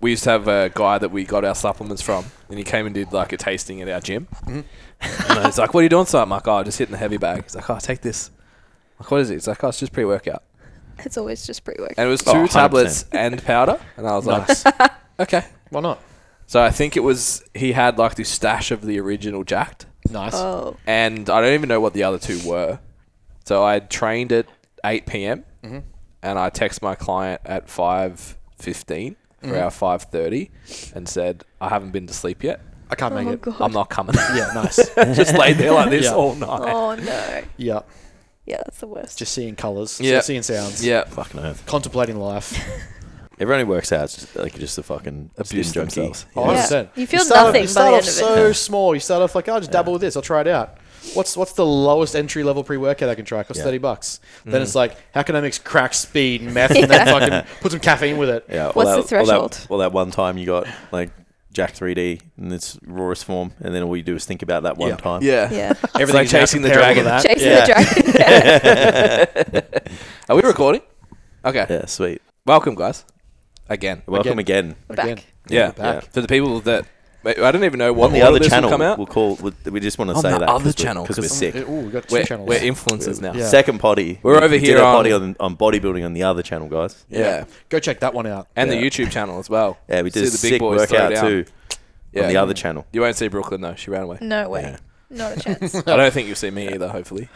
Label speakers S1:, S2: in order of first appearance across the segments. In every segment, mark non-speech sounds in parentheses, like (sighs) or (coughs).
S1: we used to have a guy that we got our supplements from, and he came and did like a tasting at our gym.
S2: Mm-hmm.
S1: and he's like, "What are you doing tonight?" I'm like, "Oh, just hitting the heavy bag." He's like, "Oh, take this." I'm like, what is it? He's like, "Oh, it's just pre-workout."
S3: It's always just pre work.
S1: And it was two
S2: Oh, 100%.
S1: tablets and powder, and I was
S2: Nice.
S1: like, "Okay."
S2: Why not?
S1: So I think it was he had like the stash of the original Jacked,
S2: Nice.
S3: Oh,
S1: and I don't even know what the other two were. So I trained at 8 p.m. and I text my client at 5:15 for our 5:30 and said, "I haven't been to sleep yet.
S2: I can't make
S3: Oh,
S2: it.
S3: God.
S1: I'm not coming."
S2: Yeah, nice.
S1: (laughs) just laid there like this
S2: Yeah.
S1: all night.
S3: oh no.
S2: yeah,
S3: Yeah, that's the worst.
S2: just seeing colours,
S1: Yeah.
S2: seeing sounds,
S1: Yeah,
S4: Fucking earth.
S2: contemplating
S3: (laughs)
S2: life.
S4: Everyone who works out is just, like just a fucking
S1: Abuse
S4: abuse junkie.
S1: themselves.
S2: Oh,
S3: Yeah.
S2: 100%.
S3: You feel
S2: start
S3: nothing by
S2: you
S3: the
S2: start
S3: end
S2: off
S3: of it.
S2: so small. You start off like, oh, I'll just dabble with this. I'll try it out. What's what's the lowest entry level pre workout I can try? Costs
S4: Yeah.
S2: thirty bucks.
S1: Mm.
S2: Then it's like, how can I mix crack, speed, and meth,
S3: (laughs)
S2: and then fucking put some caffeine with it?
S4: Yeah. or
S3: What's the
S4: that- or that-
S3: threshold?
S4: Well, that, one time you got like Jack 3D in its rawest form, and then all you do is think about that one
S2: Yeah.
S4: time.
S1: yeah.
S3: yeah. (laughs)
S2: Everything's
S1: It's like chasing
S2: now
S1: the
S2: comparable to
S1: dragon.
S2: that.
S3: Chasing
S4: yeah.
S3: the
S1: (laughs)
S3: dragon.
S1: Are we recording? Okay.
S4: (laughs) Yeah, sweet.
S1: Welcome, guys. Again.
S4: Welcome again.
S3: We're
S2: Again.
S3: back.
S1: Yeah.
S2: Back.
S1: For the people that I don't even know what
S4: On the
S1: order
S4: other
S1: this will
S4: channel,
S1: come out.
S4: we'll call. We we just want to
S1: On
S4: say
S1: the
S4: that
S1: other
S4: 'cause we're-
S1: channel,
S4: 'cause
S1: 'cause
S4: we're sick.
S2: Ooh, we got 2
S1: We're,
S2: channels.
S1: we're influencers now.
S2: Yeah.
S4: Second potty.
S1: We're
S4: We
S1: over
S4: did
S1: here
S4: our
S1: on-
S4: potty on, on bodybuilding on the other channel, guys.
S1: Yeah.
S2: Go check that
S1: (laughs)
S2: one out.
S1: And
S4: Yeah.
S1: the YouTube channel as well.
S4: Yeah, we did a
S1: See the big
S4: sick
S1: boys throw
S4: workout
S1: down.
S4: too
S1: Yeah.
S4: on the other channel.
S1: You won't see Brooklyn though. She ran away.
S4: (laughs)
S3: No way.
S4: Yeah.
S3: Not a chance.
S1: I don't think you'll see me either. Hopefully.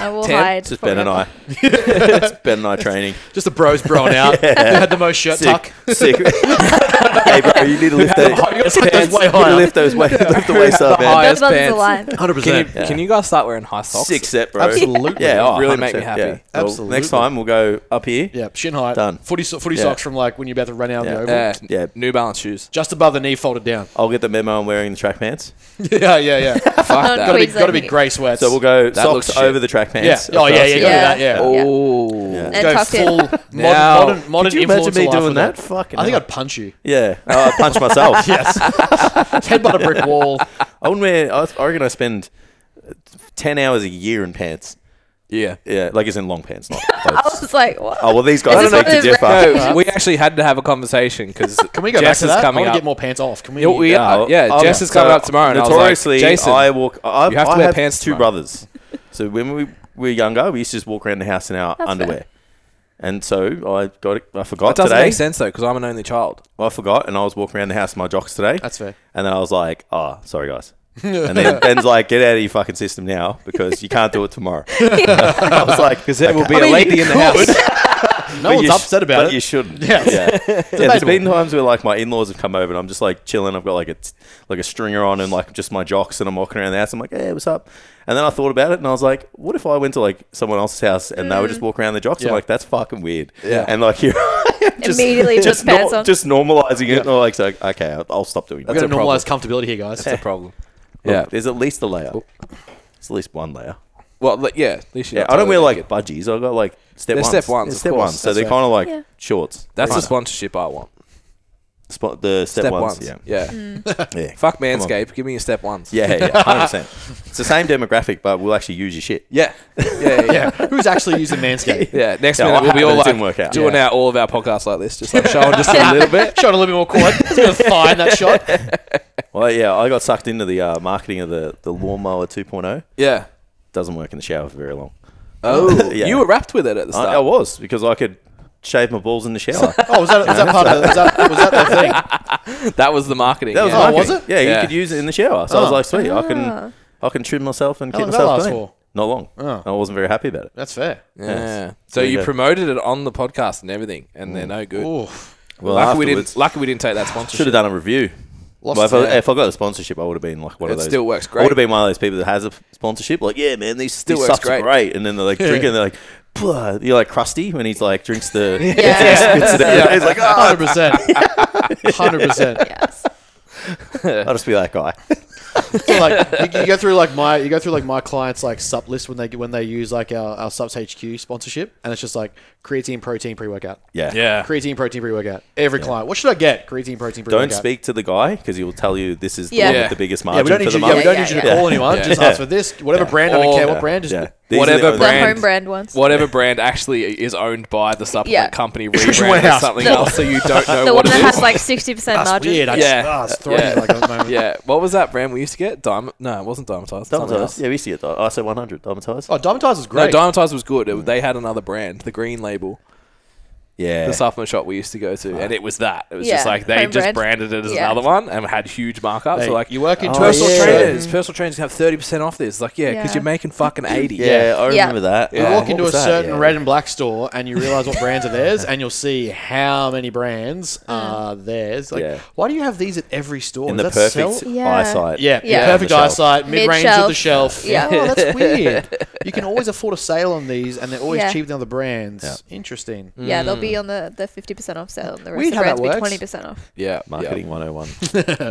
S3: I will
S1: Ten?
S3: hide.
S4: It's just Ben and I.
S3: forever.
S2: (laughs)
S4: it's Ben and I training.
S2: Just the bros broing out. (laughs) Who had the most shirt tuck? (laughs)
S4: Sick. hey, bro, you need to lift those.
S2: You gotta put those way
S4: You need to
S2: higher.
S4: lift those
S2: (laughs)
S4: way, lift the waist up, man.
S1: Highest
S3: Those ones
S1: pants.
S3: are lying.
S1: (laughs)
S2: 100%.
S1: Can you,
S4: Yeah.
S1: can you guys start wearing high socks?
S4: Six set, bro.
S2: Absolutely.
S4: Yeah, oh,
S1: Really make me
S4: 100%,
S1: happy.
S4: yeah. Well,
S2: Absolutely.
S4: next time we'll go up here.
S2: Yeah, shin height.
S4: Done.
S2: Footy, so- footy
S4: Yeah.
S2: socks from like when you're about to run out
S4: Yeah.
S2: of the oval.
S1: Yeah.
S4: Yeah.
S1: New Balance
S3: (laughs)
S1: shoes.
S2: Just above the knee, folded
S4: (laughs)
S2: down.
S4: I'll get the memo. I'm wearing the track pants.
S2: yeah,
S4: (laughs)
S2: yeah, yeah.
S1: Fuck that.
S3: Not
S2: Got to be,
S3: Queensland
S2: gotta be
S3: here.
S2: grey sweats.
S4: So we'll go
S1: looks
S4: socks
S1: shit.
S4: over the track
S2: Yeah.
S4: pants.
S2: Oh yeah, yeah,
S3: Yeah.
S2: yeah. yeah.
S3: Yeah.
S1: Oh.
S4: Yeah.
S3: And
S2: Go
S3: tucked in.
S4: (laughs)
S2: full modern,
S1: Now-
S2: modern, modern
S4: Could you imagine
S2: influencer
S4: me
S2: life
S4: doing
S2: with
S4: that?
S2: it.
S4: Fucking
S2: I think
S4: hell.
S2: I'd
S4: (laughs)
S2: punch you.
S4: Yeah, oh, I punch myself.
S2: (laughs) Yes. Headbutt a brick wall.
S4: (laughs) I wouldn't wear. I, I reckon I spend uh, ten hours a year in pants.
S1: Yeah.
S4: Yeah, like it's in long pants, not
S3: I
S4: clothes.
S3: was like, what? (laughs)
S4: (laughs) oh well, these
S3: Is
S4: guys
S3: this
S4: expect
S3: one
S4: to
S3: of those
S4: differ.
S1: No, we actually had to have a conversation
S4: (laughs)
S1: because
S2: Can we go
S1: Jess
S2: back to
S1: is
S2: that?
S1: coming
S2: I want
S1: up.
S2: to get more pants off. Can we?
S1: Yo, we-
S4: Yeah, I'll-
S1: yeah,
S4: I'll-
S1: Jess is coming up tomorrow, and I was like,
S4: Notoriously,
S1: "Jason,
S4: I walk. I,
S1: you have to
S4: I
S1: wear pants
S4: two
S1: tomorrow."
S4: brothers. So when we were younger, we used to just walk around the house in our
S3: That's
S4: underwear.
S3: fair.
S4: And so I got. it- I
S1: That
S4: forgot
S1: doesn't
S4: today.
S1: make sense though because I'm an only child.
S4: I forgot, and I was walking around the house in my jocks today.
S2: That's fair.
S4: And then I was like, oh, sorry,
S1: (laughs)
S4: guys. and then Ben's like, get out of your fucking system now because you can't do it tomorrow. (laughs) I
S1: (laughs)
S4: was like, because there will be
S1: I mean, you could.
S2: no one's upset about
S4: But
S2: it.
S4: you shouldn't.
S2: Yes.
S4: Yeah. yeah. There's been times where like my in-laws have come over and I'm just like chilling. I've got like a t- like a stringer on and like just my jocks and I'm walking around the house. I'm like, hey, what's up? And then I thought about it and I was like, what if I went to like someone else's house and they were
S3: Mm.
S4: just walking around the jocks?
S2: Yeah.
S4: I'm like, that's fucking weird.
S1: Yeah.
S4: And like (laughs) here, I am just,
S3: Immediately
S4: just,
S3: just pants
S4: nor-
S3: on.
S4: just normalizing
S2: Yeah.
S4: it. And I'm like, so, okay, I'll, I'll stop doing that.
S2: We're going
S1: a
S2: to normalize comfortability here,
S4: (laughs)
S2: guys.
S1: That's a problem.
S4: Eh. Look,
S1: Yeah.
S4: There's at least a layer. There's at least one layer.
S1: Well, like, yeah. At least you're
S4: Yeah,
S1: not
S4: I don't
S1: totally
S4: wear like
S1: naked.
S4: budgies. I got like step
S1: They're
S4: ones.
S1: step ones,
S4: They're
S1: of
S4: step
S1: course.
S4: ones. So they're
S2: right.
S4: kind of like
S3: Yeah.
S4: shorts.
S1: That's the
S4: Kinda.
S1: sponsorship I want.
S4: Spot the step,
S1: Step
S4: ones.
S1: ones.
S4: Yeah.
S1: Yeah.
S3: Mm.
S4: yeah.
S1: Fuck
S4: Come on.
S1: Manscaped. Give me your step ones.
S4: Yeah, yeah, yeah, hundred
S2: (laughs)
S4: percent. It's the same demographic, but we'll actually use your shit.
S1: Yeah. (laughs) Yeah. Yeah. yeah.
S2: Yeah. Who's actually using Manscaped?
S1: Yeah, next
S4: (laughs) Yeah,
S1: minute
S4: what
S1: we'll be
S4: happened?
S1: all
S4: It
S1: like
S4: didn't work out.
S1: doing
S2: Yeah.
S1: out all of our podcasts like this, just
S4: (laughs)
S1: like showing just a little bit.
S2: Shot a little bit more quad. Just going to find that shot.
S4: Well, yeah, I got sucked into the uh, marketing of the the lawnmower 2.0.
S1: Yeah.
S4: Doesn't work in the shower for very long.
S1: (laughs) Oh,
S4: Yeah. Oh,
S1: you were wrapped with it at the
S4: I,
S1: start.
S4: I was because I could shave my balls in the
S2: (laughs)
S4: shower. that
S2: Oh, was that, was that part of the, was that, was that the thing?
S1: that was the marketing.
S4: was
S1: yeah.
S2: Oh,
S4: marketing.
S2: was it?
S4: Yeah,
S1: Yeah.
S4: you could use it in the shower. So I was
S2: Oh.
S4: like, sweet, I
S3: Ah.
S4: can I can trim myself and
S2: How
S4: keep
S2: long did that
S4: myself
S2: last
S4: clean.
S2: for?
S4: Not long.
S2: Oh.
S4: I wasn't very happy about it.
S2: That's fair.
S1: Yeah.
S4: Yes.
S1: So
S4: There you
S1: you
S4: go.
S1: promoted it on the podcast and everything, and they're no good.
S2: Ooh.
S4: Well,
S1: lucky we
S4: afterwards-
S1: didn't. Lucky we didn't take that
S4: Should
S1: sponsorship.
S4: have done a review.
S2: Lost
S4: Well, if,
S2: today.
S4: I, if I got a sponsorship, I would have been like one
S1: It
S4: of those.
S1: still works
S4: I would have
S1: great.
S4: been one of those people that has a f- sponsorship. Like, yeah, man, these still
S1: works
S4: stuffs
S1: great."
S4: are great. And then they're like drinking, they're like, "Blah." you're like crusty when he's like drinks
S2: (laughs)
S4: the.
S3: Yeah.
S4: spits it out. He's like, oh, (laughs)
S2: 100%. 100%.
S3: Yes.
S4: I'll just be that guy. (laughs)
S2: So, like you, you go through like my you go through like my clients like sup list when they when they use like our, our subs HQ sponsorship and it's just like creatine protein pre workout.
S4: Yeah.
S1: Yeah.
S2: Creatine protein pre workout. Every client. What should I get? Creatine protein pre workout.
S4: Don't speak to the guy because he will tell you this is the
S3: Yeah.
S4: one
S1: Yeah.
S4: with the biggest
S2: Yeah,
S4: margin
S2: we don't
S4: for
S2: need
S4: the
S2: you. Yeah, we
S4: month.
S2: don't
S3: Yeah,
S2: need you
S3: yeah,
S2: to
S3: yeah.
S2: call anyone.
S1: Yeah.
S2: Just ask for this, whatever brand. I don't
S1: Or-
S2: care what brand. Just
S4: Yeah. These are
S1: Whatever
S4: the only-
S3: The
S1: Brand.
S3: home brand ones.
S1: Whatever brand actually is owned by the supplement
S3: Yeah.
S4: (laughs)
S1: company,
S2: Nutrition
S1: rebranded
S2: Warehouse.
S1: something
S3: The-
S1: else, so you
S3: (laughs)
S1: don't know
S3: Uh, the
S1: what
S3: one
S1: it
S3: that
S1: is.
S3: has like 60%
S2: That's
S3: margin.
S2: weird. I
S1: Yeah.
S2: just, ah, it's throwing
S1: Yeah.
S2: me like at the moment.
S1: yeah, what was that brand we used to get? Diamond? No, it wasn't Diamond
S4: Diamond Tires. Yeah, we used to get that. I said 100. Diamond Tires.
S2: Oh, Diamond Tires is
S1: No,
S2: great.
S1: Diamond Tires was good.
S4: Mm.
S1: It, they had another brand, the Green Label,
S4: yeah.
S1: the supplement shop we used to go to, and it was that. It was just
S3: Yeah,
S1: like they
S3: home
S1: just
S3: brand.
S1: branded it as
S3: Yeah.
S1: another one and had huge markups.
S2: Hey,
S1: so like
S2: you work in
S4: Oh,
S1: personal
S4: yeah.
S1: trainers, personal trainers have thirty percent off this. Like yeah, because
S3: Yeah.
S1: you're making (laughs) fucking eighty.
S4: yeah, I
S3: Yeah.
S4: remember that. Uh,
S1: Yeah.
S2: You walk
S4: What
S2: into a
S4: was that?
S2: certain
S4: Yeah.
S2: red and black store and you realize what brands are theirs, and you'll see how many brands are theirs. Like,
S4: Yeah.
S2: why do you have these at every store?
S4: in the
S2: Does that sell?
S4: perfect
S3: Yeah.
S4: eyesight.
S2: Yeah,
S3: Yeah.
S2: yeah. perfect
S4: On the shelf.
S2: eyesight, mid range of the shelf.
S3: Yeah.
S2: oh, that's weird. (laughs) You can always afford a sale on these, and they're always
S3: Yeah.
S2: cheaper than other brands. Interesting.
S3: Yeah, they'll be on the, the 50% off sale. And the rest
S2: Weird
S3: of the
S2: how that
S3: brands will be
S2: works.
S3: 20% off.
S1: yeah.
S4: Marketing
S1: yeah.
S4: 101.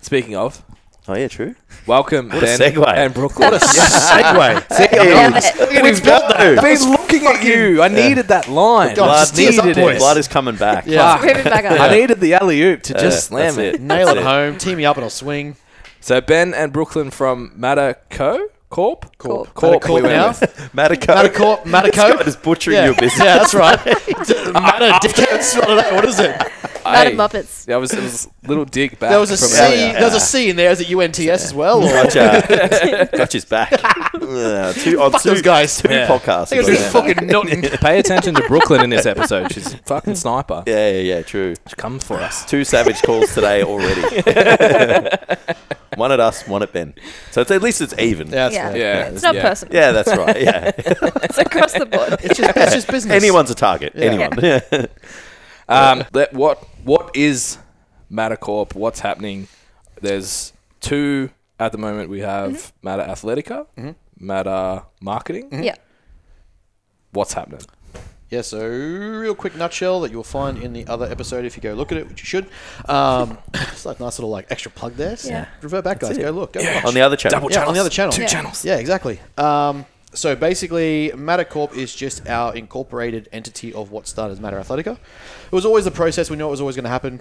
S1: Speaking of,
S4: oh, yeah, true.
S1: welcome what
S4: a
S1: Ben
S4: segue.
S1: and Brooklyn. (laughs)
S4: (laughs)
S2: Segway. (laughs)
S3: Yeah, but-
S4: We've got though.
S1: I've been looking at you. I needed that line.
S2: God,
S1: I
S2: just tee us up,
S1: needed
S2: boys.
S1: it.
S4: Blood is coming back.
S2: Yeah.
S1: Fuck.
S3: Rip it back up.
S1: Ah. I needed the alley oop to
S4: Yeah,
S1: just slam
S4: that's
S1: it.
S2: Nail it
S4: That's
S2: home. Team me up and I'll swing.
S1: So Ben and Brooklyn from Matter Co. Corp.
S3: Corp.
S1: Corp.
S2: Mattercorp
S1: we
S2: now. (laughs)
S1: went with.
S4: Matterco. (laughs)
S2: Mattercorp.
S4: This guy
S2: Mattercorp.
S4: is butchering
S2: Yeah.
S4: your business.
S2: yeah, that's (laughs) right. Matter (laughs) dickheads. I don't know, What is it?
S3: Not
S1: Hey,
S3: of Muppets.
S1: That was, it was a little dig back.
S2: There was a
S1: from
S2: C.
S1: earlier.
S2: There was a C in there. Is it UNTS as well? (laughs) Or
S4: Gotcha.
S2: (laughs)
S4: Got his back. Yeah, two on
S2: Fuck
S4: two,
S2: those guys.
S4: Two
S1: Yeah.
S4: podcasts.
S2: They're
S4: ago
S2: gonna be
S4: now.
S1: uh,
S2: fucking
S1: (laughs)
S2: nothing.
S1: Pay attention to Brooklyn in this episode. She's a fucking sniper.
S4: yeah, yeah, yeah, true.
S1: She comes for us.
S4: Two savage calls today
S2: (laughs)
S4: already. (laughs) one at us, one at Ben. So it's, at least it's even.
S2: Yeah, that's
S3: Yeah.
S2: fair.
S1: Yeah.
S3: It's not
S1: yeah.
S3: personal.
S4: Yeah, that's right.
S2: (laughs)
S4: Yeah.
S3: It's across the board.
S2: It's just, it's (laughs) just business.
S4: Anyone's a target. Anyone. Yeah.
S1: Um, let, what what is Mattercorp? What's happening? There's two at the moment. We have
S3: Mm-hmm.
S1: Matter Athletica, Matter Marketing.
S3: Yeah.
S1: What's happening?
S2: Yeah, so real quick nutshell that you'll find in the other episode if you go look at it, which you should. Um, (coughs) it's like nice little like extra plug there. So
S3: Yeah.
S2: Revert back, guys.
S4: it.
S2: Go look. Go
S4: (laughs)
S2: watch.
S4: On the other channel.
S1: Double
S2: Yeah, on
S1: channels.
S2: the other channel.
S1: Two
S2: Yeah.
S1: channels.
S2: Yeah, exactly. Um, so basically, Matter Corp is just our incorporated entity of what started as Matter Athletica. It was always the process. We knew it was always going to happen.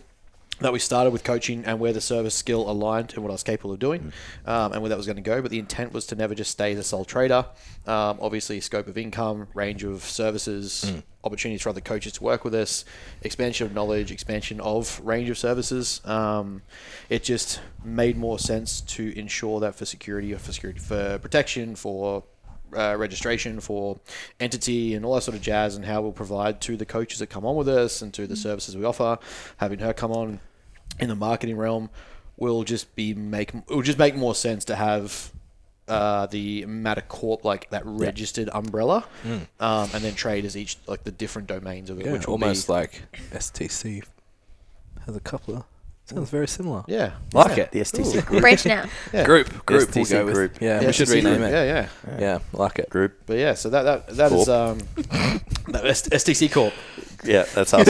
S2: That we started with coaching and where the service skill aligned and what I was capable of doing, um, and where that was going to go. But the intent was to never just stay as a sole trader. Um, obviously, scope of income, range of services, opportunities for other coaches to work with us, expansion of knowledge, expansion of range of services. Um, it just made more sense to ensure that for security, or for security, for protection, for uh, registration for entity and all that sort of jazz and how we'll provide to the coaches that come on with us and
S1: Mm-hmm.
S2: to the services we offer having her come on in the marketing realm will just be make it will just make more sense to have uh, the matter corp like that registered umbrella um, and then trade as each like the different domains of it
S1: Mm. Yeah,
S2: which will
S1: almost
S2: be,
S1: like STC has a couple of sounds very similar.
S2: yeah
S1: Like
S2: yeah.
S1: it.
S4: The STC group.
S3: Branch now.
S2: Yeah.
S1: Group, group, we'll
S4: STC
S1: go with.
S4: group.
S1: Yeah,
S2: Yeah,
S1: we should
S2: STC
S1: rename
S2: group.
S1: it.
S2: yeah yeah
S1: Yeah. like it.
S4: Group.
S2: but yeah so that that, that is
S4: Corp.
S2: (laughs) um that S- STC corp
S4: Yeah,
S1: (laughs)
S4: that's
S2: (laughs)
S4: us.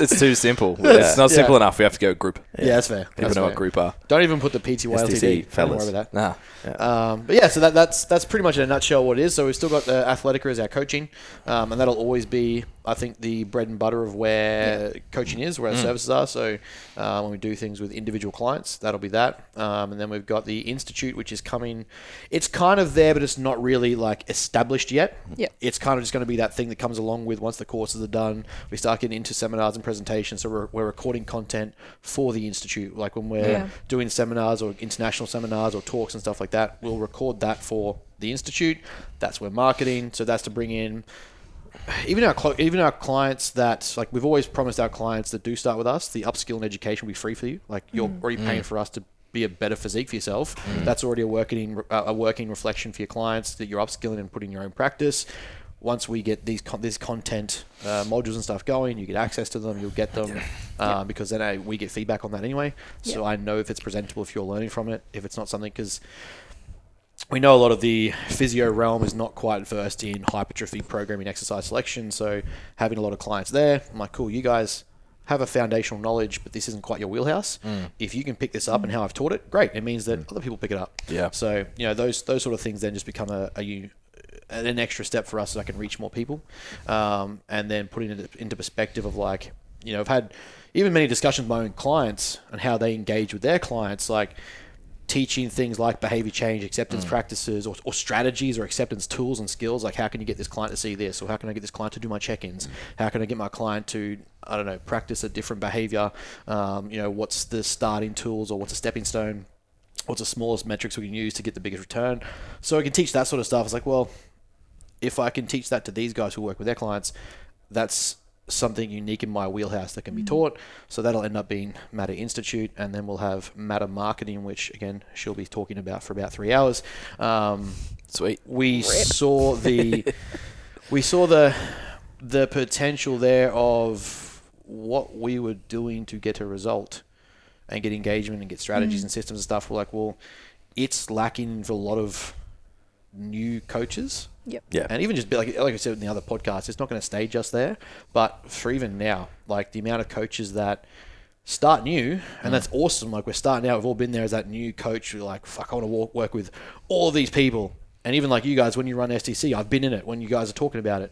S1: it's, it's too simple. It's not
S2: Yeah.
S1: simple enough. We have to go group.
S2: yeah, that's fair
S1: People
S2: That's
S1: know
S2: fair.
S1: what group are.
S2: Don't even put the PTY
S4: STC,
S2: LTD. Don't
S4: fellas.
S2: worry about that.
S1: Nah.
S2: Um, but yeah, so that, that's that's pretty much in a nutshell what it is. So we've still got the Athletica as our coaching, um, and that'll always be, I think, the bread and butter of where coaching is, where our services are. So uh, when we do things with individual clients, that'll be that. Um, and then we've got the Institute, which is coming. It's kind of there, but it's not really like established yet.
S3: Yep.
S2: It's kind of just going to be that thing that comes along with once the courses are done. We start getting into seminars and presentations. So we're, we're recording content for the Institute. Like when we're
S3: Yeah.
S2: doing seminars or international seminars or talks and stuff like that, we'll record that for the institute. That's where marketing. So that's to bring in even our clo even our clients that like we've always promised our clients that do start with us, the upskill and education will be free for you. Like you're already paying for us to be a better physique for yourself. That's already a working uh, a working reflection for your clients that you're upskilling and putting in your own practice. Once we get these con- this content uh, modules and stuff going, you get access to them. You'll get them uh, because then uh, we get feedback on that anyway. So
S3: Yeah.
S2: I know if it's presentable, if you're learning from it. If it's not something, because we know a lot of the physio realm is not quite versed in hypertrophy programming exercise selection so having a lot of clients there i'm like cool you guys have a foundational knowledge but this isn't quite your wheelhouse if you can pick this up and how i've taught it great it means that other people pick it up
S1: Yeah.
S2: so you know those those sort of things then just become a, a you an extra step for us so i can reach more people um, and then putting it into perspective of like you know i've had even many discussions with my own clients and how they engage with their clients like teaching things like behavior change, acceptance practices, or, or strategies or acceptance tools and skills. Like, how can you get this client to see this? Or how can I get this client to do my check ins? How can I get my client to, I don't know, practice a different behavior? Um, you know, what's the starting tools or what's a stepping stone? What's the smallest metrics we can use to get the biggest return? So I can teach that sort of stuff. It's like, well, if I can teach that to these guys who work with their clients, that's something unique in my wheelhouse that can be taught. So that'll end up being Matter Institute, and then we'll have Matter Marketing, which again she'll be talking about for about three hours. Um,
S1: Sweet.
S2: we saw the we saw the the potential there of what we were doing to get a result and get engagement and get strategies and systems and stuff. We're like, well, it's lacking for a lot of new coaches.
S3: Yep.
S4: Yeah.
S2: And even just be- like like I said in the other podcast, it's not going to stay just there. But for even now, like the amount of coaches that start new, and that's awesome. Like we're starting out, we've all been there as that new coach. You're like, fuck, I want to walk, work with all these people. And even like you guys, when you run STC, I've been in it when you guys are talking about it.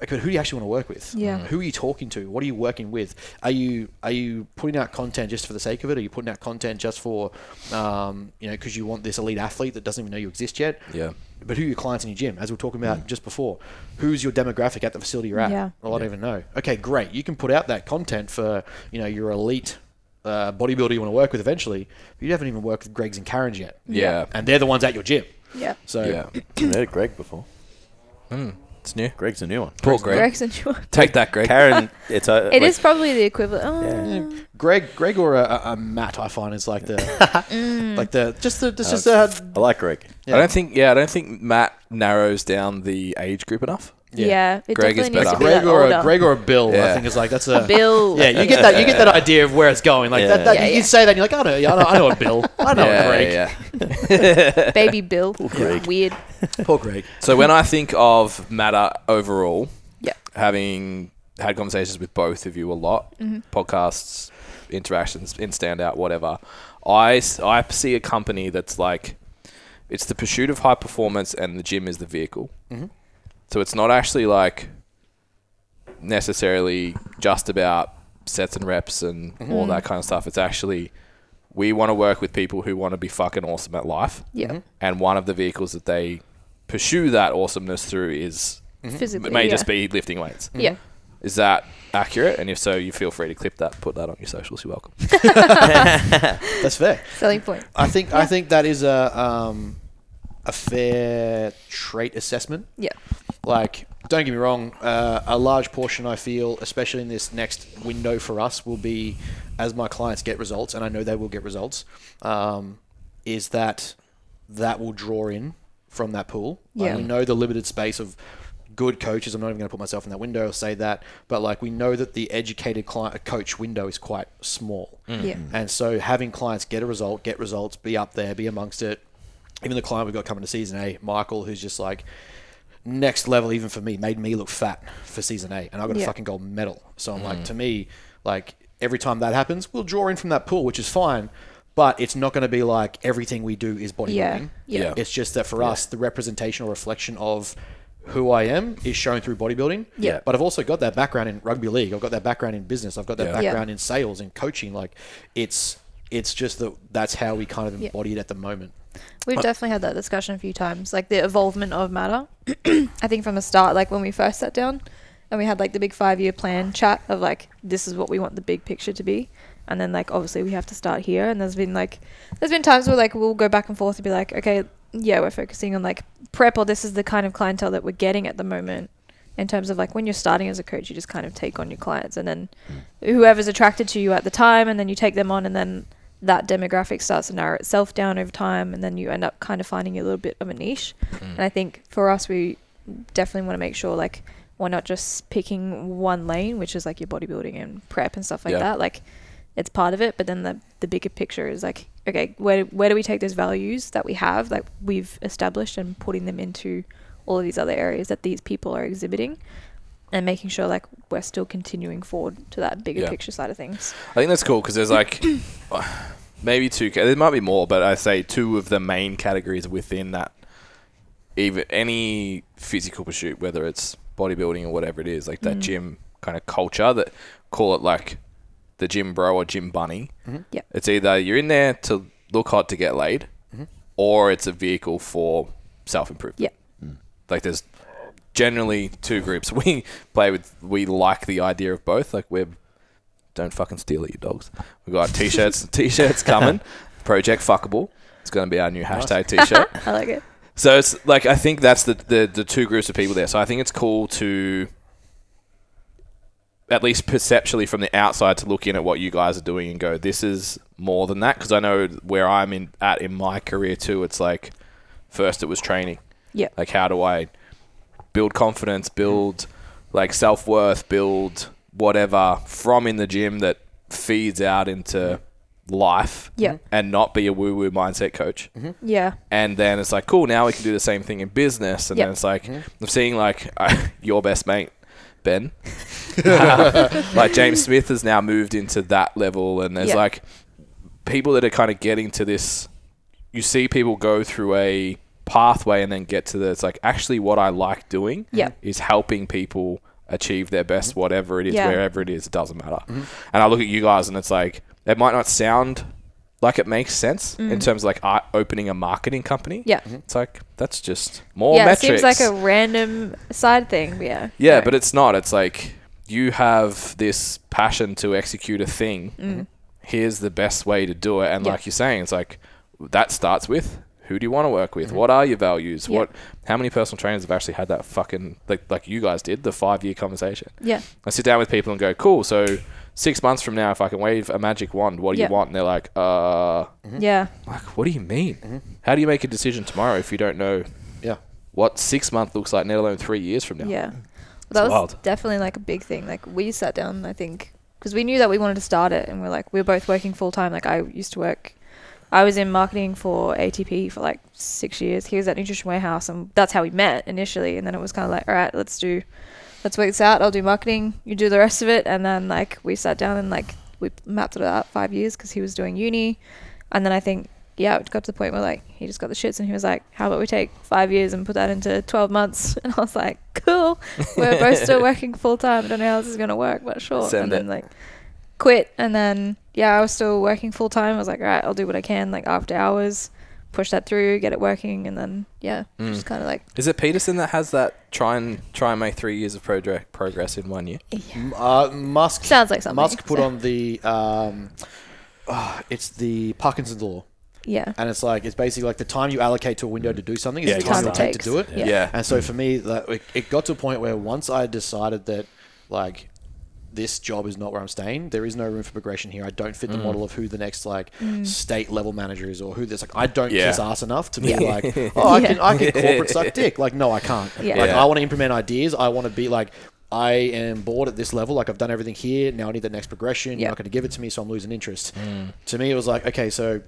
S2: Okay, but who do you actually want to work with?
S3: Yeah.
S2: Who are you talking to? What are you working with? Are you are you putting out content just for the sake of it? Are you putting out content just for, um, you know, because you want this elite athlete that doesn't even know you exist yet?
S1: Yeah. Mm.
S2: but who are your clients in your gym? As we were talking about just before, who's your demographic at the facility you're at?
S3: Yeah.
S2: Well, I don't even know. Okay, great. You can put out that content for you know your elite uh, bodybuilder you want to work with eventually, but you haven't even worked with Greg's and Karen's yet,
S1: Yeah.
S2: and uh, they're the ones at your gym.
S3: Yeah.
S2: So
S1: Yeah.
S4: I heard Greg before.
S1: It's new.
S4: Greg's a new one.
S1: Poor Greg.
S3: Greg's and Sean.
S1: Take that, Greg.
S4: Karen, it's a,
S3: It is probably the equivalent. Oh,
S2: Greg, Greg or a, a Matt, I find is like
S1: (laughs)
S2: the
S3: Mm.
S2: like the just the
S1: Uh,
S2: just, just the
S4: uh, I like Greg.
S1: I don't think. Yeah, I don't think Matt narrows down the age group enough.
S3: yeah. It
S1: Greg is
S3: definitely needs
S1: better.
S3: to be
S2: Greg
S3: that
S2: or
S3: older.
S2: a Greg or a Bill. I
S1: Yeah.
S2: think is like that's a
S3: Bill.
S2: (laughs) Yeah, you get that.
S1: (laughs)
S2: You get that idea of where it's going. Like that, that
S3: Yeah,
S2: you
S3: yeah.
S2: say that, and you're like, I know, yeah, I know, I know a Bill. I know a Greg.
S1: yeah.
S3: Baby
S2: (laughs)
S3: Bill.
S4: Greg.
S3: Weird.
S2: Poor Greg.
S1: So when I think of matter overall,
S3: Yeah.
S1: having had conversations with both of you a lot,
S3: Mm-hmm.
S1: podcasts, interactions in standout, whatever, I, s- I see a company that's like, it's the pursuit of high performance and the gym is the vehicle. So it's not actually like necessarily just about sets and reps and all that kind of stuff. It's actually, we want to work with people who want to be fucking awesome at life.
S3: Yeah.
S1: And one of the vehicles that they pursue that awesomeness through is
S3: Physically.
S1: it may
S3: yeah.
S1: just be lifting weights.
S3: Yeah.
S1: Is that accurate? And if so, you feel free to clip that, put that on your socials. You're welcome.
S2: That's fair.
S3: Selling point.
S2: I think I think that is a um, a fair trait assessment.
S3: Yeah.
S2: Like, don't get me wrong, uh, a large portion I feel, especially in this next window for us, will be as my clients get results, and I know they will get results. Um, is that that will draw in from that pool? Like,
S3: Yeah.
S2: we know the limited space of good coaches. I'm not even going to put myself in that window or say that, but like we know that the educated client coach window is quite small.
S3: Mm. Yeah.
S2: And so having clients get a result, get results, be up there, be amongst it. Even the client we've got coming to season A, Michael, who's just like next level even for me, made me look fat for season A. And I got a
S3: Yeah.
S2: fucking gold medal. So I'm
S3: Mm.
S2: like, to me, like every time that happens, we'll draw in from that pool, which is fine. But it's not going to be like everything we do is bodybuilding.
S3: Yeah. Yeah.
S1: Yeah.
S2: It's just that for us, the representational reflection of who I am is shown through bodybuilding.
S3: Yeah.
S2: But I've also got that background in rugby league. I've got that background in business. I've got that
S1: Yeah.
S3: Yeah.
S2: background in sales and coaching. Like it's it's just that that's how we kind of
S3: Yeah.
S2: embody it at the moment. Uh,
S3: We've definitely had that discussion a few times, like the evolvement of matter. I think from the start, like when we first sat down and we had like the big five year plan chat of like, this is what we want the big picture to be. And then like, obviously we have to start here. And there's been like, there's been times where like we'll go back and forth and be like, okay, yeah, we're focusing on like prep or this is the kind of clientele that we're getting at the moment. In terms of like when you're starting as a coach, you just kind of take on your clients and then whoever's attracted to you at the time and then you take them on and then that demographic starts to narrow itself down over time and then you end up kind of finding a little bit of a niche and i think for us we definitely want to make sure like we're not just picking one lane which is like your bodybuilding and prep and stuff like
S1: Yeah.
S3: that like it's part of it but then the, the bigger picture is like okay where, where do we take those values that we have that we've established and putting them into all of these other areas that these people are exhibiting and making sure like we're still continuing forward to that bigger
S1: Yeah.
S3: picture side
S1: (sighs)
S3: of things
S1: I think that's cool because there's like (coughs) maybe two. ca- There might be more, but I say two of the main categories within that. Even any physical pursuit, whether it's bodybuilding or whatever it is, like that gym kind of culture that call it like the gym bro or gym bunny.
S3: Yep.
S1: It's either you're in there to look hot to get laid, or it's a vehicle for self improvement.
S3: Yeah.
S1: Like there's generally two groups. (laughs) We play with we like the idea of both. Like we're don't fucking steal it, you dogs. We got t-shirts, t-shirts coming. Project fuckable. It's going to be our new hashtag t-shirt.
S3: I like it.
S1: So it's like I think that's the, the the two groups of people there. So I think it's cool to at least perceptually from the outside to look in at what you guys are doing and go, this is more than that. Because I know where I'm in at in my career too. It's like first it was training.
S3: Yeah.
S1: Like how do I build confidence, build like self worth, build whatever from in the gym that feeds out into life.
S3: Yeah. Mm-hmm.
S1: And not be a woo woo mindset coach
S3: yeah.
S1: and then it's like cool now we can do the same thing in business and
S3: Yep.
S1: then it's like i'm seeing like (laughs) uh, your best mate ben (laughs) like james smith has now moved into that level and there's
S3: Yeah.
S1: like people that are kind of getting to this you see people go through a pathway and then get to the it's like actually what i like doing
S3: Yeah.
S1: is helping people achieve their best whatever it is
S3: Yeah.
S1: wherever it is it doesn't matter and i look at you guys and it's like it might not sound like it makes sense in terms of like I opening a marketing company
S3: Mm.
S1: Mm-hmm.
S3: Yeah.
S1: it's like that's just more
S3: yeah,
S1: metrics
S3: it seems like a random side thing. but Yeah.
S1: yeah,
S3: No.
S1: but it's not. It's like you have this passion to execute a thing. Here's the best way to do it. And
S3: Mm-hmm. Yeah.
S1: like you're saying, it's like that starts with who do you want to work with? What are your values?
S3: Mm-hmm. Yeah.
S1: What? How many personal trainers have actually had that fucking like like you guys did the five year conversation?
S3: yeah.
S1: I sit down with people and go, cool. So six months from now, if I can wave a magic wand, what do
S3: Yeah.
S1: you want? And they're like, uh,
S3: Yeah.
S1: like what do you mean?
S3: Mm-hmm.
S1: How do you make a decision tomorrow if you don't know
S2: Yeah.
S1: what six month looks like, let alone three years from now?
S3: Yeah. That was
S1: wild.
S3: definitely like a big thing. Like we sat down, I think, because we knew that we wanted to start it, and we're like, we're both working full time. Like I used to work, I was in marketing for ATP for like six years. He was at Nutrition Warehouse, and that's how we met initially. And then it was kind of like, all right, let's do, let's work this out. I'll do marketing, you do the rest of it. And then like we sat down and like we mapped it out five years because he was doing uni, and then I think. Yeah, it got to the point where like he just got the shits and he was like, "How about we take five years and put that into twelve months?" (laughs) And I was like,
S1: (laughs)
S3: "Cool, we're both still working full time. I don't know how this is gonna work, but sure."
S1: Send
S3: and
S1: it.
S3: then like quit, and then yeah, I was still working full time. I was like, "All right, I'll do what I can, like after hours, push that through, get it working, and then yeah,
S1: Hmm.
S3: just kind of like
S1: Is it Peterson that has that try and try and make three years of project progress in one year?
S2: M- Uh, Musk
S3: Sounds like something,
S2: Musk put
S3: so.
S2: on the um, ah, it's the Parkinson's law,
S3: yeah,
S2: and it's like it's basically like the time you allocate to a window to do something is
S4: Yeah,
S2: the time
S4: exactly.
S2: you take to do it.
S3: Takes, yeah.
S1: Yeah.
S2: And so for me, like, it, it got to a point where once I decided that, like, this job is not where I'm staying. There is no room for progression here. I don't fit
S1: Mm.
S2: the model of who the next like
S3: Mm.
S2: state level manager is, or who this like. I don't
S1: Yeah.
S2: kiss ass enough to be
S3: (laughs)
S2: like, oh, I
S3: Yeah.
S2: can I can corporate suck dick. Like, no, I can't.
S3: Yeah.
S2: Like,
S1: Yeah.
S2: I want to implement ideas. I want to be like, I am bored at this level. Like, I've done everything here. Now I need the next progression.
S3: Yeah.
S2: You're not going to give it to me, so I'm losing interest.
S1: Mm.
S2: To me, it was like, okay, so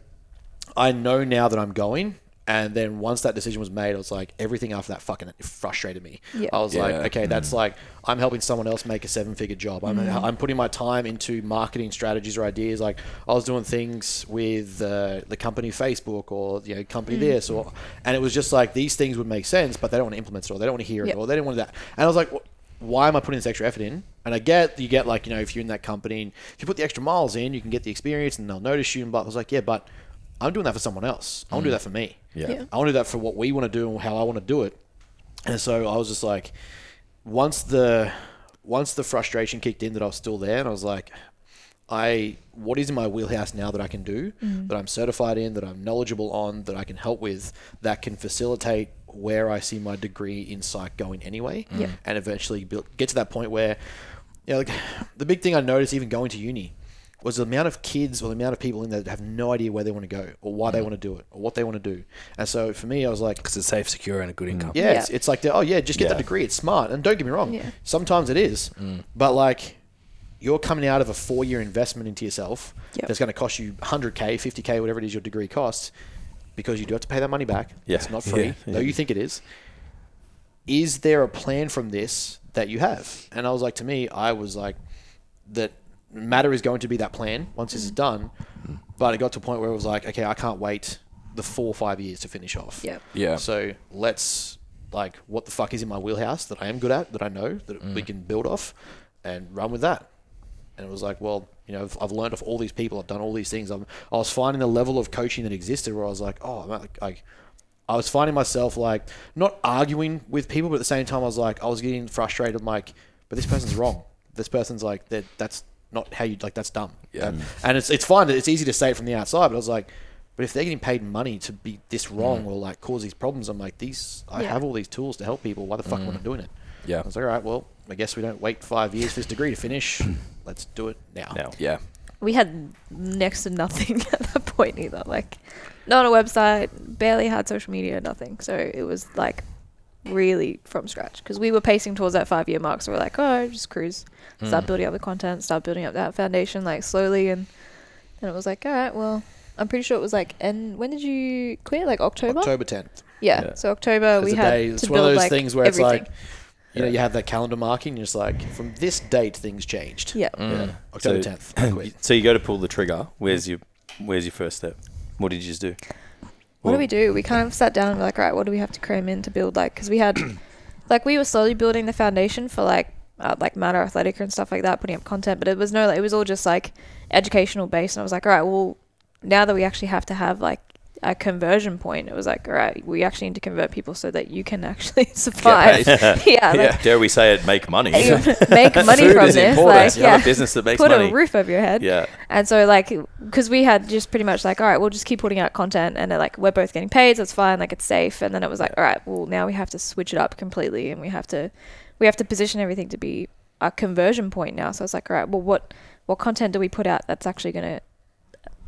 S2: I know now that I'm going. And then once that decision was made, I was like, everything after that fucking frustrated me.
S3: Yeah.
S2: I was like,
S1: Yeah.
S2: okay, that's like, I'm helping someone else make a seven figure job. I'm, I'm putting my time into marketing strategies or ideas. Like, I was doing things with uh, the company Facebook or, you know, company this. or And it was just like, these things would make sense, but they don't want to implement it or they don't want to hear
S3: Yeah.
S2: it or they don't want that. And I was like, wh- why am I putting this extra effort in? And I get you get like you know if you're in that company and if you put the extra miles in, you can get the experience and they'll notice you. And blah. I was like, yeah, but I'm doing that for someone else. I want to do that for me.
S4: Yeah.
S3: Yeah.
S2: I want to do that for what we want to do and how I want to do it. And so I was just like, once the once the frustration kicked in that I was still there, and I was like, I what is in my wheelhouse now that I can do that I'm certified in, that I'm knowledgeable on, that I can help with, that can facilitate where I see my degree in psych going anyway,
S3: Yeah.
S2: and eventually build, get to that point where, you know, like the big thing I noticed even going to uni was the amount of kids or the amount of people in there that have no idea where they want to go or why they want to do it or what they want to do, and so for me, I was like,
S1: Because it's safe, secure, and a good income.
S2: yeah, It's,
S3: Yeah.
S2: it's like, the, oh yeah, just get
S4: Yeah. Mm.
S2: that degree. It's smart, and don't get me wrong.
S3: Yeah.
S2: Sometimes it is, but like, you're coming out of a four-year investment into yourself
S3: Yep.
S2: that's going to cost you 100k, 50k, whatever it is your degree costs, because you do have to pay that money back.
S4: Yeah.
S2: It's not free,
S4: (laughs) Yeah.
S2: though you think it is. Is there a plan from this that you have? And I was like, to me, I was like, that matter is going to be that plan once
S3: Mm.
S2: this is done.
S4: Mm.
S2: But it got to a point where it was like, okay, I can't wait the four or five years to finish off.
S3: Yep.
S1: Yeah.
S2: So let's like what the
S1: Mm.
S2: fuck is in my wheelhouse that I am good at, that I know, that we can build off and run with that. And it was like, well, you know, I've, I've learned off all these people. I've done all these things. I'm, I was finding the level of coaching that existed where I was like, oh, I'm like, like I was finding myself like not arguing with people, but at the same time, I was like, I was getting frustrated. Like, but this person's wrong. This person's like that. That's not how you like. That's dumb.
S1: Yeah.
S2: That- and it's it's fine. that It's easy to say it from the outside, but I was like, but if they're getting paid money to be this wrong or like cause these problems, I'm like, these. I
S3: Yeah.
S2: have all these tools to help people. Why the fuck am I not doing it?
S1: Yeah.
S2: I was like, all right, well, I guess we don't wait five years for this degree to finish. Let's do it now.
S4: Now.
S1: Yeah.
S3: we had next to nothing (laughs) at that point either. Like, not a website, barely had social media, nothing. So it was like really from scratch because we were pacing towards that five year mark. So we're like, oh, just cruise,
S2: Hmm.
S3: start building up the content, start building up that foundation, like slowly. And then it was like, all right, well, I'm pretty sure it was like, and when did you clear? Like October?
S2: October 10th.
S3: Yeah.
S4: Yeah.
S3: So October,
S2: There's
S3: we
S2: a
S3: had
S2: day-
S3: to
S2: it's
S3: build
S2: one of those
S3: like
S2: things where it's
S3: everything.
S2: like, you know, you have that calendar marking. You're just like, from this date, things changed.
S3: yeah.
S2: Yeah. October
S4: Mm. So- (coughs) (clears throat)
S2: 10th. I quit.
S4: So you go to pull the trigger. Where's your Where's your first step? What did you just do?
S3: what do we do? We kind of sat down and were like, right, what do we have to cram in to build like? Because we
S4: (clears throat)
S3: had, like, we were slowly building the foundation for like, uh, like Matter Athletica and stuff like that, putting up content. But it was no, like, it was all just like educational based. And I was like, all right, well, now that we actually have to have like a conversion point, it was like, all right, we actually need to convert people so that you can (laughs) actually survive. (laughs) yeah, like,
S4: Dare we say it? Make
S3: (laughs)
S4: money.
S3: make money
S4: Food
S3: from
S4: is
S3: this.
S4: important.
S3: Like,
S4: You have
S3: yeah,
S4: a business that makes
S3: put
S4: money.
S3: a roof over your head.
S4: (laughs) Yeah.
S3: And so like, because we had just pretty much like, all right, we'll just keep putting out content, and they're like, we're both getting paid, so it's fine, like it's safe. And then it was like, all right, well now we have to switch it up completely, and we have to, we have to position everything to be a conversion point now. So it's like, all right, well what what content do we put out that's actually gonna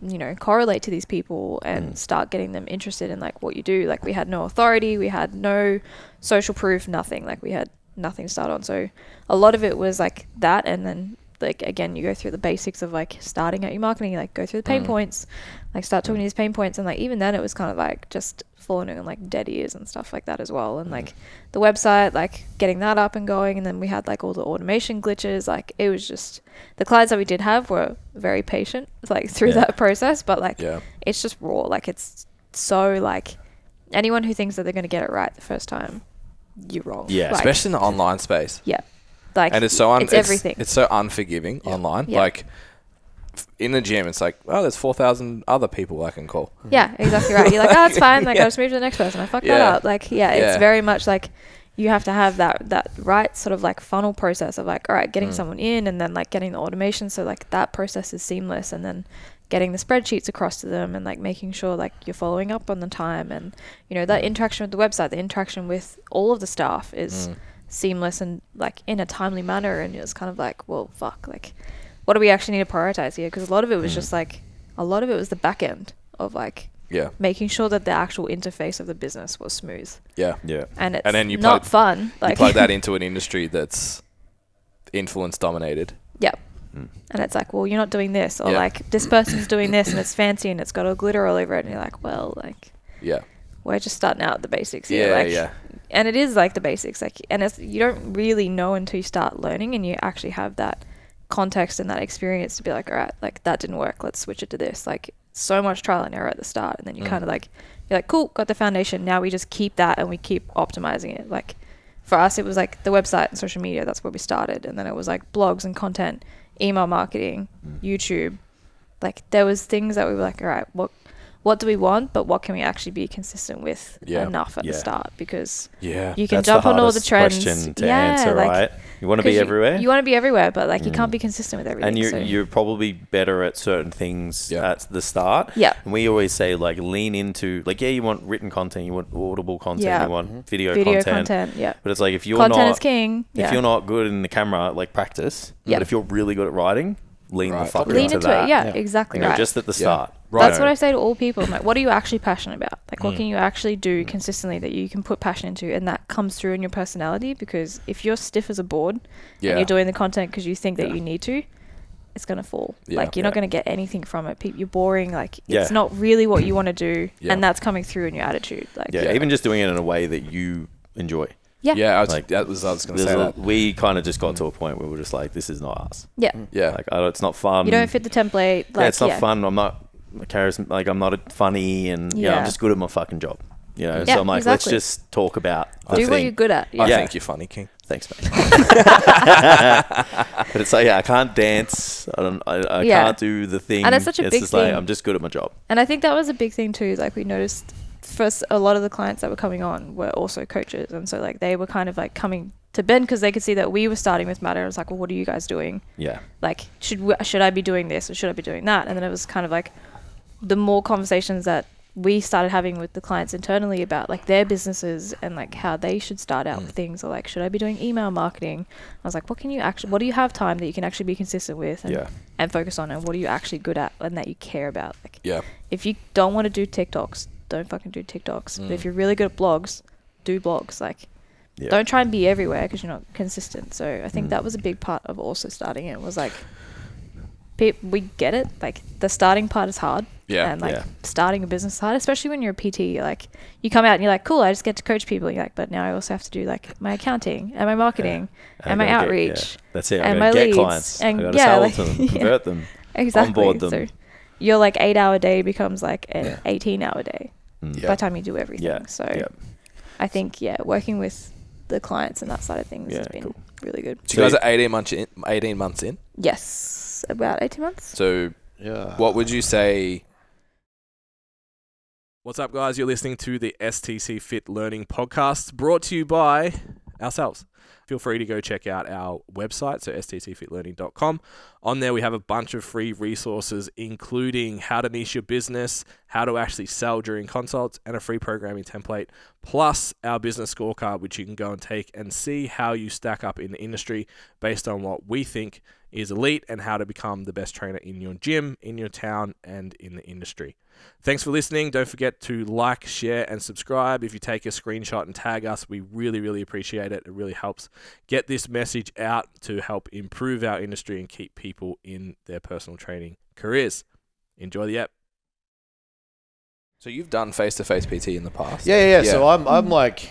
S3: you know correlate to these people and start getting them interested in like what you do like we had no authority we had no social proof nothing like we had nothing to start on so a lot of it was like that and then like again you go through the basics of like starting out your marketing like go through the pain points like start talking to these pain points and like even then it was kind of like just falling on like dead ears and stuff like that as well and like the website like getting that up and going and then we had like all the automation glitches like it was just the clients that we did have were very patient like through
S4: Yeah.
S3: that process but like
S1: Yeah.
S3: it's just raw like it's so like anyone who thinks that they're going to get it right the first time you're wrong
S4: Yeah,
S3: like,
S1: Especially in the online space.
S3: yeah like
S1: and it's so un-
S3: it's everything
S1: It's so unforgiving online.
S3: Yeah.
S1: Like f- in the gym, it's like, oh, there's four thousand other people I can call.
S3: Yeah, exactly right. You're like, oh, it's fine.
S1: (laughs)
S3: Like,
S1: Yeah.
S3: I'll just move to the next person. I fucked
S1: Yeah.
S3: that up. Like, yeah, it's
S1: Yeah.
S3: very much like you have to have that that right sort of like funnel process of like, all right,
S1: Mm.
S3: getting someone in and then like getting the automation. So like that process is seamless, and then getting the spreadsheets across to them and like making sure like you're following up on the time and you know
S1: Mm.
S3: that interaction with the website, the interaction with all of the staff is
S1: Mm.
S3: seamless and like in a timely manner. And it's kind of like, well, fuck, like what do we actually need to prioritize here? Because a lot of it
S1: Mm.
S3: was just like a lot of it was the back end of like
S1: Yeah,
S3: making sure that the actual interface of the business was smooth
S1: yeah.
S4: yeah.
S3: and it's
S1: And then you
S3: not
S1: plug-
S3: fun.
S1: you plug that into an industry that's influence dominated.
S3: (laughs) Yep. And it's like, well, you're not doing this, or
S1: Mm. Yeah.
S3: like this person's doing this, and it's fancy, and it's got all glitter all over it, and you're like, well, like
S1: Yeah,
S3: we're just starting out at the basics here.
S1: Yeah,
S3: like,
S1: yeah.
S3: And it is like the basics, like, and it's you don't really know until you start learning, and you actually have that context and that experience to be like, all right, like that didn't work, let's switch it to this. Like so much trial and error at the start, and then
S1: Mm.
S3: you kind of like you're like, cool, got the foundation. Now we just keep that and we keep optimizing it. Like for us, it was like the website and social media. That's where we started, and then it was like blogs and content, email marketing,
S1: Mm.
S3: YouTube. Like there was things that we were like, all right, what what do we want, but what can we actually be consistent with
S1: Yeah.
S3: enough at
S4: Yeah.
S3: the start? Because
S1: yeah,
S3: you can
S4: That's
S3: jump on all the
S4: hardest
S3: trends.
S4: Question to answer,
S3: like,
S4: right? You want to
S3: 'cause
S4: be
S3: you-
S4: everywhere. Mm.
S3: You, want to be everywhere, but like you can't be consistent with everything.
S4: and you're,
S3: so-
S4: you're probably better at certain things
S1: Yeah.
S4: at the start.
S3: Yeah.
S4: And we always say, like, lean into, like, yeah, you want written content, you want audible content,
S3: Yeah.
S4: you want video,
S3: video
S4: content.
S3: content. yeah.
S4: But it's like, if you're
S3: Content
S4: not,
S3: is king.
S4: if
S3: Yeah.
S4: you're not good in the camera, like, practice.
S3: Yeah.
S4: But if you're really good at writing, lean the
S1: Right.
S4: fuck
S1: Lean
S3: lean into
S4: that.
S3: it, yeah,
S2: Yeah.
S3: exactly
S4: You know,
S3: right.
S4: just at the
S1: Yeah.
S4: start.
S1: Right.
S3: That's what I say to all people. I'm like, what are you actually passionate about? Like,
S4: Mm.
S3: what can you actually do consistently that you can put passion into? And that comes through in your personality because if you're stiff as a board
S1: Yeah.
S3: and you're doing the content because you think that
S4: Yeah.
S3: you need to, it's going to fall.
S1: Yeah.
S3: Like, you're
S4: Yeah.
S3: not going to get anything from it. Pe- You're boring. Like,
S4: Yeah.
S3: it's not really what you want to do.
S1: Yeah.
S3: And that's coming through in your attitude. Like,
S4: Yeah, Even just doing it in a way that you enjoy.
S3: yeah.
S1: yeah. I was,
S4: Like,
S1: that was I was gonna
S4: There's
S1: say
S4: a-
S1: that.
S4: we kind of just got to a point where we are just like, this is not us.
S3: Yeah.
S1: Yeah,
S4: Like, I don't, it's not fun.
S3: You don't fit the template. Like,
S4: Mm. yeah, it's not fun. I'm not charism Like I'm not a funny, and yeah, I'm
S3: Yeah.
S4: just good at my fucking job. You know,
S3: Yeah,
S4: so I'm like,
S3: exactly.
S4: let's just talk about. The
S3: Do
S4: thing.
S3: what you're good at.
S1: I
S4: Yeah.
S1: think you're funny, King.
S4: thanks, mate. (laughs) but it's like, yeah, I can't dance. I don't. I, I
S3: Yeah.
S4: can't do the thing.
S3: And it's such a big
S4: just
S3: thing.
S4: Like, I'm just good at my job.
S3: And I think that was a big thing too. is, Like we noticed for us, a lot of the clients that were coming on were also coaches, and so like they were kind of like coming to Ben because they could see that we were starting with matter. It was like, well, what are you guys doing?
S4: Yeah.
S3: Like, should we, should I be doing this or should I be doing that? And then it was kind of like the more conversations that we started having with the clients internally about like their businesses and like how they should start out with things or like should I be doing email marketing? I was like, what can you actually? What do you have time that you can actually be consistent with? And,
S4: Yeah.
S3: And focus on, and what are you actually good at, and that you care about? Like,
S1: Yeah.
S3: if you don't want to do TikToks, don't fucking do TikToks. But if you're really good at blogs, do blogs. Like,
S4: Yeah. Mm.
S3: don't try and be everywhere because you're not consistent. So I think that was a big part of also starting it was like, pe- we get it. Like the starting part is hard.
S1: Yeah,
S3: And like
S4: yeah.
S3: starting a business is hard, especially when you're a PT. You're like, you come out and you're like, cool, I just get to coach people. You're like, but now I also have to do like my accounting and my marketing and
S4: I
S3: my
S4: gotta get-
S3: outreach.
S4: yeah. That's it. I
S3: and my
S4: gotta get
S3: leads,
S4: clients.
S3: and-
S4: I gotta
S3: yeah,
S4: sell
S3: like-
S4: to them,
S3: (laughs)
S4: (laughs)
S3: yeah.
S4: convert them,
S3: Exactly.
S4: onboard them.
S3: So your like eight hour day becomes like an
S2: Yeah.
S3: 18 hour day by the time you do everything.
S4: Mm. yeah.
S3: So
S4: yeah.
S3: I think, yeah, working with the clients and that side of things has
S4: Yeah,
S3: been
S4: cool.
S3: really good.
S1: So you guys are 18 months in. 18 months in.
S3: Yes, about 18 months.
S1: So
S2: Yeah.
S1: what would you say?
S5: What's up, guys? You're listening to the STC Fit Learning Podcast brought to you by ourselves. Feel free to go check out our website, so stcfitlearning.com. On there, we have a bunch of free resources, including how to niche your business, how to actually sell during consults, and a free programming template, plus our business scorecard, which you can go and take and see how you stack up in the industry based on what we think is elite and how to become the best trainer in your gym, in your town, and in the industry. Thanks for listening. Don't forget to like, share, and subscribe. If you take a screenshot and tag us, we really, really appreciate it. It really helps get this message out to help improve our industry and keep people in their personal training careers. Enjoy the app.
S1: So you've done face to face PT in the past.
S2: Yeah, yeah, yeah. So I'm, I'm like,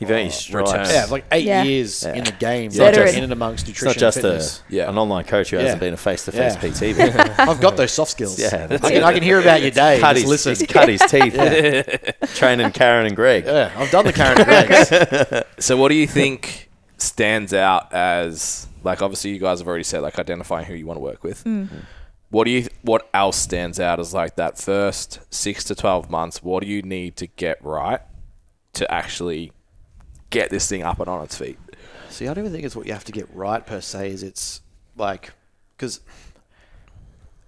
S4: You've earned
S1: Oh,
S4: your stripes.
S1: return.
S2: yeah, like eight
S3: Yeah.
S2: years
S4: Yeah.
S2: in the game,
S4: It's
S3: not
S2: like,
S3: just-
S2: in and amongst
S4: It's
S2: nutrition.
S4: not just
S2: fitness.
S4: a,
S1: Yeah.
S4: an online coach who
S2: Yeah.
S4: hasn't been a face to face
S2: Yeah. (laughs)
S4: PT. But
S2: I've got those soft skills.
S4: Yeah, that's
S2: I can,
S4: it.
S2: I can hear about your day.
S4: cut
S2: just
S4: his,
S2: listen.
S4: he's (laughs) cut his teeth. (laughs) Training Karen and Greg.
S2: Yeah, I've done the
S4: (laughs)
S2: Karen and Greg's.
S1: So what do you think stands out as like obviously you guys have already said like identifying who you want to work with.
S3: Mm.
S1: What do you what else stands out as like that first 6 to 12 months? What do you need to get right to actually get this thing up and on its feet?
S2: See, I don't even think it's what you have to get right per se. Is it's like because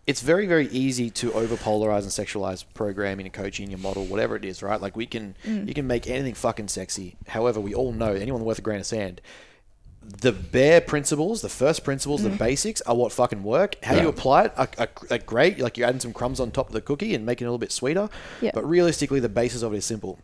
S2: it's very very easy to over polarize and sexualize programming and coaching your model whatever it is right like we can you can make anything fucking sexy however we all know anyone worth a grain of sand the bare principles the first principles the basics are what fucking work how you apply it are, are, are great like you're adding some crumbs on top of the cookie and making it a little bit sweeter
S3: Yeah.
S2: but realistically the basis of it is simple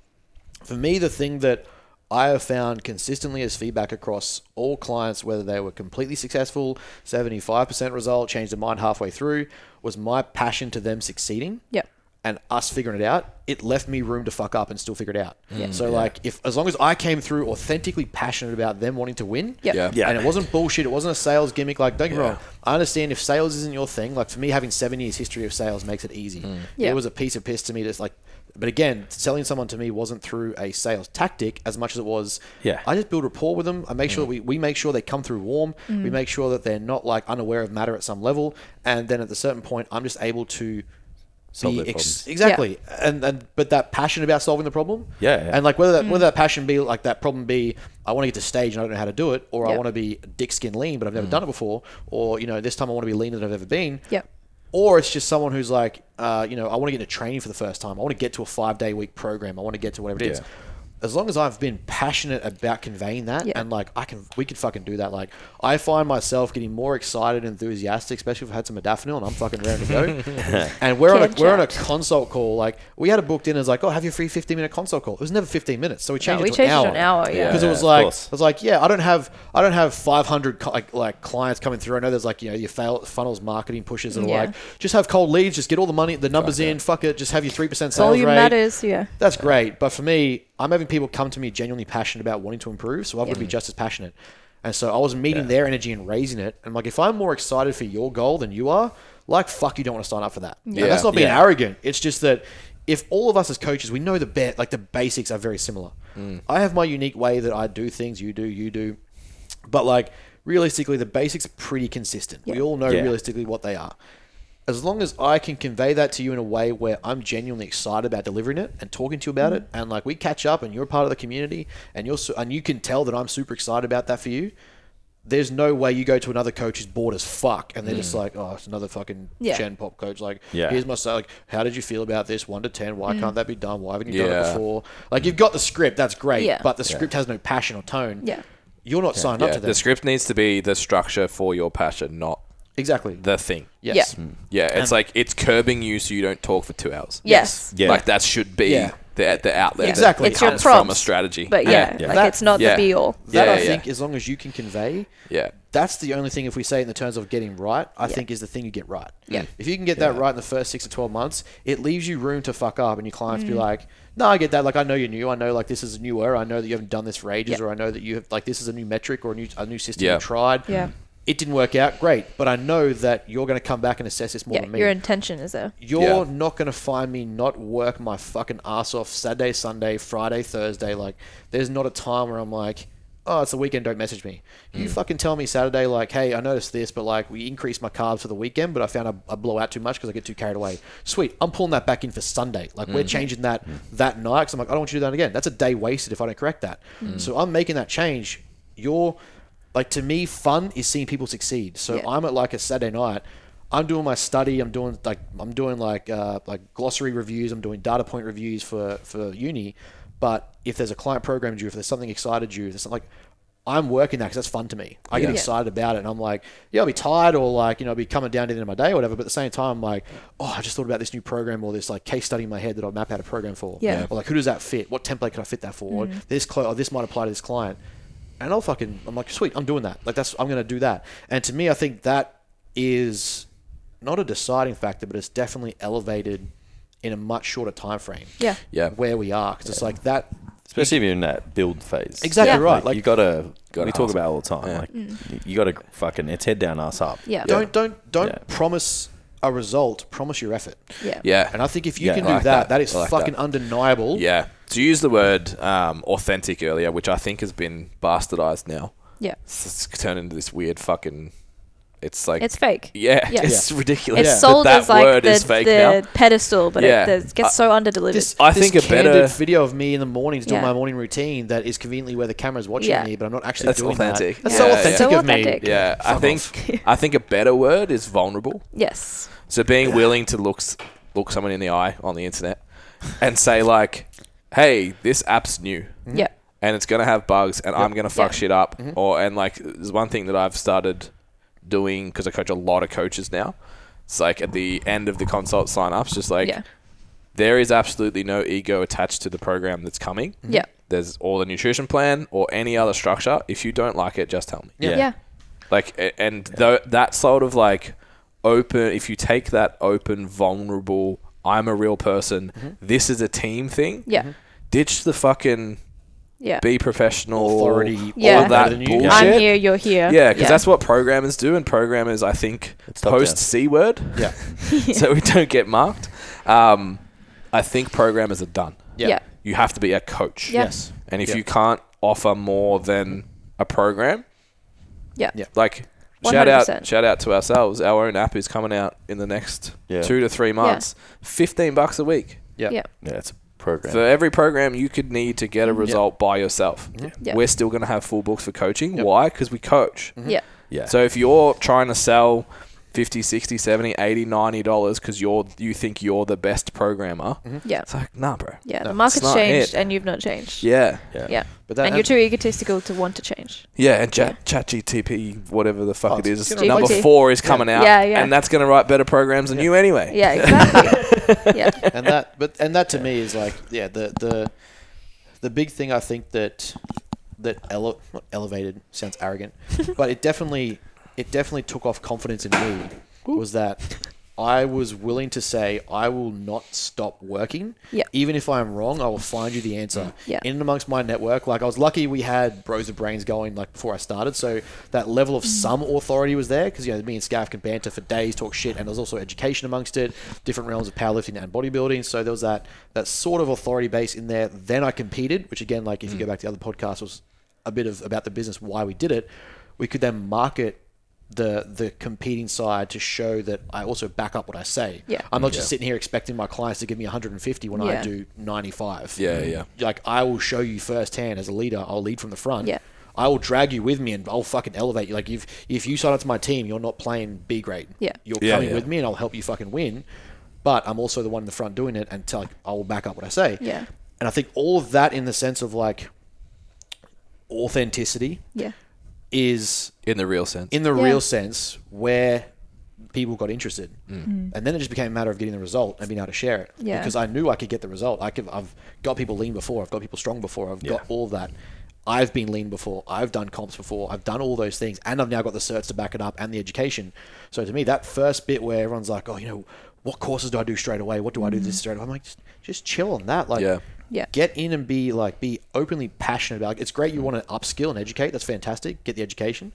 S2: for me, the thing that I have found consistently as feedback across all clients, whether they were completely successful, 75% result, changed their mind halfway through, was my passion to them succeeding
S3: Yep.
S2: and us figuring it out, it left me room to fuck up and still figure it out.
S4: Mm.
S2: So like if as long as I came through authentically passionate about them wanting to win,
S3: Yep. Yeah.
S4: Yeah.
S2: and it wasn't bullshit, it wasn't a sales gimmick. Like don't get me wrong, I understand if sales isn't your thing. Like for me, having seven years history of sales makes it easy.
S4: Mm.
S3: Yeah.
S2: It was a piece of piss to me. That's like, but again, selling someone to me wasn't through a sales tactic as much as it was.
S4: Yeah. Mm.
S2: I just build rapport with them. I make sure we, we make sure they come through warm.
S3: Mm.
S2: We make sure that they're not like unaware of matter at some level, and then at a certain point, I'm just able to
S4: Solve
S2: be
S4: their
S2: ex-
S4: problems.
S2: exactly and and but that passion about solving the problem
S4: Yeah, yeah.
S2: and like whether that
S3: Hmm.
S2: whether that passion be like that problem be i want to get to stage and i don't know how to do it or i
S3: Yep.
S2: want to be dick skin lean but i've never
S4: Hmm.
S2: done it before or you know this time i want to be leaner than i've ever been
S3: Yep.
S2: or it's just someone who's like uh, you know i want to get into training for the first time i want to get to a five day week program i want to get to whatever it is.
S4: Yeah.
S2: as long as i've been passionate about conveying that
S3: Yeah.
S2: and like i can we can fucking do that like i find myself getting more excited and enthusiastic especially if i've had some modafinil and i'm fucking ready to
S4: (laughs)
S2: go and we're on a
S3: Can't
S2: we're on a
S3: chat.
S2: consult call. Like we had it booked in as like, oh, have your free 15 minute consult call. It was never 15 minutes, so we changed
S3: No, we
S2: it to
S3: changed
S2: an hour.
S3: it to an hour. Yeah.
S2: Because it
S4: Yeah,
S2: was
S4: of
S2: like,
S4: course.
S2: I was like, yeah, I don't have, I don't have 500 co- like, like clients coming through. I know there's like, you know, your fail, funnels marketing pushes and
S3: Yeah.
S2: like, just have cold leads, just get all the money, the numbers in, fuck it, just have your three percent sales
S3: Volume
S2: rate.
S3: matters. Yeah.
S2: That's great, but for me, I'm having people come to me genuinely passionate about wanting to improve, so I've got to be just as passionate. And so I was meeting their energy and raising it. And like, if I'm more excited for your goal than you are, like, fuck, you don't want to sign up for that. Yeah. that's not being
S4: Yeah.
S2: arrogant. It's just that if all of us as coaches, we know the bet, like the basics are very similar. I have my unique way that I do things. You do. You do. But like realistically, the basics are pretty consistent. We
S3: Yeah.
S2: all know
S4: Yeah.
S2: realistically what they are. As long as I can convey that to you in a way where I'm genuinely excited about delivering it and talking to you
S3: Mm.
S2: about it, and like we catch up and you're part of the community and you're su- and you can tell that I'm super excited about that for you. There's no way you go to another coach who's bored as fuck and they're just like, oh, it's another fucking
S3: Yeah.
S2: Gen Pop coach. Like,
S4: Yeah.
S2: here's my sa- like, how did you feel about this? One to ten.
S3: Mm.
S2: Why can't that be done? Why haven't you done it
S1: Yeah.
S2: before? Like, you've got the script. That's great,
S3: Yeah.
S2: but the script has no passion or tone.
S3: Yeah.
S2: You're not signed up
S1: Yeah,
S2: to that.
S1: the script needs to be the structure for your passion, not
S2: Exactly.
S1: the thing.
S2: yes.
S3: Yeah.
S1: Yeah, it's like it's curbing you so you don't talk for two hours.
S3: Yes.
S4: Yeah.
S1: Like that should be
S2: Yeah.
S1: the, the outlet. that
S2: Exactly.
S3: It's your
S1: comes from a
S3: prompts,
S1: strategy.
S3: But yeah,
S4: Yeah.
S3: like
S2: That-
S3: it's not
S1: Yeah.
S3: the be all.
S2: That
S1: Yeah,
S2: I
S1: yeah.
S2: think, as long as you can convey,
S1: Yeah.
S2: that's the only thing. If we say it in the terms of getting right, I think is the thing you get right.
S3: Yeah.
S2: If you can get that right in the first six to twelve months, it leaves you room to fuck up, and your clients
S3: Mm.
S2: be like, "No, I get that. Like, I know you're new. I know like this is newer. I know that you haven't done this for ages,
S3: Yeah.
S2: or I know that you have like this is a new metric or a new a new system
S1: Yeah.
S2: you tried.
S3: Yeah.
S2: It didn't work out. Great, but I know that you're going to come back and assess this more
S3: Yeah,
S2: than me.
S3: your intention is there.
S1: Yeah.
S2: You're not going to find me not work my fucking ass off Saturday, Sunday, Friday, Thursday. Like, there's not a time where I'm like, oh, it's the weekend, don't message me. You fucking tell me Saturday, like, hey, I noticed this, but like, we increased my carbs for the weekend, but I found I, I blow out too much because I get too carried away. Sweet. I'm pulling that back in for Sunday. Like, we're changing that that night because I'm like, I don't want you to do that again. That's a day wasted if I don't correct that. So I'm making that change. You're, like, to me, fun is seeing people succeed. So
S3: Yeah.
S2: I'm at like a Saturday night. I'm doing my study. I'm doing like I'm doing like uh, like glossary reviews. I'm doing data point reviews for for uni. But if there's a client program due, if there's something excited you, if there's something like I'm working that because that's fun to me. I get
S3: Yeah.
S2: excited about it, and I'm like, yeah, I'll be tired or like you know, I'll be coming down to the end of my day or whatever. But at the same time, I'm like, oh, I just thought about this new program or this like case study in my head that I'll map out a program for.
S3: Yeah. Yeah.
S2: Or like, who does that fit? What template can I fit that for? Or
S3: Mm.
S2: This clo- or this might apply to this client. And I'll fucking, I'm like, sweet, I'm doing that. Like that's, I'm gonna do that. And to me, I think that is not a deciding factor, but it's definitely elevated in a much shorter time frame.
S3: Yeah.
S1: Yeah.
S2: Where we are, because it's like that.
S4: Especially if you're in that build phase.
S2: Exactly
S3: Yeah.
S2: right.
S4: Like,
S2: like
S4: you gotta,
S1: Gotta
S4: we talk
S1: hustle.
S4: about it all the time. Like you gotta fucking it's head down, ass up.
S3: Mm. Yeah.
S2: don't don't don't
S4: Yeah.
S2: promise a result. Promise your effort.
S3: Yeah.
S1: Yeah.
S2: And I think if you
S4: Yeah,
S2: can
S4: I
S2: do
S1: like that.
S2: that, that is
S1: I like
S2: fucking
S1: that.
S2: undeniable.
S1: Yeah. To use the word um, authentic earlier, which I think has been bastardized now.
S3: Yeah.
S1: It's, it's turned into this weird fucking. It's like.
S3: It's fake.
S1: Yeah, (laughs)
S3: Yeah.
S1: it's ridiculous.
S3: It's
S1: that
S3: sold
S1: that
S3: as like
S1: word
S3: the,
S1: is fake
S3: the
S1: now.
S3: pedestal, but
S1: Yeah. Uh,
S3: it, it
S1: I-
S3: gets so underdelivered.
S2: This,
S1: I
S2: this
S1: think a
S2: candid
S1: better-
S2: video of me in the mornings doing
S3: Yeah.
S2: my morning routine that is conveniently where the camera's watching
S3: Yeah.
S2: me, but I'm not actually
S1: That's
S2: doing
S1: authentic.
S2: that. That's
S1: Yeah,
S2: so
S1: yeah.
S2: authentic
S3: So
S2: of
S3: authentic.
S2: me.
S1: Yeah, I
S3: (laughs)
S4: Fuck
S1: think I think a better word is vulnerable.
S3: yes.
S1: So being willing to look s- look someone in the eye on the internet and say like, "Hey, this app's new
S3: Yeah.
S1: and it's gonna have bugs and I'm gonna fuck
S3: Yeah.
S1: shit up." Or and like, there's one thing that I've started doing because I coach a lot of coaches now. It's like at the end of the consult sign ups, just like mm-hmm.
S3: yeah.
S1: there is absolutely no ego attached to the program that's coming.
S3: Yeah.
S1: There's all the nutrition plan or any other structure. If you don't like it, just tell me.
S3: Yeah.
S4: Yeah.
S1: Like, a- and tho- that sort of like open, if you take that open, vulnerable, I'm a real person, this is a team thing,
S3: Mm-hmm. Yeah.
S1: ditch the fucking
S3: Yeah.
S1: be professional,
S2: Authority,
S3: Yeah.
S1: all of that
S2: better than you.
S1: bullshit.
S3: I'm here, you're here.
S1: Yeah, because that's what programmers do, and programmers, I think,
S4: It's top down.
S1: post C word
S2: Yeah.
S1: (laughs) so we don't get marked. Um, I think programmers are done.
S2: Yeah.
S3: Yeah.
S1: You have to be a coach.
S3: Yeah.
S2: Yes.
S1: And if
S2: Yeah.
S1: you can't offer more than a program,
S3: Yeah.
S2: Yeah.
S1: like shout out
S3: 100%.
S1: shout out to ourselves, our own app is coming out in the next
S4: Yeah.
S1: two to three months. Fifteen bucks a week.
S2: Yeah.
S3: Yeah.
S4: Yeah, it's a program.
S1: For every program you could need to get a result by yourself.
S3: Yeah.
S1: We're still gonna have full books for coaching. Why? Because we coach.
S3: Yeah.
S4: yeah.
S1: So if you're trying to sell 50, 60, 70, 80, 90 dollars because you're you think you're the best programmer,
S2: Mm-hmm.
S3: Yeah.
S1: it's like, nah bro.
S3: Yeah.
S2: No,
S3: The market's
S1: not
S3: changed
S1: it.
S3: and you've not changed.
S1: Yeah.
S4: yeah.
S3: Yeah.
S2: But that
S3: and you're too egotistical to want to change.
S1: Yeah, and chat ChatGTP, whatever the fuck
S2: Oh,
S1: it
S2: it's
S1: is,
S2: gonna
S1: number
S3: GPT.
S1: four is coming out,
S3: Yeah, yeah.
S1: and that's going to write better programs than you anyway. (laughs)
S3: Yeah, exactly. yeah.
S2: and that but and that to me is like yeah the the the big thing I think that that ele- not elevated sounds arrogant but it definitely it definitely took off confidence in me was that I was willing to say I will not stop working
S3: Yeah.
S2: even if I'm wrong I will find you the answer
S3: Yeah.
S2: in and amongst my network like I was lucky we had bros of brains going like before I started so that level
S3: Mm.
S2: of some authority was there because you know me and Scav can banter for days talk shit and there was also education amongst it different realms of powerlifting and bodybuilding so there was that that sort of authority base in there
S3: Mm.
S2: then I competed which again like if you go back to the other podcast was a bit of about the business why we did it we could then market the the competing side to show that I also back up what I say.
S3: Yeah.
S2: I'm not just sitting here expecting my clients to give me 150 when I
S3: Yeah.
S2: do 95.
S1: Yeah, yeah.
S2: Like I will show you firsthand as a leader. I'll lead from the front.
S3: Yeah.
S2: I will drag you with me and I'll fucking elevate you. Like if if you sign up to my team, you're not playing B grade.
S3: Yeah.
S2: You're
S1: Yeah,
S2: coming
S1: yeah.
S2: with me and I'll help you fucking win. But I'm also the one in the front doing it and tell like, I will back up what I say.
S3: Yeah.
S2: And I think all of that in the sense of like authenticity
S3: Yeah.
S2: is
S1: in the real sense.
S2: in the
S3: Yeah.
S2: real sense where people got interested
S1: Mm.
S2: and then it just became a matter of getting the result and being able to share it
S3: Mm. Yeah.
S2: because i knew i could get the result I could, i've got people lean before i've got people strong before i've got all that i've been lean before i've done comps before i've done all those things and i've now got the certs to back it up and the education so to me that first bit where everyone's like oh you know what courses do i do straight away what do i do this straight away i'm like just, just chill on that like
S1: Yeah.
S3: Yeah.
S2: get in and be like be openly passionate about like, it's great you want to upskill and educate that's fantastic get the education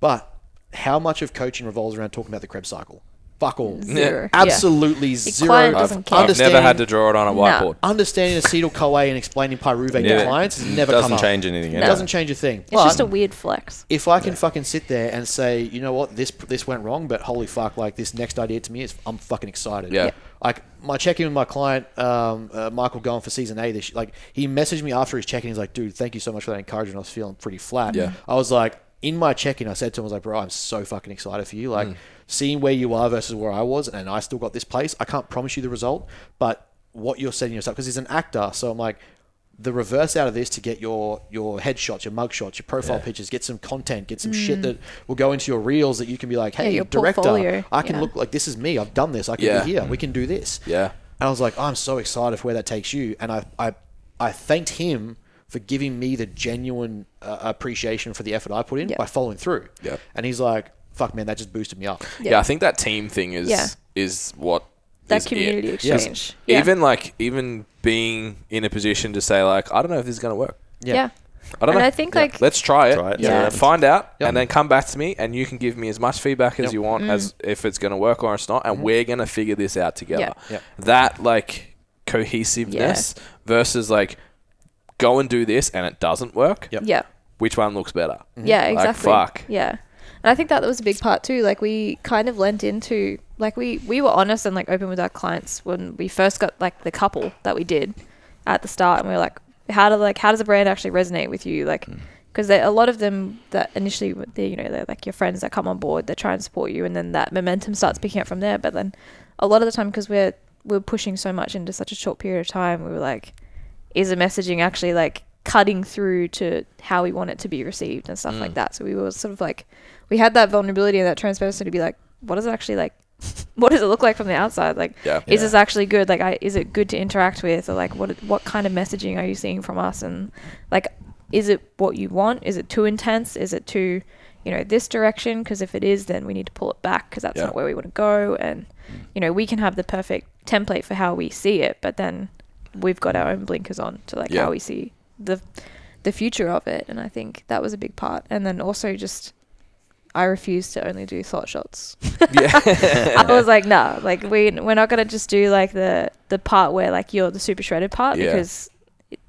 S2: but how much of coaching revolves around talking about the Krebs cycle? Fuck all.
S3: Zero.
S2: Absolutely
S3: Your
S2: zero.
S3: client
S1: I've,
S3: doesn't
S1: I've
S3: care.
S1: never
S2: Understand-
S1: had to draw it on a whiteboard.
S2: Understanding acetyl CoA and explaining pyruvate
S4: Yeah.
S2: to clients has never
S4: Doesn't
S2: come up.
S4: change anything,
S2: It
S4: yeah.
S2: doesn't change a thing.
S3: It's just a weird flex.
S2: if I can fucking sit there and say, you know what, this this went wrong, but holy fuck, like this next idea to me is I'm fucking excited.
S1: Yeah. Yeah.
S2: Like my check-in with my client, um, uh, Michael going for season A. This like he messaged me after his check-in. He's like, dude, thank you so much for that encouragement. I was feeling pretty flat.
S1: Yeah.
S2: I was like, in my check-in, I said to him, I was like, bro, I'm so fucking excited for you. Like
S1: Mm.
S2: seeing where you are versus where I was, and I still got this place. I can't promise you the result, but what you're setting yourself because he's an actor, so I'm like the reverse out of this to get your your headshots, your mugshots, your profile pictures, get some content, get some shit that will go into your reels that you can be like, hey,
S3: Mm. your
S2: director,
S3: portfolio,
S2: I can
S3: yeah.
S2: look like this is me. I've done this. I can
S1: Yeah.
S2: be here. We can do this.
S1: Yeah.
S2: And I was like, I'm so excited for where that takes you. And I I, I thanked him for giving me the genuine uh, appreciation for the effort I put in
S3: Yeah.
S2: by following through.
S1: Yeah.
S2: And he's like, fuck man, that just boosted me up.
S1: Yeah.
S3: Yeah.
S1: I think that team thing is
S3: Yeah.
S1: is what
S3: That
S1: is it.
S3: community
S2: Yeah.
S3: exchange. Yeah.
S1: Even like even being in a position to say like I don't know if this is gonna work.
S3: yeah.
S1: I don't
S3: And
S1: know.
S3: I think, like-
S1: let's try it.
S4: Try it, see
S3: Yeah. what happens.
S1: Find out
S2: Yep.
S1: and then come back to me and you can give me as much feedback as you
S3: Mm.
S1: want as if it's gonna work or it's not
S4: Mm-hmm.
S1: and we're gonna figure this out together.
S3: Yeah.
S2: Yep.
S1: That like cohesiveness versus like go and do this and it doesn't work.
S2: Yep.
S3: Yeah.
S1: Which one looks better?
S4: Mm-hmm.
S3: Yeah,
S1: Like,
S3: exactly.
S1: fuck.
S3: Yeah. And I think that, that was a big part too. Like we kind of lent into like we we were honest and like open with our clients when we first got like the couple that we did at the start and we were like how do like how does a brand actually resonate with you like because a lot of them that initially were- they you know they're like your friends that come on board they try and support you and then that momentum starts picking up from there but then a lot of the time because we're we're pushing so much into such a short period of time we were like is the messaging actually like cutting through to how we want it to be received and stuff like that. So we were sort of like, we had that vulnerability and that transparency to be like, what does it actually like? (laughs) what does it look like from the outside? Like,
S1: Yeah.
S3: is this actually good? Like, I, is it good to interact with? Or like, what what kind of messaging are you seeing from us? And like, is it what you want? Is it too intense? Is it too, you know, this direction? Because if it is, then we need to pull it back because that's
S1: Yeah.
S3: not where we want to go. And you know, we can have the perfect template for how we see it, but then we've got our own blinkers on to like
S1: Yeah.
S3: how we see the the future of it and i think that was a big part and then also just i refuse to only do
S1: (laughs)
S3: thought shots (laughs) i was like nah like we we're not gonna just do like the the part where like you're the super shredded part
S1: Yeah.
S3: because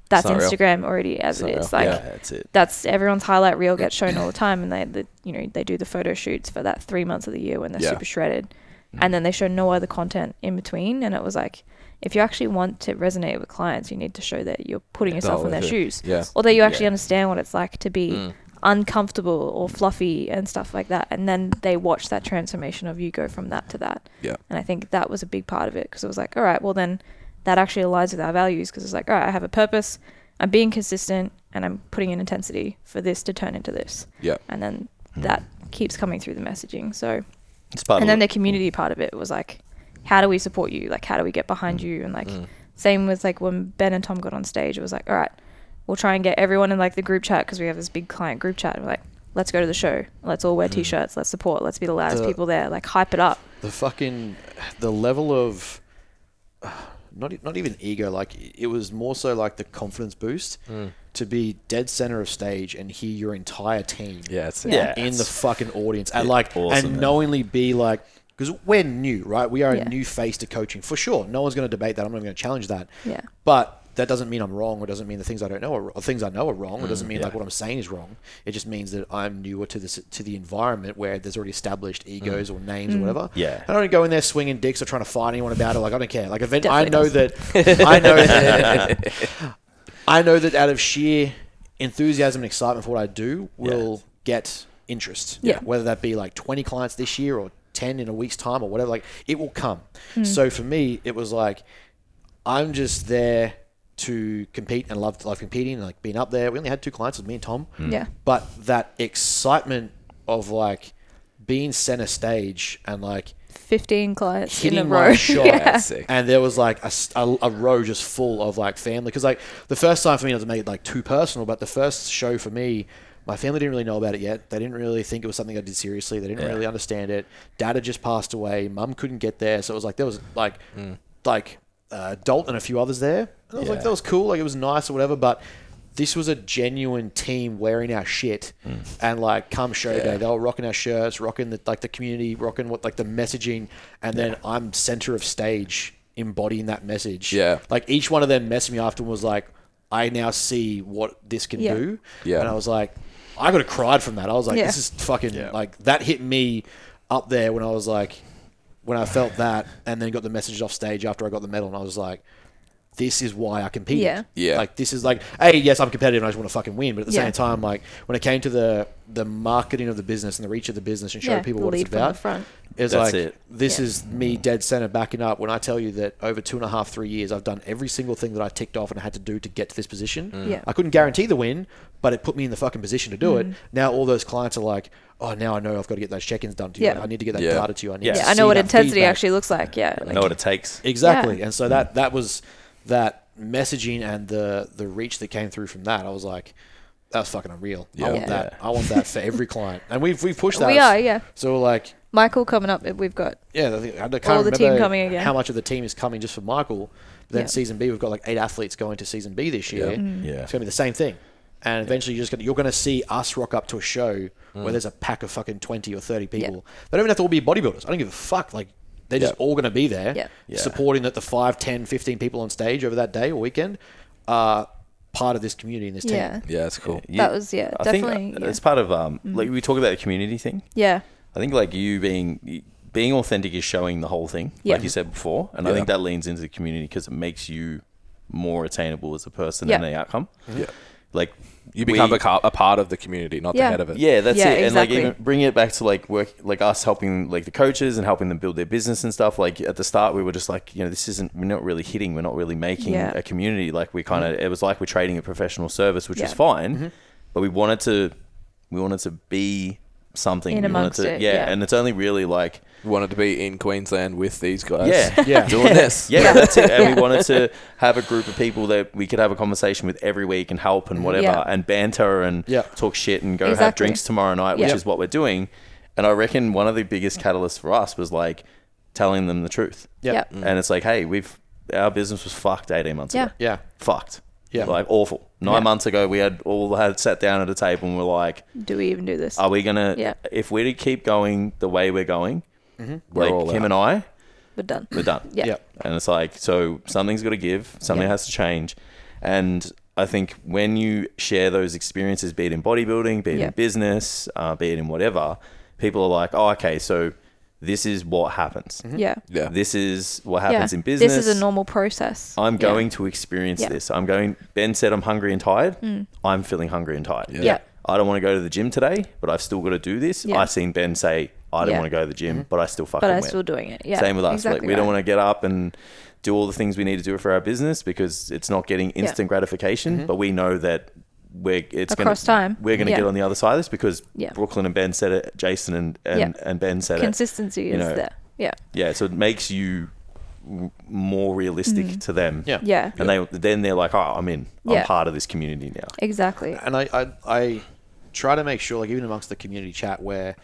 S3: that's
S1: not real.
S3: instagram already as
S1: not
S3: it is
S1: real.
S3: like
S1: Yeah.
S4: that's it.
S3: that's everyone's highlight reel gets
S1: (coughs)
S3: shown all the time, and they, the, you know, they do the photo shoots for that three months of the year when they're
S1: Yeah. Mm-hmm.
S3: super shredded, and then they show no other content in between. And it was like, if you actually want to resonate with clients, you need to show that you're putting yourself in their
S1: with it.
S3: shoes,
S1: Yeah. Mm.
S3: or that you actually understand what it's like to be uncomfortable or fluffy and stuff like that. And then they watch that transformation of you go from that to that.
S1: Yeah.
S3: And I think that was a big part of it because it was like, all right, well, then that actually aligns with our values because it's like, all right, I have a purpose, I'm being consistent, and I'm putting in intensity for this to turn into this.
S1: Yeah. Mm.
S3: And then that keeps coming through the messaging. So,
S4: Mm. It's part
S3: and
S4: of
S3: then the
S4: it.
S3: community part of it was like, how do we support you? Like, how do we get
S2: Mm.
S3: behind you? And like, same with like when Ben and Tom got on stage, it was like, all right, we'll try and get everyone in like the group chat because we have this big client group chat. And we're like, let's go to the show. Let's all wear t-shirts. Let's support. Let's be the loudest
S2: Mm. The-
S3: people there. Like, hype it up.
S2: the fucking the level of (sighs) not e- not even ego like it was more so like the confidence boost to be dead center of stage and hear your entire team
S1: Yeah, it's
S4: Yeah.
S2: in the
S4: it's-
S2: fucking audience and like
S4: awesome,
S2: and
S4: man.
S2: knowingly be like because we're new right we are
S3: Yeah.
S2: a new face to coaching for sure no one's going to debate that i'm not going to challenge that
S3: Yeah.
S2: but that doesn't mean I'm wrong, or doesn't mean the things I don't know are or things I know are wrong,
S4: Mm,
S2: or doesn't mean like what I'm saying is wrong. It just means that I'm newer to this to the environment where there's already established egos or
S3: Mm.
S2: names or whatever.
S4: Mm. Yeah.
S2: I don't go in there swinging dicks or trying to fight anyone about it. Like I don't care. Like event, I
S3: Definitely
S2: know that
S3: (laughs)
S2: I know that I know that out of sheer enthusiasm and excitement for what I do will get interest.
S3: Yeah.
S2: Whether that be like 20 clients this year or 10 in a week's time or whatever, like it will come.
S3: Hmm.
S2: So for me, it was like, I'm just there to compete and love, love competing and like being up there. We only had two clients with me and Tom.
S3: Hmm. Yeah.
S2: But that excitement of like being center stage and like
S3: 15 clients in a (laughs)
S2: hitting
S3: row.
S2: my shot.
S1: Yeah. Sick.
S2: And there was like a, s- a- a row just full of like family. Because like the first time for me, not to make it like too personal, but the first show for me, my family didn't really know about it yet. They didn't really think it was something I did seriously. They didn't really understand it. Dad had just passed away. Mum couldn't get there. So it was like, there was like, like, uh, Dalton and a few others there. And I was like, that was cool. Like, it was nice or whatever. But this was a genuine team wearing our shit
S1: Mm.
S2: and like come show day they were rocking our shirts rocking the like the community rocking what like the messaging and then i'm center of stage embodying that message
S1: Yeah.
S2: like each one of them messaged me after and was like i now see what this can
S3: Yeah.
S2: do
S1: Yeah.
S2: and i was like i could have cried from that i was like
S3: Yeah.
S2: this is fucking like that hit me up there when i was like when i felt that and then got the message off stage after i got the medal and i was like this is why I competed.
S3: Yeah.
S1: Yeah.
S2: Like this is like, hey, yes, I'm competitive and I just want to fucking win. But at the
S3: Yeah.
S2: same time, like when it came to the the marketing of the business and the reach of the business and showing
S3: Yeah,
S2: people
S3: the
S2: what
S3: lead
S2: it's
S3: from
S2: about,
S3: the front.
S2: it was
S4: That's
S2: like
S4: it.
S2: this
S3: Yeah.
S2: is me dead center backing up when I tell you that over two and a half, three years, I've done every single thing that I ticked off and had to do to get to this position.
S3: Yeah. Mm.
S2: I couldn't guarantee the win, but it put me in the fucking position to do it. Now all those clients are like, oh, now I know I've got to get those check-ins done to you.
S3: Yeah.
S2: I need to get that
S1: Yeah.
S2: data to you. I need
S4: Yeah.
S2: to
S3: Yeah, I
S2: see
S3: know what
S2: that
S3: intensity
S2: feedback.
S3: actually looks like. Yeah.
S4: I
S3: Like,
S4: know what it takes.
S2: Exactly.
S3: Yeah.
S2: And so that that was that messaging and the the reach that came through from that. I was like, that's fucking unreal. I want
S3: Yeah.
S2: that. I want that for every client. And we've we've pushed that.
S3: we are, yeah.
S2: So like,
S3: Michael coming up, we've got
S2: yeah, I, think, I can't
S3: All the
S2: remember
S3: team coming again.
S2: how much of the team is coming just for Michael. But then
S3: Yeah. Mm.
S2: season B, we've got like eight athletes going to season B this year.
S4: Yeah.
S2: It's gonna be the same thing. And eventually, you're just gonna you're gonna see us rock up to a show
S4: Mm.
S2: where there's a pack of fucking twenty or thirty people. They don't even have to all be bodybuilders. I don't give a fuck. Like they're just all gonna be there
S3: Yeah.
S4: Yeah.
S2: supporting that the 5, 10, 15 people on stage over that day or weekend are part of this community and this team.
S3: yeah.
S1: Yeah, it's cool.
S4: You-
S3: That was yeah,
S4: I think, uh,
S3: definitely. yeah. Mm-hmm.
S4: It's part of um, like we talk about the community thing.
S3: yeah.
S4: I think like you being being authentic is showing the whole thing,
S3: Yeah.
S4: like you said before, and I
S1: Yeah.
S4: think that leans into the community because it makes you more attainable as a person
S3: Yeah.
S4: and the outcome.
S1: Yeah.
S4: Like
S1: You become
S4: we-
S1: a, car- a part of the community, not
S3: Yeah.
S1: the head of it.
S4: Yeah, that's
S3: Yeah,
S4: it. And like
S3: exactly.
S4: even bringing it back to like work, like us helping like the coaches and helping them build their business and stuff. Like at the start, we were just like, you know, this isn't. We're not really hitting. We're not really making
S3: Yeah.
S4: a community. Like we kind
S1: Mm-hmm.
S4: of. It was like we're trading a professional service, which is
S3: Yeah.
S4: fine, but we wanted to. We wanted to be something.
S3: In
S4: we wanted
S3: amongst
S4: to,
S3: it,
S4: yeah,
S3: yeah.
S4: And it's only really like.
S1: We wanted to be in Queensland with these guys. (laughs)
S4: Yeah.
S2: Yeah.
S1: Doing this.
S4: Yeah, that's it.
S3: (laughs)
S4: And we wanted to have a group of people that we could have a conversation with every week and help and whatever
S3: Yeah.
S4: and banter and
S2: Yeah.
S4: talk shit and go have
S3: Exactly.
S4: drinks tomorrow night, which
S3: Yeah.
S4: is what we're doing. And I reckon one of the biggest catalysts for us was like telling them the truth.
S2: Yeah.
S3: Yeah.
S4: And it's like, hey, we've our business was fucked eighteen months
S3: Yeah.
S4: ago.
S2: Yeah.
S4: Fucked.
S2: Yeah.
S4: Like awful. Nine
S3: Yeah.
S4: months ago we had all had sat down at a table and we're like,
S3: Do we even do this?
S4: Are we gonna
S3: Yeah.
S4: if we to keep going the way we're going,
S1: We're
S4: like
S1: all
S4: Kim
S1: out.
S4: and I,
S3: We're done.
S4: we're done.
S3: Yeah.
S2: Yeah.
S4: And it's like, so something's got to give, something
S3: Yeah.
S4: has to change. And I think when you share those experiences, be it in bodybuilding, be it
S3: Yeah.
S4: in business, uh, be it in whatever, people are like, oh, okay, so this is what happens.
S3: Yeah.
S1: Yeah.
S4: This is what
S3: Mm-hmm. Yeah.
S4: happens in business.
S3: This is a normal process.
S4: I'm
S3: Yeah.
S4: going to experience
S3: Yeah. Mm.
S4: this. I'm going, Ben said, I'm hungry and tired. I'm feeling hungry and tired.
S3: Yeah.
S4: I don't want to go to the gym today, but I've still got to do this.
S3: Yeah.
S4: I've seen Ben say, I don't
S3: Yeah. Mm-hmm.
S4: want to go to the gym, but I still fucking
S3: But I'm
S4: went.
S3: still doing it. Yeah.
S4: Same with us. like
S3: Exactly
S4: we don't
S3: right.
S4: want to get up and do all the things we need to do for our business because it's not getting instant gratification. But we know that we're it's gonna,
S3: Across time.
S4: We're going to
S3: Yeah.
S4: get on the other side of this because
S3: Yeah.
S4: Brooklyn and Ben said it. Jason and and,
S3: Yeah.
S4: and Ben said
S3: Consistency
S4: it.
S3: is there. Yeah.
S4: Yeah. So it makes you w- more realistic to them.
S2: Yeah.
S3: Mm-hmm. Yeah.
S4: And they then they're like, oh, I'm in. I'm
S3: Yeah.
S4: part of this community now.
S3: Exactly.
S2: and I, I I try to make sure like even amongst the community chat where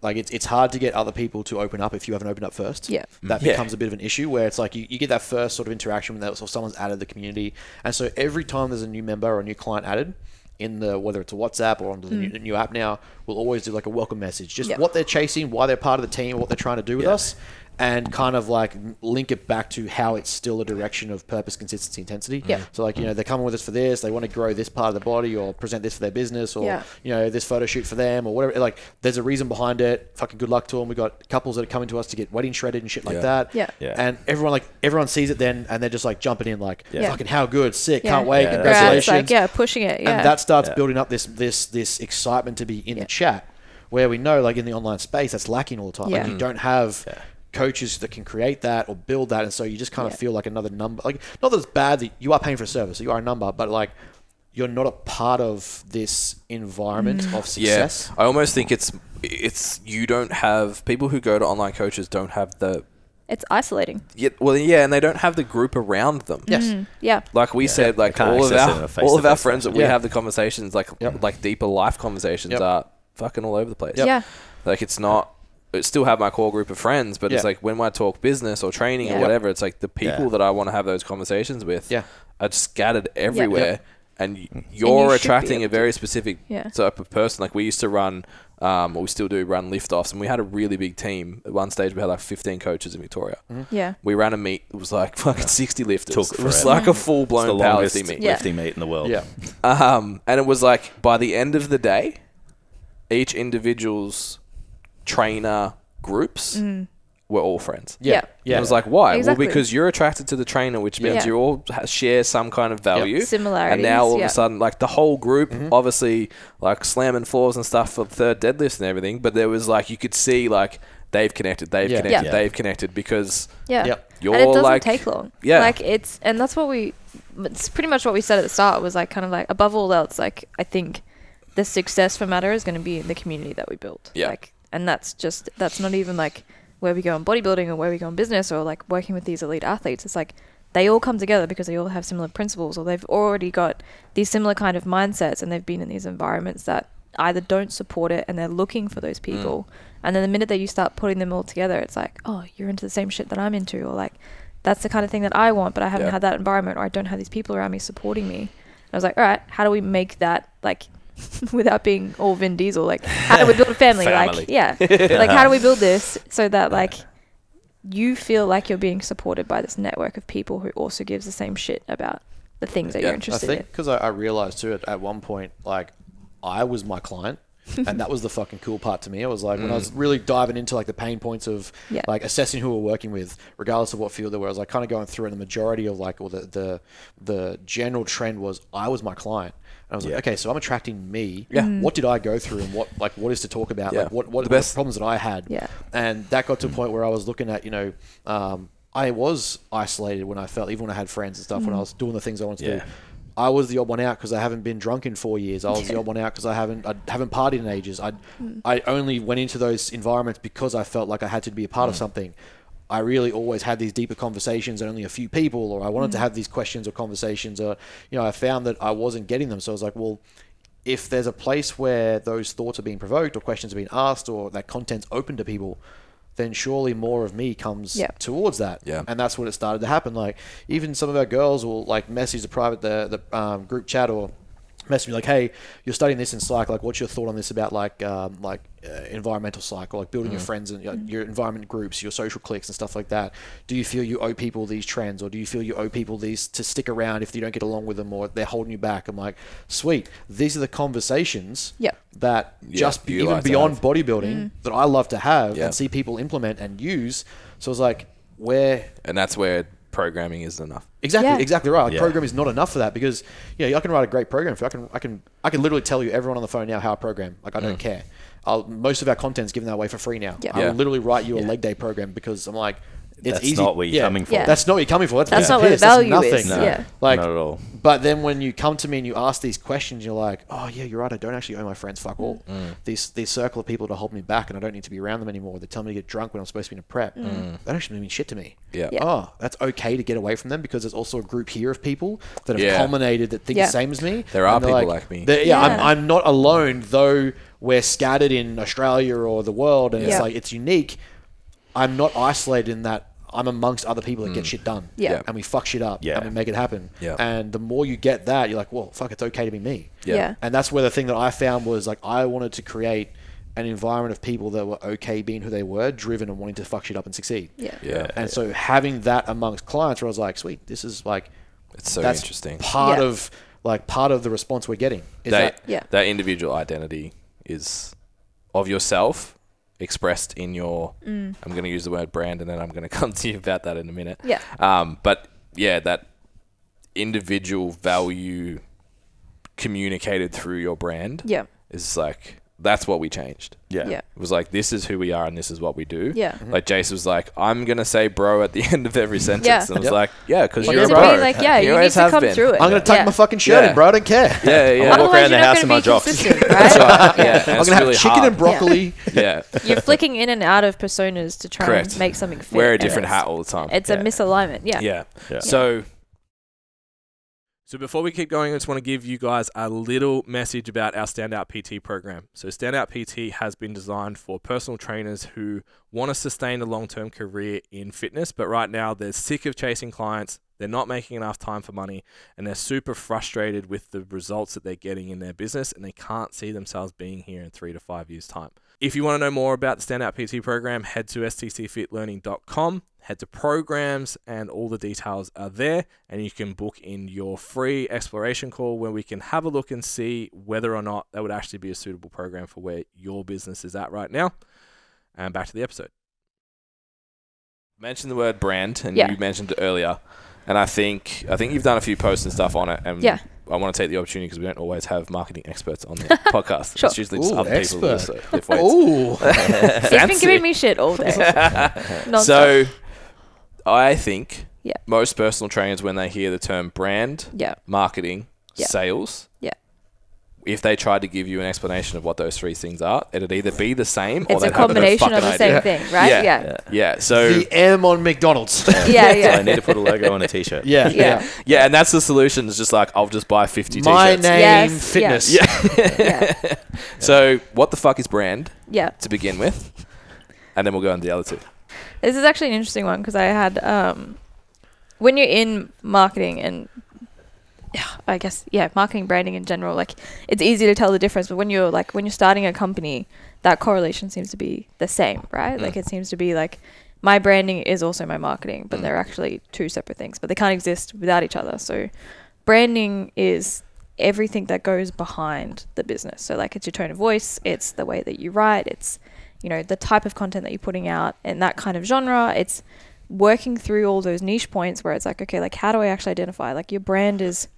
S2: like it's it's hard to get other people to open up if you haven't opened up first.
S3: Yeah.
S2: That
S4: Yeah.
S2: becomes a bit of an issue where it's like you, you get that first sort of interaction when that so someone's added the community. And so every time there's a new member or a new client added in the whether it's a WhatsApp or onto the new, new app now, we'll always do like a welcome message. Just
S3: Mm. Yeah.
S2: what they're chasing, why they're part of the team, what they're trying to do with us. and kind of like link it back to how it's still a direction of purpose, consistency, intensity.
S3: Yep.
S2: So like you know they're coming with us for this, they want to grow this part of the body or present this for their business or
S3: Yeah.
S2: you know this photo shoot for them or whatever. Like there's a reason behind it. Fucking good luck to them. We got couples that are coming to us to get wedding shredded and shit like
S1: Yeah.
S2: that.
S3: Yeah.
S4: Yeah.
S2: And everyone like everyone sees it then and they're just like jumping in like
S4: Yeah.
S2: fucking how good, sick,
S3: Yeah.
S2: can't wait,
S4: Yeah.
S3: Congrats,
S2: congratulations
S3: like yeah, pushing it. Yeah,
S2: and that starts
S4: Yeah.
S2: building up this this this excitement to be in
S3: Yeah.
S2: the chat where we know like in the online space that's lacking all the time like
S3: Yeah.
S2: you don't have
S4: Yeah.
S2: coaches that can create that or build that and so you just kind of
S3: Yeah.
S2: feel like another number like not that it's bad that you are paying for a service you are a number but like you're not a part of this environment
S3: Mm.
S2: of
S1: Yeah,
S2: success
S3: Mm-hmm.
S1: I almost think it's it's you don't have people who go to online coaches don't have the
S3: it's isolating. Mm.
S1: yeah, well yeah, and they don't have the group around them.
S2: yes
S3: Yeah,
S1: Like we said, like
S4: can't
S1: all of
S4: access it in
S1: our
S4: a
S1: all of our
S4: face-to-face
S1: friends that we
S2: Yeah.
S1: have the conversations like
S2: Yep.
S1: like deeper life conversations
S2: Yep.
S1: are fucking all over the place.
S2: Yep.
S3: yeah,
S1: Like it's not. I still have my core group of friends, but
S2: Yeah.
S1: it's like when I talk business or training
S3: Yeah.
S1: or whatever, it's like the people
S4: Yeah.
S1: that I want to have those conversations with
S2: Yeah.
S1: are just scattered everywhere,
S2: Yep.
S1: and y- you're
S3: should be
S1: attracting a
S3: able to-
S1: very specific
S3: Yeah.
S1: type of person. Like we used to run, um, or we still do run liftoffs, and we had a really big team. At one stage, we had like 15 coaches in Victoria.
S3: yeah.
S1: We ran a meet. It was like (laughs) fucking 60 lifters.
S4: Mm-hmm. Took
S1: it was
S4: forever.
S1: like a full
S4: It's the
S1: blown
S4: longest
S1: powerlifting meet.
S3: Yeah.
S4: lifting meet in the world.
S2: yeah
S1: Um, and it was like by the end of the day, each individual's trainer groups were all friends.
S2: yeah
S3: Yeah.
S1: And
S2: yeah
S1: it was like, why?
S3: Mm. Exactly.
S1: Well, because you're attracted to the trainer, which means
S3: Yeah.
S1: you all ha- share some kind of value. And
S3: Similarities,
S1: now all
S3: yeah.
S1: of a sudden, like the whole group,
S2: Mm-hmm.
S1: obviously, like slamming floors and stuff for third deadlifts and everything, but there was like, you could see, like, they've connected, they've
S2: Yeah.
S1: connected,
S3: Yeah.
S1: they've connected because.
S3: Yeah.
S2: Yep.
S1: You're
S3: and it doesn't
S1: like-
S3: take long.
S1: Yeah.
S3: Like it's and that's what we it's pretty much what we said at the start was like kind of like above all else, like I think the success for Matter is gonna be in the community that we built.
S1: Yeah.
S3: Like and that's just that's not even like where we go in bodybuilding or where we go in business or like working with these elite athletes. It's like they all come together because they all have similar principles or they've already got these similar kind of mindsets and they've been in these environments that either don't support it and they're looking for
S1: Mm.
S3: those people. And then the minute that you start putting them all together, it's like, oh, you're into the same shit that I'm into, or like, that's the kind of thing that I want, but I haven't
S1: Yeah.
S3: had that environment, or I don't have these people around me supporting me. And I was like, all right, how do we make that like, (laughs) without being all Vin Diesel? Like, how do we build a family?
S4: Family.
S3: Like, yeah, like how do we build this so that like you feel like you're being supported by this network of people who also gives the same shit about the things that
S1: Yeah,
S3: you're
S1: I
S3: interested
S2: I think because I, I realized too at, at one point, like I was
S3: (laughs)
S2: my client, and that was the fucking cool part to me. I was like when I was really diving into like the pain points of
S3: Mm. Yeah.
S2: like assessing who we're working with, regardless of what field they were. I was like kind of going through, and the majority of like or the the the general trend was I was my client. And I was like, okay, so I'm attracting me.
S1: Yeah.
S3: Mm.
S2: What did I go through, and what like what is to talk about?
S1: Yeah.
S2: Like what what
S1: The
S2: the best
S1: best-
S2: problems that I had?
S3: Yeah.
S2: and that got to a point where I was looking at you know. Um, I was isolated when I felt, even when I had friends and stuff, when I was doing the things I wanted to
S4: Yeah.
S2: do. I was the odd one out because I haven't been drunk in four years. I was the odd one out because I haven't I haven't partied in ages. I I only went into those environments because I felt like I had to be a part of something. I really always had these deeper conversations and only a few people, or I wanted to have these questions or conversations, or you know, I found that I wasn't getting them. So I was like, well, if there's a place where those thoughts are being provoked or questions are being asked or that content's open to people, then surely more of me comes
S3: Yeah.
S2: towards that
S1: Yeah.
S2: and that's when it started to happen. Like even some of our girls will like message the private the the um, group chat or message me like, "Hey, you're studying this in psych. Like, what's your thought on this about like um, like uh, environmental psych or like building your friends and your, your environment groups, your social cliques and stuff like that? Do you feel you owe people these trends, or do you feel you owe people these to stick around if you don't get along with them or they're holding you back?" I'm like, "Sweet, these are the conversations
S3: Yep.
S2: that just
S1: you
S2: even
S1: like to
S2: beyond
S1: have.
S2: bodybuilding
S3: Mm.
S2: that I love to have
S1: Yeah.
S2: and see people implement and use." So I was like. Where
S1: And that's where programming isn't enough.
S2: Exactly,
S3: Yeah.
S2: exactly right. Like
S4: Yeah.
S2: program is not enough for that because you know, I can write a great program for you. I can I can I can literally tell you everyone on the phone now how I program. Like I
S4: Mm.
S2: don't care. I'll, most of our content's given that away for free now.
S3: Yeah.
S2: I
S1: Yeah.
S2: will literally write you a leg day program because I'm like it's
S4: That's
S2: easy.
S4: not what you're coming for.
S3: Yeah.
S2: That's not what you're coming for. That's,
S3: That's
S2: piece
S3: not
S2: of
S3: where the
S2: piss. That's
S3: value
S2: nothing.
S3: is.
S4: No,
S3: Yeah.
S2: Like
S4: not at all.
S2: But then when you come to me and you ask these questions, you're like, oh yeah, you're right. I don't actually owe my friends fuck all.
S1: Mm.
S2: These these circle of people to hold me back, and I don't need to be around them anymore. They tell me to get drunk when I'm supposed to be in a prep. That actually means shit to me.
S1: Mm. Yeah.
S3: Mm. Yeah.
S2: Oh, that's okay to get away from them because there's also a group here of people that have
S1: Yeah.
S2: culminated that think
S3: Yeah.
S2: the same as me.
S1: There are
S2: And they're
S1: people like me.
S2: they're- Yeah, I'm,
S3: Yeah.
S2: I'm not alone though. We're scattered in Australia or the world, and it's
S3: Yeah.
S2: like it's unique. I'm not isolated in that I'm amongst other people that
S1: Mm.
S2: get shit done.
S3: Yeah. Yeah.
S2: And we fuck shit up.
S4: Yeah.
S2: And we make it happen.
S1: Yeah.
S2: And the more you get that, you're like, well, fuck, it's okay to be me.
S3: Yeah.
S2: And that's where the thing that I found was like, I wanted to create an environment of people that were okay being who they were, driven and wanting to fuck shit up and succeed.
S3: Yeah.
S1: Yeah.
S2: And so having that amongst clients, where I was like, sweet, this is like
S1: It's so
S2: that's
S1: interesting.
S2: Part
S3: Yeah.
S2: of like part of the response we're getting is
S1: that,
S2: that
S3: Yeah.
S1: that individual identity is of yourself expressed in your
S3: Mm.
S1: i'm going to use the word brand and then i'm going to (laughs) come to you about that in a minute
S3: Yeah.
S1: um, but yeah that individual value communicated through your brand
S3: Yeah.
S1: is like that's what we changed
S4: Yeah.
S3: Yeah.
S1: it was like this is who we are and this is what we do
S3: Yeah. Mhm.
S1: like jace was like i'm going to say bro at the (laughs) end of every sentence
S3: Yeah.
S1: and i was
S2: Yep.
S1: like yeah because
S3: Well,
S1: you're a
S3: it's
S1: bro
S3: really like, yeah, you, need
S1: always
S3: to
S1: have
S3: come
S1: been.
S3: through it.
S2: I'm going to tuck
S3: yeah.
S2: my fucking shirt
S1: Yeah.
S2: in, bro. I don't care.
S1: (laughs) yeah yeah
S4: walk
S3: Otherwise,
S4: around the
S3: you're not
S4: house
S3: gonna
S4: in my
S3: be
S4: jocks.
S3: consistent, right?
S1: yeah
S3: (laughs)
S1: and
S2: I'm
S1: it's
S2: going to
S1: really
S2: have chicken
S1: hard.
S2: and broccoli. (laughs)
S1: yeah
S3: You're flicking in and out of personas to try
S1: Correct.
S3: and make something fit.
S1: wear a
S3: and
S1: different
S3: it's-
S1: hat all the time.
S3: It's
S4: Yeah.
S3: a misalignment. Yeah.
S1: yeah.
S4: Yeah.
S1: So
S5: So before we keep going, I just want to give you guys a little message about our Standout PT program. So Standout PT has been designed for personal trainers who want to sustain a long-term career in fitness, but right now they're sick of chasing clients, they're not making enough time for money, and they're super frustrated with the results that they're getting in their business and they can't see themselves being here in 3 to 5 years time. If you want to know more about the Standout PT program, head to stcfitlearning.com, head to programs, and all the details are there. And you can book in your free exploration call where we can have a look and see whether or not that would actually be a suitable program for where your business is at right now. And back to the episode.
S1: mention the word brand, and
S3: Yeah.
S1: you mentioned it earlier, and I think I think you've done a few posts and stuff on it, and
S3: Yeah.
S1: I want to take the opportunity because we don't always have marketing experts on the podcast.
S3: (laughs) Sure.
S1: It's usually just
S2: Ooh,
S1: other people. that
S2: expert.
S1: just lift weights.
S2: Ooh.
S3: He's
S1: Fancy.
S3: been giving me shit
S1: (laughs)
S3: all day. (laughs) Non-stop.
S1: so, I think
S3: Yeah.
S1: most personal trainers when they hear the term brand,
S3: yeah.
S1: marketing,
S3: Yeah.
S1: sales,
S3: Yeah.
S1: if they tried to give you an explanation of what those three things are, it'd either be the same or
S3: It's
S1: they'd
S3: a
S1: have no
S3: combination
S1: fucking
S3: of the
S1: idea.
S3: same thing, right?
S1: Yeah.
S3: Yeah.
S1: Yeah. So
S2: the M
S1: (laughs)
S2: on McDonald's.
S3: Yeah. Yeah.
S4: So I need to put a logo on a t-shirt.
S2: (laughs) yeah.
S3: Yeah.
S2: Yeah.
S1: yeah, and that's the solution. It's just like I'll just buy fifty
S2: My
S1: t-shirts.
S2: name
S3: Yes,
S2: fitness.
S1: yeah.
S3: yeah.
S1: So what the fuck is brand
S3: Yeah.
S1: to begin with, and then we'll go on to the other two.
S3: This is actually an interesting one because I had um, when you're in marketing and yeah, I guess yeah, marketing branding in general, like it's easy to tell the difference. But when you're like when you're starting a company, that correlation seems to be the same,
S1: Mm.
S3: right? Like it seems to be like my branding is also my marketing,
S1: Mm.
S3: but they're actually two separate things, but they can't exist without each other. So branding is everything that goes behind the business. So like it's your tone of voice, it's the way that you write, it's you know the type of content that you're putting out and that kind of genre. It's working through all those niche points where it's like okay, like how do I actually identify? Like your brand is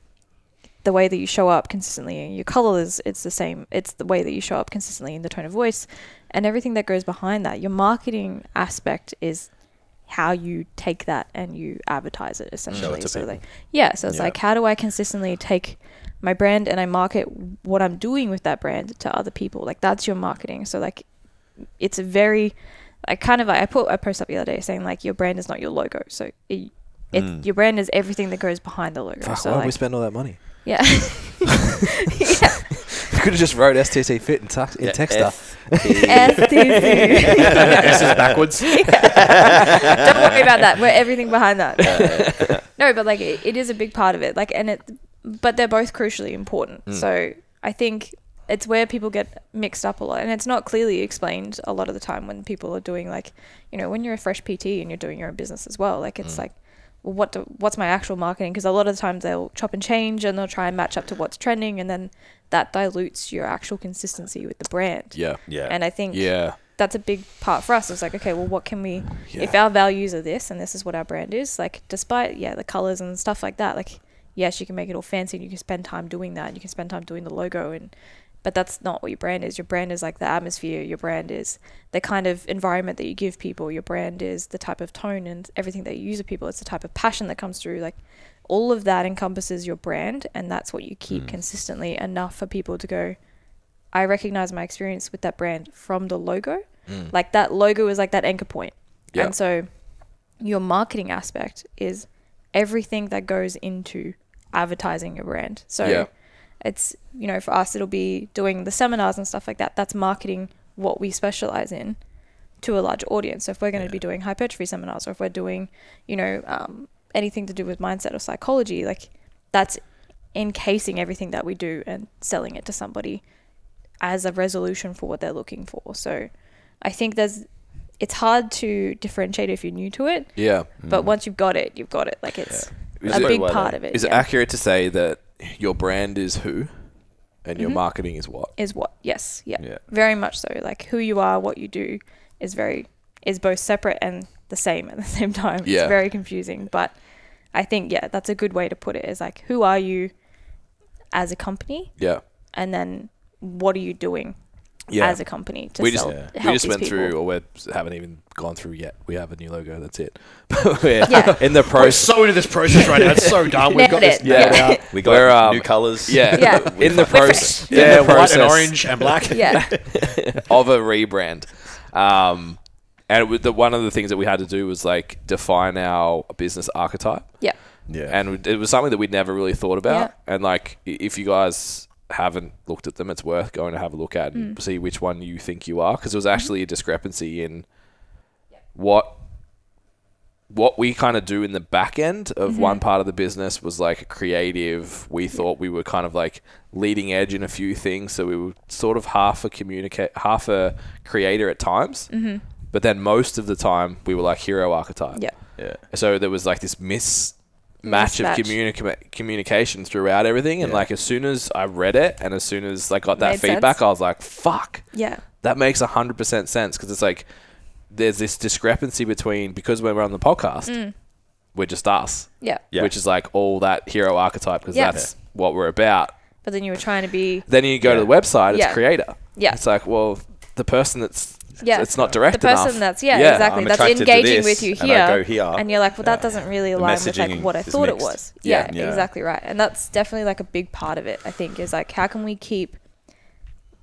S3: the way that you show up consistently and your color is it's the same it's the way that you show up consistently in the tone of voice and everything that goes behind that your marketing aspect is how you take that and you advertise it essentially
S4: to
S3: so
S4: people.
S3: like yeah so it's
S4: Yeah.
S3: like how do i consistently take my brand and i market what i'm doing with that brand to other people like that's your marketing so like it's a very I kind of I put a post up the other day saying like your brand is not your logo so it, it
S4: Mm.
S3: your brand is everything that goes behind the logo so like,
S1: spend all that money?
S3: yeah (laughs)
S1: (laughs) We could have just wrote STC Fit in, tux,
S4: Yeah,
S1: (laughs)
S3: STC.
S2: S is backwards.
S3: Yeah. (laughs) Don't worry about that. We're everything behind that. no, but like it, it is a big part of it. Like, and it, but they're both crucially important. So I think it's where people get mixed up a lot, and it's not clearly explained a lot of the time when people are doing like, you know, when you're a fresh PT and you're doing your own business as well. Like, it's like. Well, what do, what's my actual marketing? Because a lot of the times they'll chop and change and they'll try and match up to what's trending, and then that dilutes your actual consistency with the brand.
S1: Yeah.
S4: Yeah.
S3: And I think
S1: Yeah.
S3: that's a big part for us. It's like, okay, well, what can we,
S1: Yeah.
S3: if our values are this and this is what our brand is, like, despite, yeah, the colors and stuff like that, like, yes, you can make it all fancy and you can spend time doing that. You can spend time doing the logo and, but that's not what your brand is. Your brand is like the atmosphere. Your brand is the kind of environment that you give people. Your brand is the type of tone and everything that you use with people. It's the type of passion that comes through. Like, all of that encompasses your brand, and that's what you keep consistently enough for people to go, I recognize my experience with that brand from the logo. Like that logo is like that anchor point.
S1: Mm. Yeah.
S3: And so your marketing aspect is everything that goes into advertising your brand. So
S1: Yeah.
S3: it's, you know, for us, it'll be doing the seminars and stuff like that. That's marketing what we specialize in to a large audience. So if we're going to be doing hypertrophy seminars or if we're doing, you know, um, anything to do with mindset or psychology, like that's encasing everything that we do and selling it to somebody as a resolution for what they're looking for. So I think there's it's hard to differentiate if you're new to it,
S1: Yeah.
S3: but once you've got it, you've got it. Like it's
S4: Is
S3: a
S4: it-
S3: big
S4: Why
S3: part
S4: though?
S3: of it.
S1: Mm. Is it
S3: yeah.
S1: accurate to say that your brand is who and
S3: Mm-hmm.
S1: your marketing is what?
S3: is what yes yeah,
S4: Yeah.
S3: very much so like who you are what you do is very is both separate and the same at the (laughs) same time
S1: Yeah.
S3: it's very confusing but i think yeah that's a good way to put it is like who are you as a company
S1: Yeah.
S3: and then what are you doing
S1: Yeah.
S3: as a company to
S1: we just,
S3: sell
S1: we
S3: help
S1: just
S3: these
S1: went
S3: people.
S1: through, or we haven't even gone through yet. We have a new logo. That's it. (laughs) But we're
S3: Yeah.
S1: in the
S2: We're
S1: process.
S2: so into this process right now. It's so dumb. We've got this
S3: Nailed it.
S2: nailed
S1: Yeah.
S2: (laughs) out.
S4: We got
S1: We're, um,
S4: new colors.
S1: Yeah.
S3: Yeah.
S1: In the
S3: We're
S1: process.
S3: fresh.
S1: in the
S2: White and
S1: process
S2: orange and
S1: (laughs)
S2: black.
S3: yeah
S1: of a rebrand. Um, and it was the, one of the things that we had to do was like define our business archetype.
S3: yeah
S4: Yeah.
S1: And it was something that we'd never really thought about.
S3: Yeah.
S1: And like, i- if you guys haven't looked at them, it's worth going to have a look at
S3: Mm.
S1: and see which one you think you are, because
S3: Mm-hmm.
S1: there was actually a discrepancy in what what we kind of do in the back end of
S3: Mm-hmm.
S1: one part of the business was like a creative. We thought we were kind of like leading edge in a few things, so we were sort of half a communicate, half a creator at times. Mm-hmm. But then most of the time, we were like hero archetype.
S3: yeah
S4: Yeah.
S1: So there was like this mismatch of
S3: Mismatch.
S1: communica- communication throughout everything, and
S4: Yeah.
S1: like as soon as I read it, and as soon as I got that
S3: Made
S1: feedback,
S3: sense.
S1: I was like, "Fuck,
S3: yeah
S1: that makes hundred percent sense." Because it's like there's this discrepancy between because when we're on the podcast,
S3: Mm.
S1: we're just us,
S3: yeah
S4: (laughs) Yeah.
S1: which is like all that hero archetype because
S3: Yeah.
S1: that's what we're about.
S3: but then you were trying to be
S1: Then you go to the
S4: Yeah.
S1: website, it's
S3: Yeah.
S1: creator.
S3: Yeah.
S1: it's like well, the person that's
S3: Yeah.
S1: it's not directed.
S3: the person
S1: enough.
S3: that's yeah, exactly
S4: I'm
S3: that's
S4: attracted to
S3: engaging
S4: this,
S3: with you
S4: and I
S3: here
S4: go here.
S3: and you're like well that doesn't really
S4: The
S3: align with like
S4: messaging
S3: what i
S4: is
S3: thought it
S4: mixed.
S3: was
S1: Yeah.
S3: yeah,
S4: Yeah.
S3: exactly right and that's definitely like a big part of it i think is like how can we keep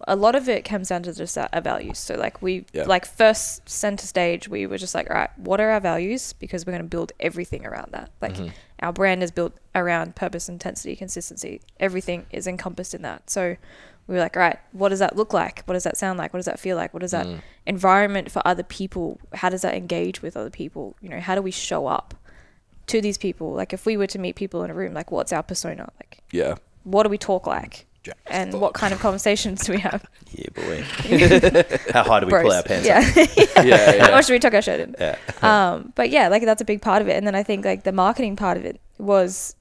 S3: a lot of it comes down to just our, our values so like we
S1: Yeah.
S3: like first center stage we were just like all right what are our values because we're going to build everything around that like our brand is built around purpose intensity consistency everything is encompassed in that so we were like, right, what does that look like? What does that sound like? What does that feel like? What is that environment for other people? How does that engage with other people? You know, how do we show up to these people? Like, if we were to meet people in a room, like, what's our persona? Like,
S1: (laughs) Yeah.
S3: what do we talk like?
S2: Jack
S3: And what kind of conversations do we have?
S4: Yeah, boy.
S1: (laughs)
S4: How high do we pull
S3: Bros.
S4: our pants?
S3: yeah.
S4: up?
S1: Yeah. yeah,
S3: (laughs) How much do we tuck our shirt in?
S4: Yeah. (laughs)
S3: um, but yeah, like that's a big part of it. And then I think like the marketing part of it was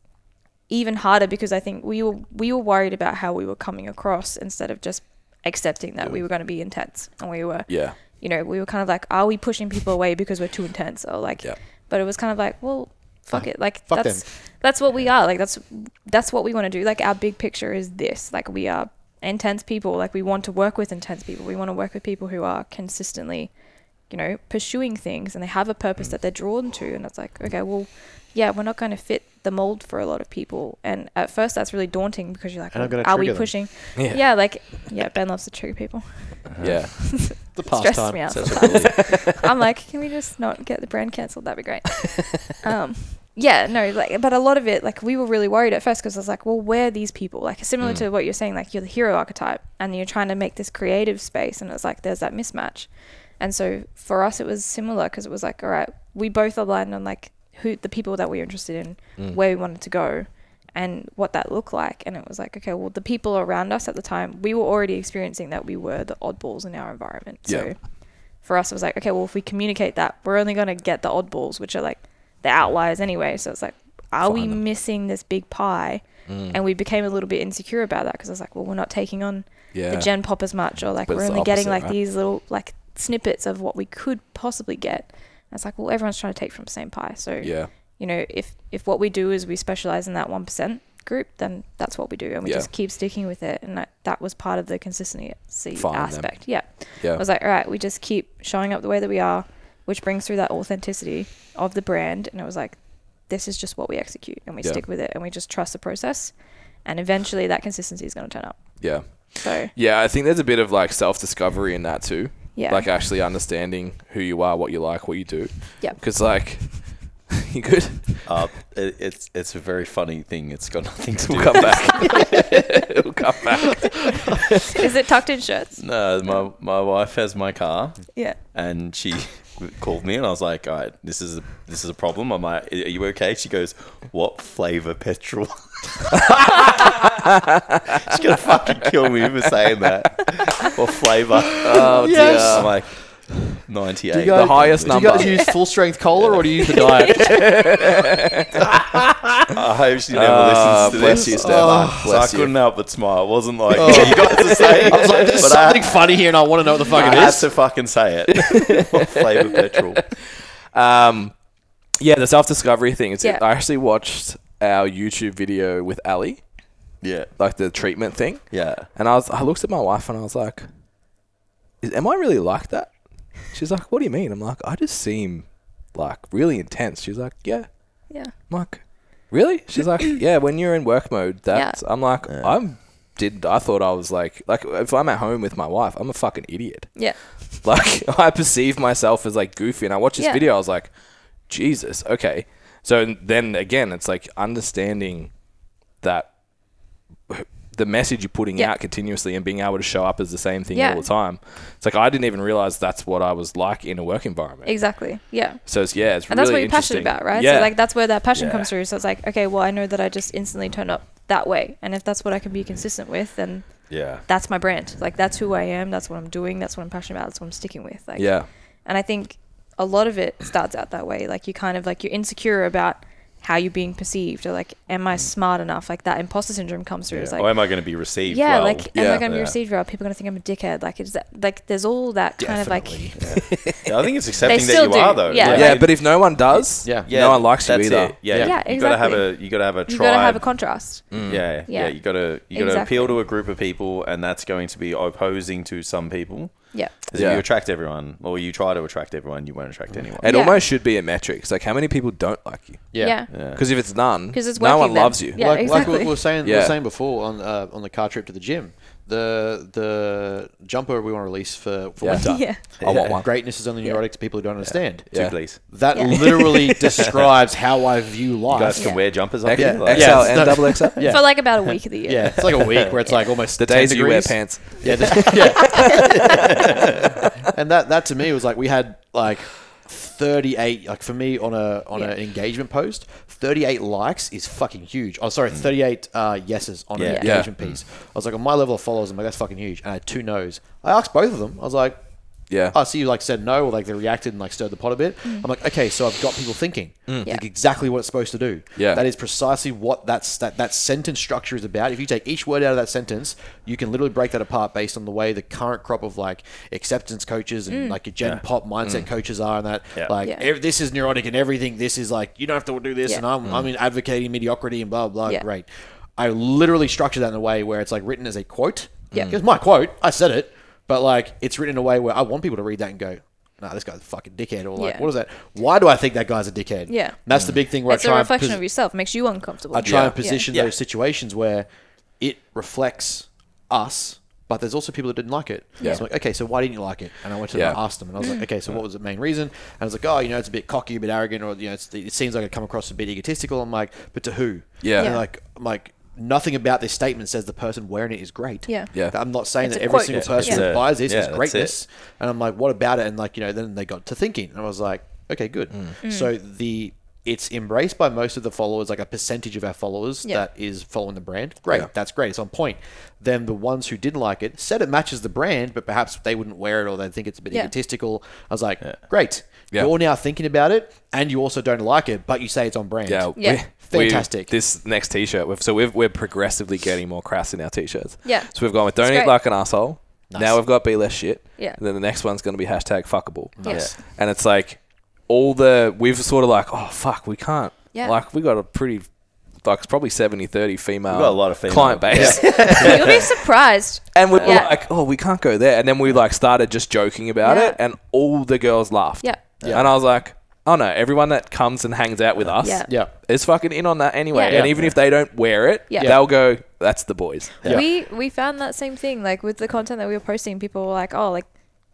S3: even harder because I think we were we were worried about how we were coming across instead of just accepting that we were going to be intense and we were
S1: Yeah.
S3: you know we were kind of like are we pushing people away because we're too intense or like
S1: Yeah.
S3: but it was kind of like well fuck it like
S2: Fuck
S3: that's
S2: them.
S3: that's what we are like that's that's what we want to do like our big picture is this like we are intense people like we want to work with intense people we want to work with people who are consistently you know pursuing things and they have a
S2: Mm.
S3: purpose that they're drawn to and it's like okay well yeah we're not going to fit the mold for a lot of people and at first that's really daunting because you're like
S2: And I'm gonna
S3: are we
S2: trigger them." (laughs)
S3: pushing
S1: Yeah.
S3: yeah. like yeah ben loves to trigger people
S1: Yeah.
S4: Uh-huh.
S2: The
S3: stresses
S2: pastime.
S3: me out
S4: Such a
S3: sometimes.
S4: bully.
S3: (laughs) I'm like, can we just not get the brand cancelled? That'd be great. um, yeah, no, like, but a lot of it, like, we were really worried at first because I was like, well, where are these people? Like, similar to what you're saying, like, you're the hero archetype and you're trying to make this creative space, and it's like, there's that mismatch. And so for us, it was similar because it was like, all right, we both aligned on like who the people that we were interested in,
S1: Mm.
S3: where we wanted to go, and what that looked like. And it was like, okay, well, the people around us at the time, we were already experiencing that we were the oddballs in our environment. So
S1: Yeah.
S3: for us, it was like, okay, well, if we communicate that, we're only going to get the oddballs, which are like the outliers anyway. So it's like, are we
S1: Find them.
S3: missing this big pie?
S1: Mm.
S3: And we became a little bit insecure about that because I was like, well, we're not taking on
S1: Yeah.
S3: the gen pop as much, or like
S1: But
S3: we're
S1: it's the
S3: only getting
S1: opposite,
S3: like
S1: right?
S3: these little like snippets of what we could possibly get. And it's like, well, everyone's trying to take from the same pie. So
S1: Yeah.
S3: you know, if if what we do is we specialize in that one percent group, then that's what we do, and we
S1: Yeah.
S3: just keep sticking with it. And that, that was part of the consistency
S1: Find them.
S3: aspect. Yeah,
S1: Yeah.
S3: I was like, all right, we just keep showing up the way that we are, which brings through that authenticity of the brand. And it was like, this is just what we execute, and we
S1: Yeah.
S3: stick with it, and we just trust the process. And eventually, that consistency is going to turn up.
S1: Yeah.
S3: So (laughs)
S1: Yeah, I think there's a bit of like self discovery in that too.
S3: Yeah.
S1: Like actually understanding who you are, what you like, what you do.
S3: Yeah.
S1: Because like, (laughs) you good?
S4: Uh, it, it's it's a very funny thing. It's got nothing to do.
S1: We'll
S4: with
S1: (laughs) come back.
S3: (laughs)
S1: we'll come back.
S3: is it tucked in shirts?
S4: No, my my wife has my car,
S3: Yeah.
S4: and she called me and I was like, "All right, this is a, this is a problem." I'm like, "Are you okay?" She goes, "What flavor petrol?" (laughs) She's gonna fucking kill me for saying that. What flavor? Oh
S2: Yes. dear.
S4: I'm like, ninety-eight.
S2: guys-
S1: The highest
S2: Do you
S1: number.
S2: guys use full strength cola or do you (laughs) use the diet?
S4: (laughs) I hope she never
S1: Ah,
S4: listens to
S1: bless
S4: this. Oh,
S1: you, Stefan. Bless
S4: So I
S1: you. Oh.
S4: couldn't help but smile. It wasn't like you guys are saying.
S2: I was like, there's
S4: but I-
S2: something funny here, and uh, I want to know what the fuck
S4: I
S2: it
S4: had
S2: is.
S4: to fucking say
S1: (laughs)
S4: it. what flavor petrol?
S1: Um, yeah, the self discovery thing. Is
S3: Yeah.
S1: it. I actually watched our YouTube video with Ali,
S4: Yeah,
S1: like the treatment thing,
S4: yeah.
S1: and I was I looked at my wife and I was like, is, "Am I really like that?" She's like, "What do you mean?" I'm like, "I just seem like really intense." She's like, "Yeah."
S3: Yeah.
S1: I'm like, really? She's like, (clears throat) yeah. When you're in work mode, that's. I'm like, I'm. Did I thought I was like like if I'm at home with my wife, I'm a fucking idiot. (laughs)
S3: Yeah.
S1: Like I perceive myself as like goofy, and I watched this
S3: Yeah.
S1: video. I was like, Jesus, okay. So then again, it's like understanding that the message you're putting
S3: Yeah.
S1: out continuously and being able to show up as the same thing
S3: Yeah.
S1: all the time. It's like I didn't even realize that's what I was like in a work environment.
S3: Exactly. Yeah.
S1: So it's yeah, it's
S3: And
S1: really
S3: that's what you're
S1: interesting.
S3: passionate about, right?
S1: Yeah,
S3: So like that's where that passion
S1: Yeah.
S3: comes through. So it's like, okay, well, I know that I just instantly turn up that way, and if that's what I can be consistent with, then
S4: Yeah.
S3: that's my brand. Like that's who I am. That's what I'm doing. That's what I'm passionate about. That's what I'm sticking with. Like,
S1: yeah,
S3: And I think a lot of it starts out that way. Like you kind of like you're insecure about how you're being perceived, or like, am I smart enough? Like that imposter syndrome comes through. It's
S4: or
S3: like,
S4: Oh, am I going to be received?
S3: yeah,
S4: well?
S3: like,
S1: Yeah.
S3: am I going to be
S4: Yeah.
S3: received well? People going to think I'm a dickhead. Like, is that like? There's all that kind of like,
S4: Yeah, I think it's accepting that
S3: still
S4: you are
S3: do,
S4: though.
S3: yeah.
S4: Like,
S1: yeah. But if no one does,
S2: Yeah.
S1: no one likes you
S4: that's
S1: either.
S4: it. Yeah,
S2: Yeah.
S4: yeah,
S3: Yeah,
S4: you gotta have a
S3: exactly.
S4: you gotta have a
S3: you
S4: tribe.
S3: got to have a contrast.
S4: Mm. yeah, yeah,
S3: Yeah.
S4: you gotta you gotta
S3: Exactly.
S4: appeal to a group of people, and that's going to be opposing to some people.
S3: Yeah.
S4: 'Cause
S1: Yeah.
S4: if you attract everyone, or you try to attract everyone, you won't attract anyone.
S1: It
S3: Yeah.
S1: almost should be a metric. It's like how many people don't like you?
S3: Yeah.
S4: Yeah.
S1: Because if it's none,
S3: 'Cause it's
S1: no
S3: working
S1: one
S3: then.
S1: loves you.
S3: Yeah,
S2: like, like
S3: exactly.
S2: we were saying, we
S1: Yeah.
S2: were saying before on uh, on the car trip to the gym, the the jumper we want to release for, for
S1: Yeah.
S2: winter.
S3: (laughs) Yeah.
S1: I want one.
S2: Greatness is only neurotic to people who don't understand.
S1: Yeah.
S4: Two, please.
S2: That
S3: Yeah.
S2: (laughs) literally describes how I
S4: You
S2: view
S4: guys
S2: life.
S4: can
S3: Yeah.
S4: wear jumpers up
S1: Yeah.
S4: here. Like,
S1: XL
S2: Yeah.
S1: and double XL.
S2: Yeah.
S3: For like about a week of the year.
S2: Yeah, it's like a week where it's like almost
S1: The days
S2: 10
S1: you wear
S2: degrees.
S1: pants.
S2: Yeah, the- yeah. and that that to me was like we had like 38 like for me on a on
S3: Yeah.
S2: an engagement post 38 likes is fucking huge oh sorry 38 uh, yeses on an
S4: Yeah.
S1: Yeah.
S2: engagement piece i was like on my level of followers i'm like that's fucking huge and i had two no's i asked both of them i was like
S1: Yeah.
S2: I see "Oh, you like said no, or like they reacted and like stirred the pot a bit. I'm like, okay, so I've got people thinking,
S3: Mm. Yeah.
S2: like exactly what it's supposed to do.
S1: Mm. Yeah.
S2: that is precisely what that's that that sentence structure is about. If you take each word out of that sentence, you can literally break that apart based on the way the current crop of like acceptance coaches and like your Gen Pop
S1: Mm.
S2: mindset coaches are, and that
S4: Yeah.
S2: like
S3: Mm. Yeah.
S2: ev- this is neurotic and everything. This is like you don't have to do this,
S3: Yeah.
S2: and
S1: Mm.
S2: I'm I'm advocating mediocrity and blah blah.
S3: Yeah.
S2: Great. I literally structure that in a way where it's like written as a quote.
S3: Yeah.
S2: Because my quote, I said it, but like it's written in a way where I want people to read that and go, nah, this guy's a fucking dickhead. Or like,
S3: Yeah.
S2: what is that? Why do I think that guy's a dickhead?
S3: Yeah. Mm.
S2: And that's the big thing where
S3: It's
S2: I
S3: a
S2: try
S3: reflection
S2: and
S3: of yourself. Makes you uncomfortable.
S2: I try
S3: Yeah.
S2: and position
S4: Yeah.
S2: those situations where it reflects us, but there's also people that didn't like it. Yeah. So I'm like, okay, so why didn't you like it? And I went to them and
S1: Yeah.
S2: I asked them, and I was
S3: Mm.
S2: like, okay, so what was the main reason? And I was like, oh, you know, it's a bit cocky, a bit arrogant, or you know, it's, it seems like I come across a bit egotistical. I'm like, but to who?
S1: Yeah.
S2: And
S1: Yeah.
S2: like, I'm like. Nothing about this statement says the person wearing it is great.
S3: Yeah.
S1: Yeah.
S2: I'm not saying
S3: It's
S2: that
S3: a
S2: every
S3: quote.
S2: single
S3: Yeah.
S2: person
S4: It's
S2: that
S4: a-
S2: buys this
S4: yeah,
S2: is
S4: that's it.
S2: greatness. And I'm like, what about it? And like, you know, then they got to thinking, and I was like, okay, good.
S1: Mm.
S3: Mm.
S2: So the it's embraced by most of the followers, like a percentage of our followers
S3: Yeah.
S2: that is following the brand. Great, that's great. It's on point. Then the ones who didn't like it said it matches the brand, but perhaps they wouldn't wear it or they think it's a bit
S3: Yeah.
S2: egotistical. I was like, great.
S1: Yeah.
S2: You're now thinking about it, and you also don't like it, but you say it's on brand.
S1: Yeah.
S3: Yeah.
S2: Fantastic.
S1: this next T-shirt. We've, so we've, we're progressively getting more crass in our T-shirts.
S3: Yeah.
S1: So we've gone with "Don't eat
S3: great.
S1: like an asshole." Now we've got "Be less shit."
S3: Yeah.
S1: And then the next one's going to be hashtag fuckable.
S3: Nice.
S1: Yeah. And it's like all the we've sort of like oh fuck we can't
S3: Yeah.
S1: like we got a pretty like it's probably 70 30 female
S4: got a lot of female.
S1: client base
S3: (laughs) You'll be surprised.
S1: (laughs) And we were
S3: Yeah.
S1: like, oh, we can't go there. And then we like started just joking about
S3: Yeah.
S1: it, and all the girls laughed.
S3: Yeah.
S2: Yeah.
S1: And I was like, oh no, everyone that comes and hangs out with us
S3: Yeah.
S2: Yeah.
S1: is fucking in on that anyway.
S3: Yeah.
S1: And
S2: Yeah.
S1: even if they don't wear it,
S3: Yeah.
S1: they'll go, that's the boys.
S2: Yeah.
S3: We we found that same thing like with the content that we were posting. People were like, "Oh, like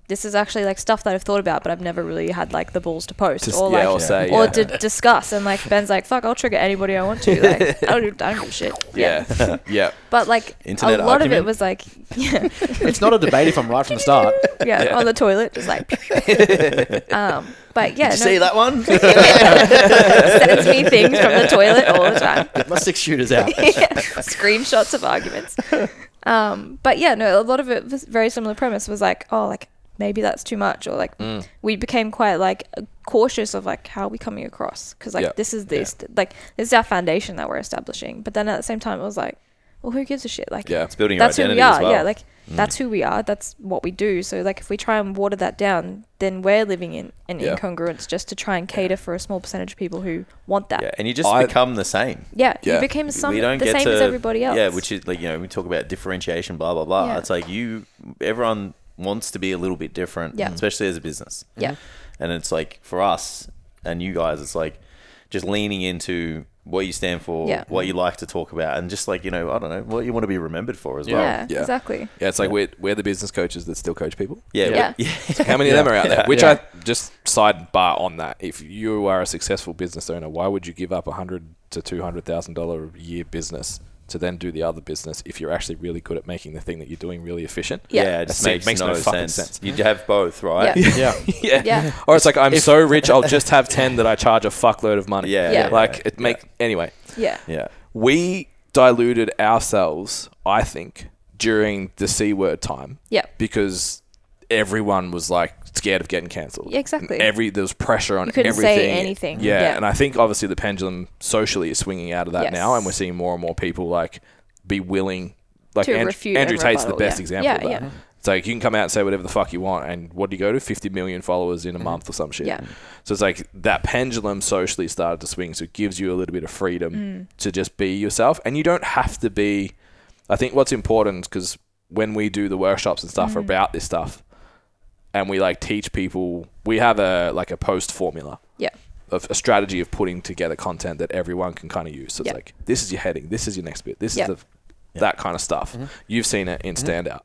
S3: this is actually like stuff that I've thought about, but I've never really had like the balls to post
S1: Just-
S3: or
S1: yeah,
S3: like
S1: or say,
S3: or
S1: yeah.
S3: to discuss. And like Ben's like, fuck, I'll trigger anybody I want to. Like, I don't, I don't give a shit.
S1: Yeah. Yeah.
S3: But like
S4: Internet
S3: a lot of
S4: argument?
S3: it was like, (laughs) yeah,
S2: (laughs) It's not a debate if I'm right from the start.
S3: (laughs) yeah, on the toilet, just
S4: (laughs)
S2: (laughs)
S3: like. um, but yeah,
S4: Did you see
S3: (laughs)
S4: that one?
S3: sends me things from the toilet all the time.
S2: Get (laughs) my six
S3: (laughs)
S2: shooters out.
S3: screenshots of arguments. Um, but yeah, no, a lot of it was very similar premise was like, oh, like maybe that's too much, or like
S4: Mm.
S3: we became quite like cautious of like how are we coming across because like
S1: Yeah.
S3: this is this like this is our foundation that we're establishing. But then at the same time, it was like, well, who gives a shit? Like,
S1: Yeah.
S4: It's building your
S3: that's who
S4: identity
S3: we are.
S4: as well. Mm.
S3: Yeah, like that's who we are. That's what we do. So like if we try and water that down, then we're living in an
S1: Yeah.
S3: incongruence just to try and cater for a small percentage of people who want that.
S4: yeah, and you just
S1: I-
S4: become the same.
S3: Yeah,
S1: Yeah.
S3: you became some,
S4: we don't
S3: the
S4: get
S3: same
S4: to,
S3: as everybody else.
S4: Yeah, which is like you know we talk about differentiation, blah blah blah.
S3: Yeah.
S4: It's like you, everyone wants to be a little bit different, Mm.
S3: Yeah.
S4: especially as a business.
S3: Yeah.
S4: and it's like for us and you guys, it's like just leaning into what you stand for,
S3: Yeah.
S4: what you like to talk about, and just like you know, I don't know, what you want to be remembered for as well.
S3: yeah,
S1: Yeah.
S3: exactly.
S1: Yeah, it's like we're, we're the business coaches that still coach people.
S4: (laughs) yeah,
S3: Yeah.
S4: we-
S1: It's like, how many of them are out there? Which
S2: Yeah.
S1: I just sidebar on that. If you are a successful business owner, why would you give up a hundred to two hundred thousand dollar a year business to then do the other business if you're actually really good at making the thing that you're doing really efficient? (laughs)
S3: Yeah.
S4: Yeah, it just
S1: That's it.
S4: makes,
S1: Makes
S4: no,
S1: no fucking
S4: sense.
S1: sense.
S4: You have both, right?
S3: Yeah.
S2: Yeah.
S1: yeah.
S3: Yeah.
S1: Or it's like I'm so rich, I'll just have ten that I charge a fuckload of money.
S4: Yeah,
S3: Yeah. yeah,
S1: Like
S4: yeah,
S1: it make anyway.
S3: Yeah.
S4: Yeah.
S1: We diluted ourselves, I think, during the C word time.
S3: Yeah.
S1: Because everyone was like scared of getting cancelled.
S3: Yeah, exactly.
S1: And Every there was pressure on
S3: You couldn't say
S1: everything.
S3: anything.
S1: Yeah,
S3: Yeah.
S1: and I think obviously the pendulum socially is swinging out of that
S3: Yes.
S1: now, and we're seeing more and more people like be willing. Like
S3: To
S1: Andrew-
S3: refute
S1: Andrew
S3: and
S1: Tate's the
S3: rebuttal,
S1: best
S3: yeah.
S1: example
S3: Yeah,
S1: of that.
S3: yeah.
S1: It's like you can come out and say whatever the fuck you want, and what do you go to? Fifty million followers in a month or some shit.
S3: Mm-hmm. Yeah.
S1: So it's like that pendulum socially started to swing. So it gives you a little bit of freedom to just be yourself. And you don't have to be. I think what's important because when we do the workshops and stuff about this stuff, and we like teach people, we have a like a post formula
S3: Yeah.
S1: of a strategy of putting together content that everyone can kind of use. So it's
S3: Yeah.
S1: like this is your heading, this is your next bit, this
S3: Yeah.
S1: is the that kind of stuff. You've seen it in Standout,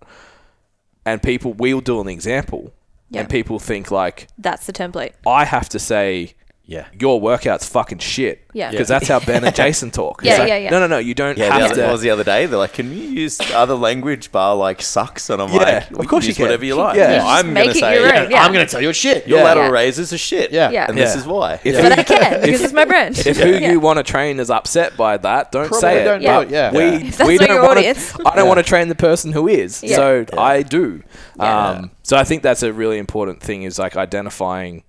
S1: and people we'll do an example,
S3: Yeah.
S1: and people think like
S3: That's the template.
S1: I have to say
S4: Yeah.
S1: your workout's fucking shit.
S3: Yeah.
S1: Because that's how Ben and Jason talk. It's
S3: (laughs) Yeah,
S1: like,
S3: yeah, yeah.
S1: No, no, no. You don't
S4: Yeah, the
S1: have
S4: other,
S1: to.
S4: was the other day. They're like, "Can you use other language?" Bar like sucks, and I'm
S1: Yeah,
S4: like,
S1: of
S4: "We
S1: course you
S4: use
S1: can.
S4: whatever you like."
S1: Yeah. You
S4: Yeah,
S1: just
S4: I'm
S3: make
S4: gonna
S3: it
S4: say
S3: your own. Yeah.
S2: I'm going to tell you shit.
S4: your
S3: Yeah.
S4: lateral
S3: Yeah.
S4: raises are shit.
S2: Yeah.
S3: Yeah.
S4: and this
S1: Yeah.
S4: is why.
S1: If
S3: But I can because it's my brand.
S1: If
S3: (laughs)
S1: who you want to train is upset by that, don't
S2: Probably
S1: say it.
S2: don't do
S1: but
S2: it, yeah.
S1: We,
S2: Yeah.
S3: (laughs) If that's
S1: we
S3: not
S1: don't
S3: your
S1: want
S3: audience.
S1: to. I don't want to train the person who is.
S3: Yeah.
S1: So I do.
S3: Yeah.
S1: Um, so I think that's a really important thing is like identifying.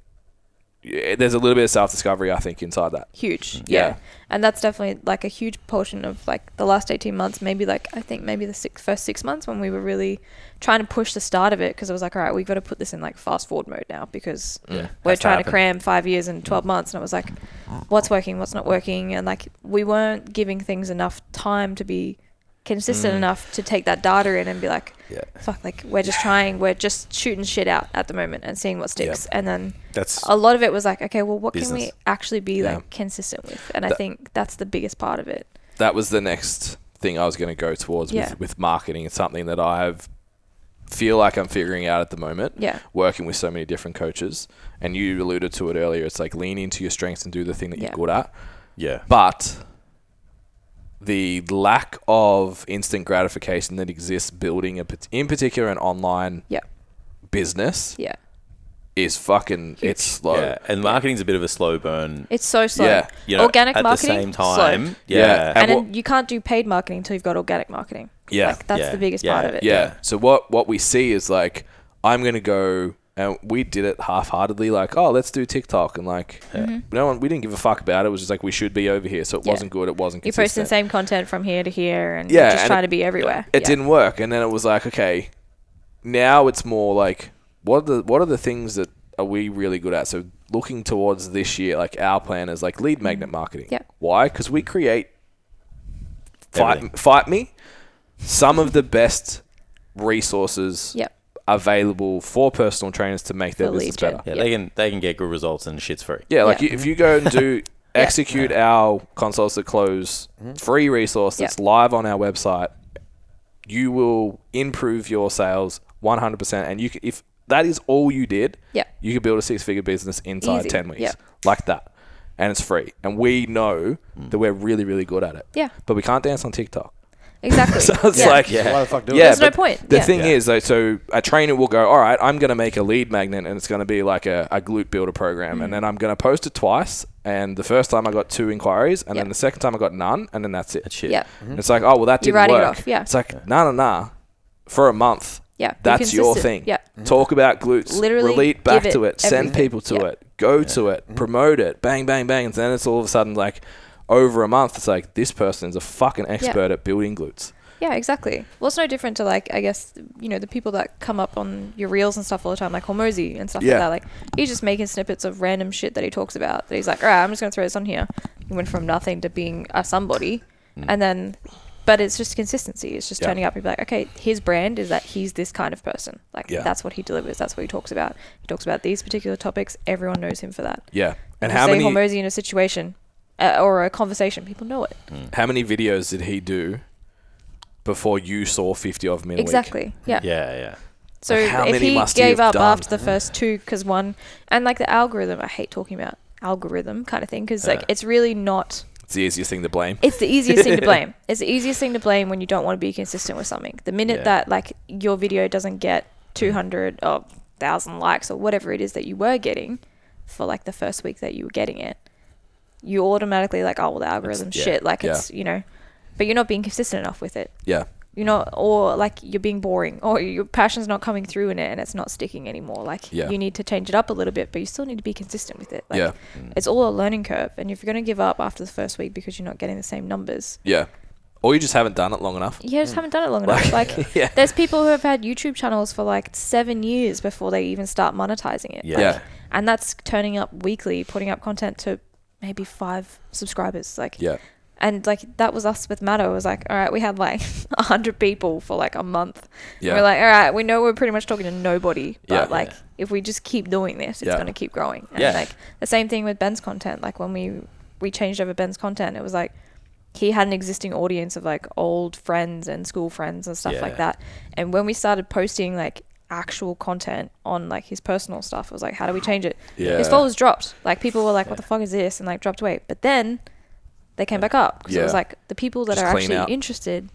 S1: yeah, There's a little bit of self discovery, I think, inside that.
S3: huge.
S4: Mm.
S1: Yeah.
S3: Yeah. And that's definitely like a huge portion of like the last 18 months, maybe like I think maybe the six, first six months when we were really trying to push the start of it because it was like, all right, we've got to put this in like fast forward mode now because we're
S4: Has to
S3: trying to
S4: happen. Mm.
S3: cram five years and 12 months. And it was like, what's working, what's not working. And like we weren't giving things enough time to be consistent enough to take that data in and be like,
S4: Mm. Yeah.
S3: fuck, like we're just trying, we're just shooting shit out at the moment and seeing what sticks. And then
S4: That's
S3: a lot of it was like, okay, well, what can we
S4: Business.
S3: actually be
S1: Yeah.
S3: like consistent with? And I
S1: That-
S3: think that's the biggest part of it.
S1: that was the next thing I was going to go towards
S3: Yeah.
S1: with, with marketing. It's something that I have feel like I'm figuring out at the moment.
S3: Yeah.
S1: Working with so many different coaches, and you alluded to it earlier. It's like lean into your strengths and do the thing that
S3: Yeah.
S1: you're good at.
S4: yeah,
S1: But the lack of instant gratification that exists building a pat- in particular an online
S3: Yeah,
S1: business
S3: yeah.
S1: is fucking it's slow.
S4: yeah. And marketing's a bit of a slow burn.
S3: It's so slow.
S1: Yeah,
S4: You know,
S3: organic
S4: at
S3: marketing,
S4: the same
S3: slow.
S4: time. Yeah,
S1: Yeah.
S3: And,
S1: And
S3: then you can't do paid marketing until you've got organic marketing.
S1: Yeah.
S3: like, that's
S4: Yeah.
S3: the biggest
S4: Yeah.
S3: part of it.
S1: Yeah.
S4: Yeah.
S1: So what what we see is like I'm gonna go and we did it half heartedly, like, oh let's do TikTok and like no one we didn't give a fuck about it. It was just like we should be over here. So it
S3: Mm-hmm. Yeah.
S1: wasn't good, it wasn't
S3: You're posting
S1: consistent.
S3: the same content from here to here, and
S1: Yeah,
S3: you're just
S1: and
S3: trying
S1: it-
S3: to be everywhere.
S1: it
S3: Yeah.
S1: didn't work and then it was like, okay, now it's more like what are the what are the things that are we really good at? So looking towards this year, like our plan is like
S3: Mm-hmm.
S1: lead magnet marketing.
S3: Yeah.
S1: Why? Because we create fight,
S4: Everything.
S1: fight me some of the best resources
S3: Yeah,
S1: available for personal trainers to make their
S3: For
S1: business
S3: Legion.
S1: better.
S4: Yeah,
S1: Yeah,
S4: they can they can get good results and shit's free.
S1: like
S3: (laughs) Yeah.
S1: You, if you go and do (laughs) execute our consoles that close free resource that's
S3: Yeah.
S1: live on our website, you will improve your sales 100%. And you c if that is all you did,
S3: Yep.
S1: you could build a six figure business inside
S3: Easy.
S1: 10 weeks
S3: Yep.
S1: like that. And it's free. And we know that we're really, really good at it.
S3: Yeah.
S1: But we can't dance on TikTok. (laughs)
S3: Exactly.
S1: So it's
S3: Yeah.
S1: like,
S2: Why the fuck do
S1: yeah,
S3: There's no
S1: but
S3: point.
S1: The
S3: Yeah.
S1: thing is, though, so a trainer will go, all right, I'm going to make a lead magnet and it's going to be like a, a glute builder program.
S3: Mm.
S1: And then I'm going to post it twice. And the first time I got two inquiries. And then the
S3: Yep.
S1: second time I got none. And then that's it. That's
S3: Yeah.
S1: It's like, oh, well, that
S3: You're
S1: didn't
S3: writing it
S1: work.
S3: off, Mm-hmm. yeah.
S1: It's like, nah, nah, nah. For a month,
S3: Yeah, be
S1: that's your thing.
S3: consistent, yeah.
S1: Talk about glutes.
S3: Literally
S1: relate back
S3: give it
S1: to it. Send
S3: everything,
S1: people to
S3: yeah. Mm-hmm.
S1: it. Go to it. Promote it. Bang, bang, bang. And then it's all of a sudden like over a month. It's like this person is a fucking expert at building glutes.
S3: Yeah, exactly. Well, it's no different to like I guess you know the people that come up on your reels and stuff all the time, like Hormozy and stuff
S1: Yeah.
S3: like that. Like he's just making snippets of random shit that he talks about. That he's like, all right, I'm just gonna throw this on here. He went from nothing to being a somebody, and then, but it's just consistency. It's just
S1: Mm. Yeah.
S3: turning up and be like, okay, his brand is that he's this kind of person. Like
S1: Yeah.
S3: that's what he delivers. That's what he talks about. He talks about these particular topics. Everyone knows him for that.
S1: Yeah. And
S3: You
S1: how
S3: say
S1: many
S3: Hormozy in a situation uh, or a conversation, people know it.
S1: how many videos did he do before you saw fifty of them in a week?
S3: Exactly. Yeah.
S4: Yeah, yeah.
S3: So
S1: Like, how
S3: if
S1: many
S3: he
S1: must he
S3: gave
S1: have
S3: up
S1: done?
S3: after the first two, because one, and like the algorithm, I hate talking about algorithm kind of thing, because like it's really not.
S1: It's the easiest thing to blame.
S3: It's the
S1: (laughs)
S3: easiest thing to blame. It's the easiest thing to blame when you don't want to be consistent with something. The minute
S4: Yeah.
S3: that like your video doesn't
S1: Mm.
S3: get 200 or 1,000 likes or whatever it is that you were getting for like the first week that you were getting it, you automatically like, oh, well, the algorithm
S4: yeah,
S3: shit. Like
S1: yeah.
S3: it's, you know, but you're not being consistent enough with it
S1: yeah.
S3: you're not or like you're being boring or your passion's not coming through in it and it's not sticking anymore like
S1: Yeah.
S3: you need to change it up a little bit but you still need to be consistent with it like
S1: Yeah.
S3: it's all a learning curve and if you're going to give up after the first week because you're not getting the same numbers
S1: Yeah. Or you just haven't done it long enough.
S3: you just haven't done it
S1: (laughs)
S3: long enough like
S1: Yeah.
S3: there's people who have had youtube channels for like seven years before they even start monetizing it
S4: Yeah.
S3: like,
S1: Yeah.
S3: and that's turning up weekly putting up content to maybe five subscribers like
S1: Yeah.
S3: and like that was us with Matto. It was like, all right, we had like (laughs) hundred people for like a month. And
S1: Yeah.
S3: We're like, all right, we know we're pretty much talking to nobody, but
S1: Yeah.
S3: like if we just keep doing this, it's
S1: Yeah.
S3: gonna keep growing. And
S4: Yeah.
S3: like the same thing with Ben's content. Like when we we changed over Ben's content, it was like he had an existing audience of like old friends and school friends and stuff like
S4: Yeah.
S3: that. And when we started posting like actual content on like his personal stuff, it was like, how do we change it?
S1: Yeah.
S3: His followers dropped. Like people were like, what the fuck is this? And like dropped away. But then they came back up because it was
S1: Yeah.
S3: like the people that
S1: Just
S3: are
S1: clean
S3: actually
S1: out.
S3: interested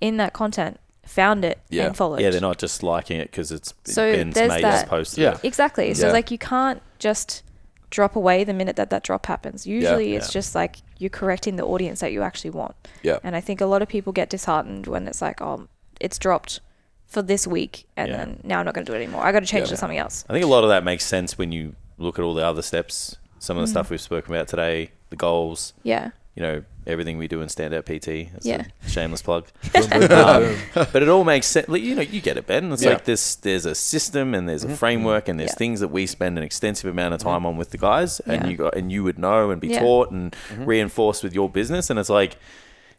S3: in that content found it
S1: Yeah.
S3: and followed.
S4: Yeah, they're not just liking it because it's
S3: So
S4: Ben's
S3: there's
S4: mates
S3: that.
S4: posted
S2: Yeah.
S4: it.
S3: Exactly. So
S1: Yeah.
S3: like you can't just drop away the minute that that drop happens. Usually it's
S4: Yeah.
S3: just like you're correcting the audience that you actually want.
S1: Yeah.
S3: And I think a lot of people get disheartened when it's like, oh, it's dropped for this week and
S4: Yeah.
S3: then now I'm not going to do it anymore. I got to change it to something else.
S4: I think a lot of that makes sense when you look at all the other steps, some
S3: Mm.
S4: of the stuff we've spoken about today, the goals,
S3: Yeah.
S4: you know, everything we do in Standout PT. It's
S3: Yeah.
S4: a shameless
S1: (laughs)
S4: plug. Um, but it all makes sense. Like, you know, you get it, Ben. It's
S2: Yeah.
S4: like this, there's a system and
S1: Mm-hmm.
S4: there's a framework and there's
S3: Yeah.
S4: things that we spend an extensive amount of time on with the guys and
S3: Yeah.
S4: you got, and you would know and be
S3: Yeah.
S4: taught and
S1: Mm-hmm.
S4: reinforced with your business. And it's like,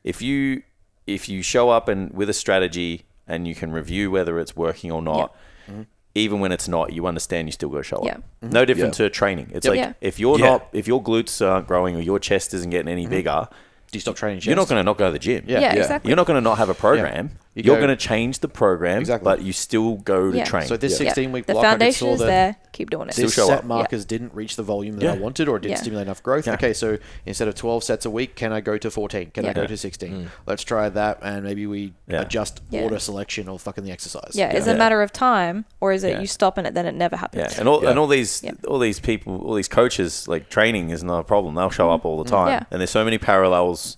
S4: if you, if you show up and with a strategy and you can review whether it's working or not,
S1: Mm-hmm.
S4: even when it's not, you understand you still got to show
S3: Yeah.
S4: up. No different
S1: Yeah.
S4: to training. It's like
S3: Yeah.
S4: if you're
S1: Yeah. Mm-hmm.
S4: not, if your glutes aren't growing or your chest isn't getting any bigger,
S2: Do you stop training?
S4: you're not
S2: chest?
S4: going to not go to the gym.
S3: Yeah,
S1: Yeah.
S3: exactly.
S4: You're not going to not have a program.
S2: You
S4: You are
S2: go-
S4: going to change the program,
S2: Exactly.
S4: but you still go to
S3: Yeah.
S4: train.
S2: So this
S3: Yeah.
S2: 16 week
S3: The
S2: block, I just
S3: foundation
S2: saw
S3: is
S2: that
S3: there. Keep doing it.
S4: Still
S2: this
S4: show
S2: set
S4: up.
S2: markers didn't reach the volume that I
S4: Yeah.
S2: wanted or it didn't
S3: Yeah.
S2: stimulate enough growth.
S4: Yeah.
S2: Okay, so instead of 12 sets a week, can I go to 14? Can I
S3: Yeah.
S2: go
S3: Yeah.
S2: to 16? Let's try that and maybe we
S4: Mm. Yeah.
S2: adjust
S3: Yeah.
S2: order selection or fucking the exercise.
S3: Yeah, is it
S4: Yeah.
S3: a matter of time or is it
S4: Yeah.
S3: you stop and it then it never
S4: yeah,
S3: happens?
S4: and all
S1: Yeah.
S4: and all these
S3: Yeah.
S4: all these people, all these coaches, like training is not a problem. They'll show up all
S2: Mm-hmm.
S4: the time,
S3: Yeah.
S4: and there's so many parallels.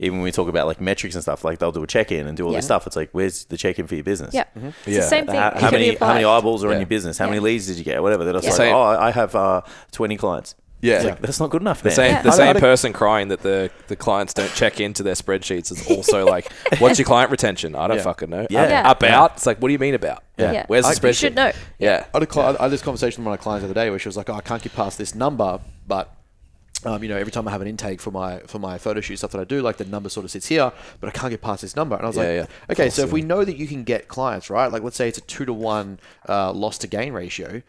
S4: Even when we talk about like metrics and stuff, like they'll do a check in and do all this
S3: Yeah.
S4: stuff. It's like, where's the check in for your business?
S3: Yeah.
S2: Mm-hmm.
S3: It's
S1: Yeah.
S3: the same thing.
S4: How,
S3: It
S4: how
S3: can be
S4: many how many
S3: applied.
S4: eyeballs are in
S1: Yeah.
S4: your business? How many
S3: Yeah.
S4: leads did you get? Whatever. They're just
S1: Yeah.
S4: like,
S1: Same.
S4: oh, I I have uh, 20 clients.
S1: Yeah.
S4: It's like, that's not good enough.
S1: The
S4: man.
S1: same, the
S2: I- I
S1: same
S2: don't-
S1: person crying that the, the clients don't check into their spreadsheets is also like, what's your client retention? I don't
S2: Yeah.
S1: fucking know.
S4: Yeah.
S1: Ab-
S3: Yeah.
S1: About? It's like, what do you mean about?
S4: Yeah.
S3: Yeah.
S1: Where's the
S2: I-
S1: spreadsheet?
S2: You
S3: should know.
S1: Yeah.
S2: I had, a cli- I had this conversation with one of my clients the other day where she was like, oh, I can't get past this number, but. Um, you know, every time I have an intake for my for my photo shoot stuff that I do, like the number sort of sits here, but I can't get past this number. And I was
S1: Yeah,
S2: like,
S1: yeah.
S2: okay, so if we know that you can get clients, right? Like, let's say it's a two to one uh, loss to gain ratio.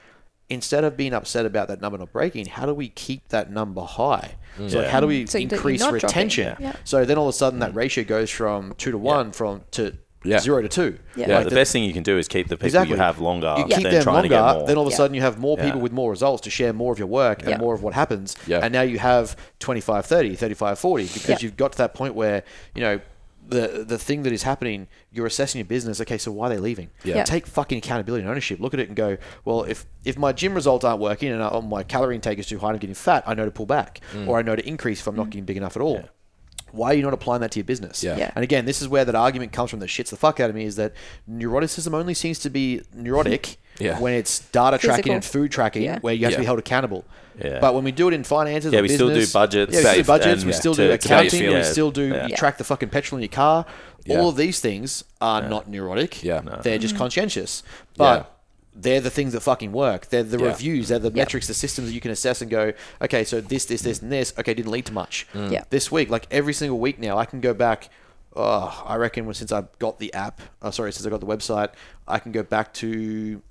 S2: Instead of being upset about that number not breaking, how do we keep that number high? So, like, how do we
S3: So that you're
S2: increase
S3: not dropping.
S2: retention?
S3: Yeah.
S2: So then all of a sudden that ratio goes from two to one from to
S1: Mm. Yeah.
S2: zero to two.
S3: Yeah.
S4: Yeah,
S2: Like
S4: the
S2: the-
S4: best thing you can do is keep the people
S2: Exactly.
S4: you have longer
S2: You keep
S4: than
S2: them
S4: trying
S2: longer,
S4: to get more.
S2: then all of a
S3: Yeah.
S2: sudden you have more
S4: Yeah.
S2: people with more results to share more of your work and
S3: Yeah.
S2: more of what happens.
S1: Yeah.
S2: And now you have 25, 30, 35, 40 because
S3: Yeah.
S2: you've got to that point where, you know, the the thing that is happening, you're assessing your business. Okay, so why are they leaving?
S1: Yeah.
S3: Yeah.
S2: Take fucking accountability and ownership. Look at it and go, well, if if my gym results aren't working and I, oh, my calorie intake is too high and I'm getting fat, I know to pull back or I know to increase if I'm not getting big enough at all. Why are you not applying that to your business?
S1: Yeah.
S3: Yeah.
S2: And again, this is where that argument comes from that shits the fuck out of me is that neuroticism only seems to be
S4: (laughs)
S2: neurotic
S1: Yeah.
S2: when it's data tracking
S3: Physical.
S2: and food tracking
S3: Yeah.
S2: where you have to be
S1: Yeah.
S2: held accountable.
S4: Yeah.
S2: But when we do it in finances,
S4: Yeah,
S2: or
S4: we still do
S2: business-
S4: budgets,
S2: Yeah, we still do
S4: safe,
S2: budgets.
S4: and
S2: We
S4: yeah.
S2: still do
S4: to- to how you
S2: accounting.
S4: feel.
S2: We still do
S4: Yeah.
S2: you track the fucking petrol in your car.
S1: Yeah.
S2: All of these things are not neurotic.
S1: Yeah. No.
S2: they're
S3: Mm.
S2: just conscientious. But
S1: Yeah.
S2: They're the things that fucking work. They're the
S1: Yeah.
S2: reviews. They're the metrics, the systems that you can assess and go, okay, so this, this, this, and this, okay, didn't lead to much.
S1: Mm.
S3: Yeah.
S2: This week, like every single week now, I can go back. Oh, I reckon since I've got the app, oh, sorry, since I got the website, I can go back to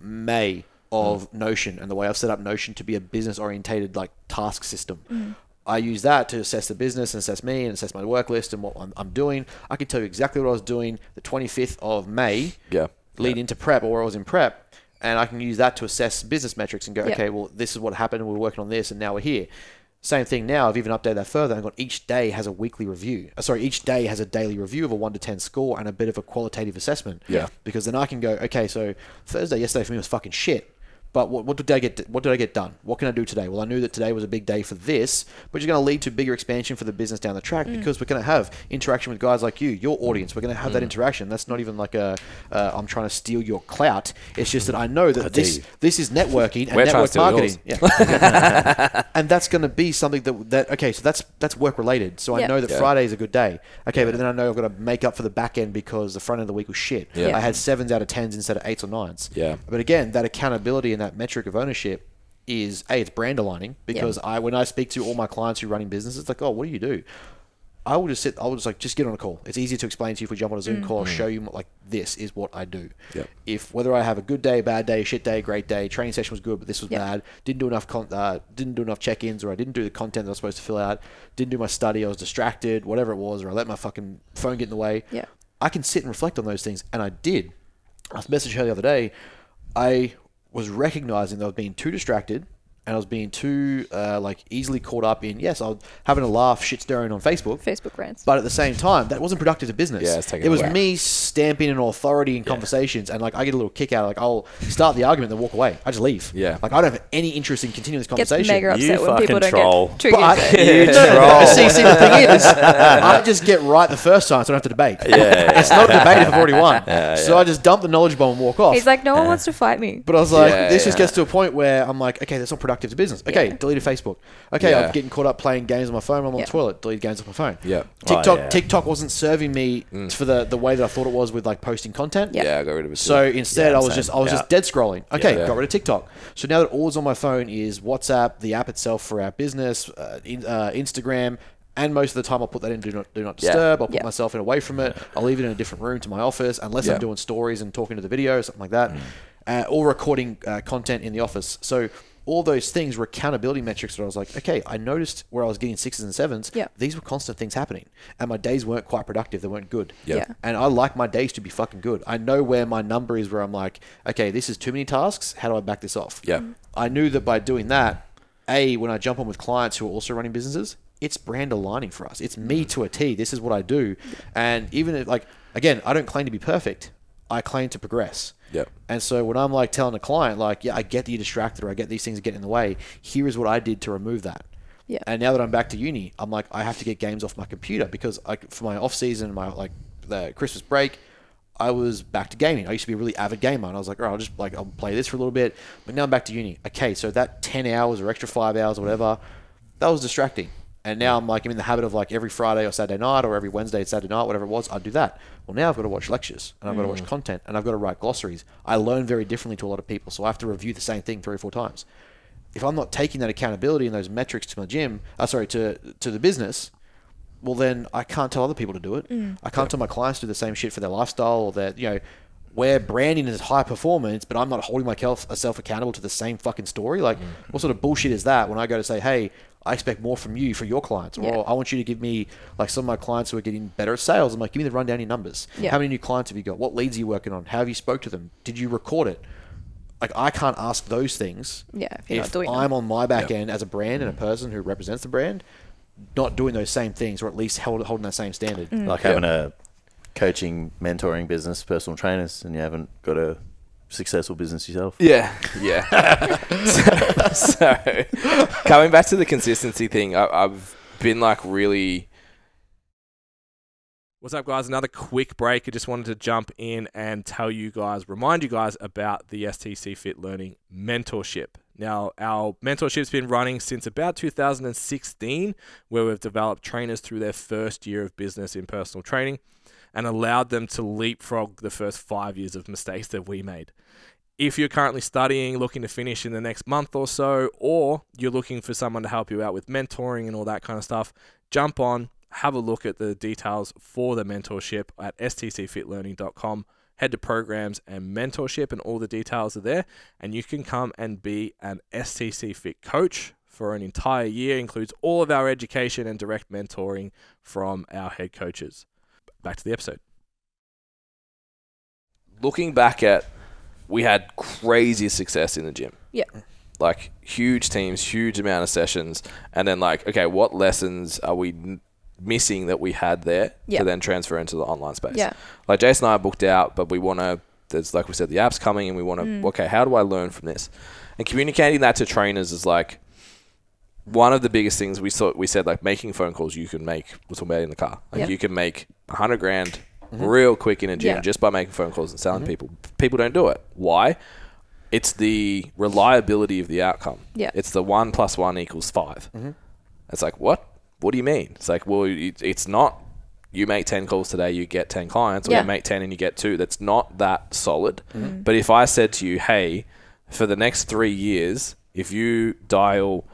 S2: May of
S1: Mm.
S2: Notion and the way I've set up Notion to be a business orientated like task system. I use that to assess the business and assess me and assess my work list and what I'm, I'm doing. I can tell you exactly what I was doing the 25th of May,
S1: Yeah.
S2: lead into prep or where I was in prep, and I can use that to assess business metrics and go,
S3: Yeah.
S2: okay, well, this is what happened. and We're working on this, and now we're here. Same thing now. I've even updated that further. I've got each day has a weekly review. uh, Sorry, each day has a daily review of a one to ten score and a bit of a qualitative assessment.
S1: Yeah.
S2: Because then I can go, okay, so Thursday yesterday for me was fucking shit. But what, what did I get? What did I get done? What can I do today? Well, I knew that today was a big day for this, which is going to lead to bigger expansion for the business down the track
S1: Mm.
S2: because we're going to have interaction with guys like you, your audience. We're going to have that
S1: Mm.
S2: interaction. That's not even like a uh, I'm trying to steal your clout. It's just
S1: Mm.
S2: that I know that this this
S1: (laughs)
S2: is networking and
S1: We're trying to
S2: network
S1: steal
S2: marketing.
S1: (laughs)
S2: Yeah. and that's going to be something that that okay. So that's that's work related. So I
S3: Yeah.
S2: know that
S1: Yeah.
S2: Friday is a good day. Okay, but then I know I've got to make up for the back end because the front end of the week was shit.
S1: Yeah.
S2: I had sevens out of tens instead of eights or nines.
S1: Yeah.
S2: But again, that accountability and that metric of ownership is a it's brand aligning because I when I speak to all my clients who are running businesses, it's like, oh, what do you do? I will just sit. I will just like just get on a call. It's easy to explain to you if we jump on a Zoom call. I'll show you like this is what I do.
S1: Mm. Yep.
S2: If whether I have a good day, bad day, shit day, great day, training session was good, but this was
S3: Yep.
S2: bad. Didn't do enough. Con- uh, didn't do enough check-ins, or I didn't do the content that I was supposed to fill out. Didn't do my study. I was distracted. Whatever it was, or I let my fucking phone get in the way.
S3: Yeah.
S2: I can sit and reflect on those things, and I did. I messaged her the other day. I was recognizing that I was being too distracted, and I was being too uh, like easily caught up in. Yes, I was having a laugh, shit stirring on Facebook,
S3: Facebook rants.
S2: but at the same time, that wasn't productive to business.
S1: Yeah, it's taken
S2: it was
S1: away.
S2: me stamping an authority in conversations, and like I get a little kick out. of Like I'll start the argument, then walk away. I just leave.
S1: Yeah.
S2: like I don't have any interest in continuing this
S3: Gets
S2: conversation.
S3: mega
S4: You
S3: upset when people
S4: fucking
S3: don't
S4: troll.
S3: get triggered.
S2: But
S3: by it.
S2: you (laughs)
S4: troll.
S2: See, see, the thing is, I just get right the first time, so I don't have to debate.
S4: yeah.
S2: it's not a debate if I've already won.
S4: Yeah,
S2: so
S4: yeah.
S2: I just dump the knowledge bomb and walk off.
S3: He's like, no one wants to fight me.
S2: but I was like,
S1: Yeah,
S2: this just
S1: yeah.
S2: gets to a point where I'm like, okay, that's not productive to business. Okay,
S3: Yeah.
S2: deleted Facebook. Okay,
S1: Yeah.
S2: I'm getting caught up playing games on my phone. I'm on
S3: Yeah.
S2: the toilet. Deleted games off my phone.
S1: Yeah.
S4: Oh,
S2: TikTok
S4: yeah.
S2: TikTok wasn't serving me for the, the way that I thought it was with like posting content.
S3: Yeah.
S1: Yeah, I got rid of it.
S2: So
S1: too.
S2: instead,
S4: Yeah,
S2: I was
S4: same.
S2: just I was
S4: Yeah.
S2: just dead scrolling. Okay,
S1: Yeah.
S2: got rid of TikTok. So now that all that's on my phone is WhatsApp, the app itself for our business, uh, in, uh, Instagram, and most of the time I'll put that in do not do not
S1: Yeah.
S2: disturb. I'll put
S3: Yeah.
S2: myself in away from it. I'll leave it in a different room to my office unless
S1: Yeah. Mm.
S2: I'm doing stories and talking to the video or something like that, uh, or recording uh, content in the office. So. All those things were accountability metrics that I was like, okay, I noticed where I was getting sixes and sevens.
S3: Yeah.
S2: These were constant things happening. And my days weren't quite productive. They weren't good.
S1: Yeah.
S3: Yeah.
S2: And I like my days to be fucking good. I know where my number is where I'm like, okay, this is too many tasks. How do I back this off? Mm-hmm.
S1: Yeah.
S2: I knew that by doing that, A, when I jump on with clients who are also running businesses, it's brand aligning for us. It's
S3: Mm-hmm.
S2: me to a T. This is what I do. And even if, like, again, I don't claim to be perfect. I claim to progress.
S1: Yep.
S2: And so when I'm like telling a client, like, yeah, I get that you're distracted or I get these things getting in the way, here is what I did to remove that.
S3: Yeah.
S2: And now that I'm back to uni, I'm like, I have to get games off my computer because I, for my off season, my like the Christmas break, I was back to gaming. I used to be a really avid gamer, and I was like, all right, I'll just like I'll play this for a little bit. But now I'm back to uni. Okay, so that ten hours or extra five hours or whatever, that was distracting. And now I'm like I'm in the habit of like every Friday or Saturday night or every Wednesday and Saturday night, whatever it was, I'd do that. Well, now I've got to watch lectures and I've got to watch content and I've got to write glossaries. I learn very differently to a lot of people, so I have to review the same thing three or four times if I'm not taking that accountability and those metrics to my gym, uh, sorry, to to the business, well then I can't tell other people to do it.
S3: Mm.
S2: I can't tell my clients to do the same shit for their lifestyle or their you know where branding is high performance, but I'm
S3: Mm.
S2: not holding myself myself accountable to the same fucking story. Like, what sort of bullshit is that? When I go to say, hey, I expect more from you for your clients, or
S3: Yeah.
S2: I want you to give me like some of my clients who are getting better at sales. I'm like, give me the rundown of your numbers.
S3: Yeah.
S2: How many new clients have you got? What leads are you working on? How have you spoke to them? Did you record it? Like I can't ask those things.
S3: Yeah, if you're not doing them.
S2: I'm on my back end as a brand and a person who represents the brand, not doing those same things, or at least held, holding that same standard.
S3: Mm.
S4: like having a coaching, mentoring business, personal trainers, and you haven't got a successful business yourself.
S1: Yeah, yeah. (laughs) so, so, coming back to the consistency thing, I, I've been like really.
S5: What's up, guys? Another quick break. I just wanted to jump in and tell you guys, remind you guys about the STC Fit Learning Mentorship. Now, our mentorship's been running since about 2016, where we've developed trainers through their first year of business in personal training and allowed them to leapfrog the first five years of mistakes that we made. If you're currently studying, looking to finish in the next month or so, or you're looking for someone to help you out with mentoring and all that kind of stuff, jump on, have a look at the details for the mentorship at stcfitlearning.com. Head to programs and mentorship, and all the details are there. And you can come and be an STC Fit coach for an entire year, includes all of our education and direct mentoring from our head coaches. Back to the episode.
S1: Looking back at, we had crazy success in the gym.
S3: Yeah.
S1: Like huge teams, huge amount of sessions, and then like, okay, what lessons are we n- missing that we had there
S3: Yeah.
S1: to then transfer into the online space?
S3: Yeah.
S1: like Jason and I are booked out, but we want to. There's like we said, the app's coming, and we want to.
S3: Mm.
S1: Okay, how do I learn from this? And communicating that to trainers is like one of the biggest things we saw. We said like making phone calls you can make. We're talking about in the car. Like
S3: Yeah.
S1: you can make a hundred grand real quick in a gym
S3: Yeah.
S1: just by making phone calls and selling people. People don't do it. Why? It's the reliability of the outcome.
S3: Yeah.
S1: It's the one plus one equals 5 It's like what? What do you mean? It's like well, it- it's not. You make ten calls today, you get ten clients, or
S3: Yeah. Mm-hmm.
S1: you make ten and you get two. That's not that solid. But if I said to you, hey, for the next three years, if you dial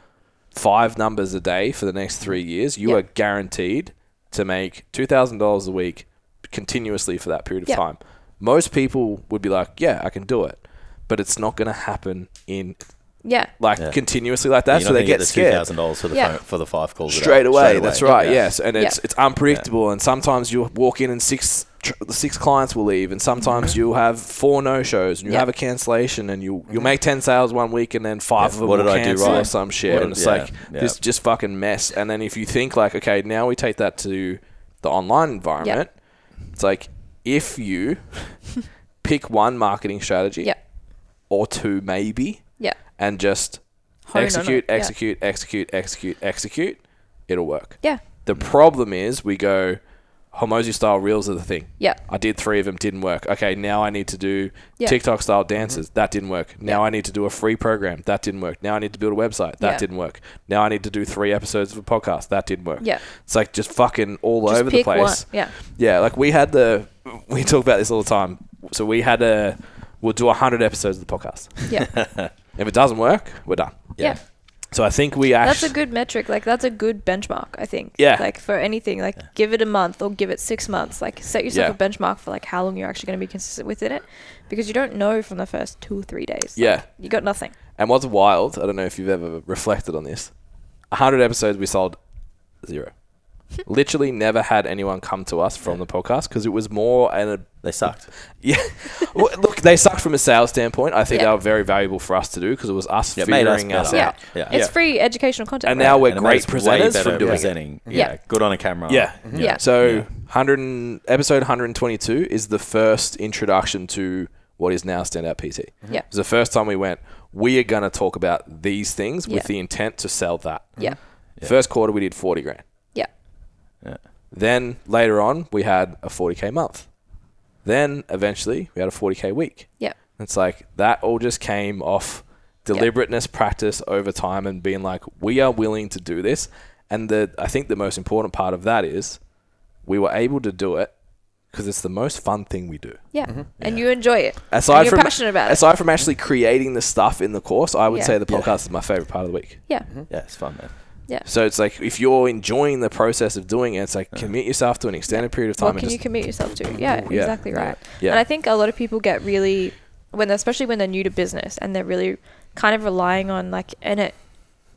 S1: five numbers a day for the next three years, you
S3: Yeah.
S1: are guaranteed to make two thousand dollars a week continuously for that period of
S3: Yeah.
S1: time. Most people would be like, yeah, I can do it, but it's not going to happen in
S3: Yeah.
S1: like
S4: Yeah.
S1: continuously like that.
S4: You're
S1: so
S4: not
S1: they
S4: gonna get
S1: get scared
S4: the $2,000 for the,
S3: Yeah.
S4: phone, for the five calls. a day.
S1: straight away. That's right. Yes, and it's
S3: Yeah.
S1: it's unpredictable, and sometimes you'll walk in and six tr- six clients will leave, and sometimes you'll have four no shows, and you will
S3: Yeah.
S1: have a cancellation, and you you'll make ten sales one week, and then five
S4: Yeah.
S1: of them
S4: What
S1: will
S4: did I do
S1: cancel or
S4: right?
S1: some shit,
S4: What
S1: and
S4: did-
S1: it's
S4: yeah,
S1: like
S4: yeah.
S1: this just fucking mess. And then if you think like, okay, now we take that to the online environment, it's like if
S3: (laughs)
S1: you pick one marketing strategy
S3: Yeah.
S1: or two maybe
S3: Yeah.
S1: and just
S3: Hone on it,
S1: execute,
S3: yeah.
S1: execute, execute, execute, execute, it'll work.
S3: Yeah.
S1: The problem is we go Homozy style reels are the thing.
S3: Yeah.
S1: I did three of them, didn't work. Okay, now I need to do
S3: Yeah. Mm-hmm.
S1: TikTok style dances. That didn't work. Now I need to do a free program. That didn't work. Now I need to build a website. That
S3: Yeah.
S1: didn't work. Now I need to do three episodes of a podcast. That didn't work.
S3: Yeah.
S1: It's like just fucking all
S3: Just
S1: over the
S3: pick
S1: place.
S3: one. Yeah.
S1: Yeah, like we had the we talk about this all the time. So we had a we'll do hundred episodes of the podcast.
S4: (laughs)
S3: Yeah.
S1: If it doesn't work, we're done.
S3: yeah.
S1: So I think we
S3: That's
S1: actually
S3: a good metric. Like that's a good benchmark, I think.
S1: Yeah.
S3: Like for anything, like give it a month or give it six months. Like set yourself
S1: Yeah.
S3: a benchmark for like how long you're actually going to be consistent within it, because you don't know from the first two or three days. Like,
S1: Yeah.
S3: you got nothing.
S1: And what's wild, I don't know if you've ever reflected on this. 100 episodes we sold
S3: (laughs)
S1: zero. Literally never had anyone come to us from the podcast because it was more and a
S4: They sucked.
S1: (laughs) yeah. Well, look, they sucked from a sales standpoint. I think
S3: Yeah.
S1: they were very valuable for us to do because it was us
S4: Yeah, it made us
S1: figuring us,
S4: better.
S3: Yeah.
S1: out.
S4: Yeah.
S3: It's
S1: Yeah.
S3: free educational content.
S1: And
S3: right?
S1: now Oh, we're
S4: And it made
S1: great
S4: us way
S1: presenters
S4: better
S1: from doing it.
S4: presenting.
S3: Yeah.
S4: Yeah. Good on a camera.
S1: Yeah.
S3: Yeah. Yeah.
S1: So,
S4: Yeah.
S1: 100 and- episode 122 is the first introduction to what is now Standout PT.
S3: Yeah.
S1: It was the first time we went, we are going to talk about these things with
S3: Yeah.
S1: the intent to sell that.
S3: Yeah.
S1: First quarter, we did 40 grand.
S3: Yeah.
S1: Then later on, we had a 40K month. Then eventually, we had a 40K week.
S3: Yeah.
S1: It's like that all just came off deliberateness, practice over time, and being like, we are willing to do this. And the I think the most important part of that is we were able to do it because it's the most fun thing we do.
S3: Mm-hmm. Yeah. And you enjoy it.
S1: Aside
S3: and you're
S1: from
S3: passionate about it.
S1: aside from actually creating the stuff in the course, I would
S3: Yeah.
S1: say the
S4: Yeah.
S1: podcast is my favorite part of the week.
S3: Yeah.
S1: Mm-hmm.
S4: Yeah, it's fun, man.
S3: Yeah.
S1: So it's like if you're enjoying the process of doing it, it's like commit yourself to an extended period of time.
S3: What
S1: and
S3: can you
S1: just,
S3: commit yourself to? Yeah,
S1: Yeah.
S3: exactly right.
S1: Yeah.
S3: And I think a lot of people get really when they're, especially when they're new to business and they're really kind of relying on like and it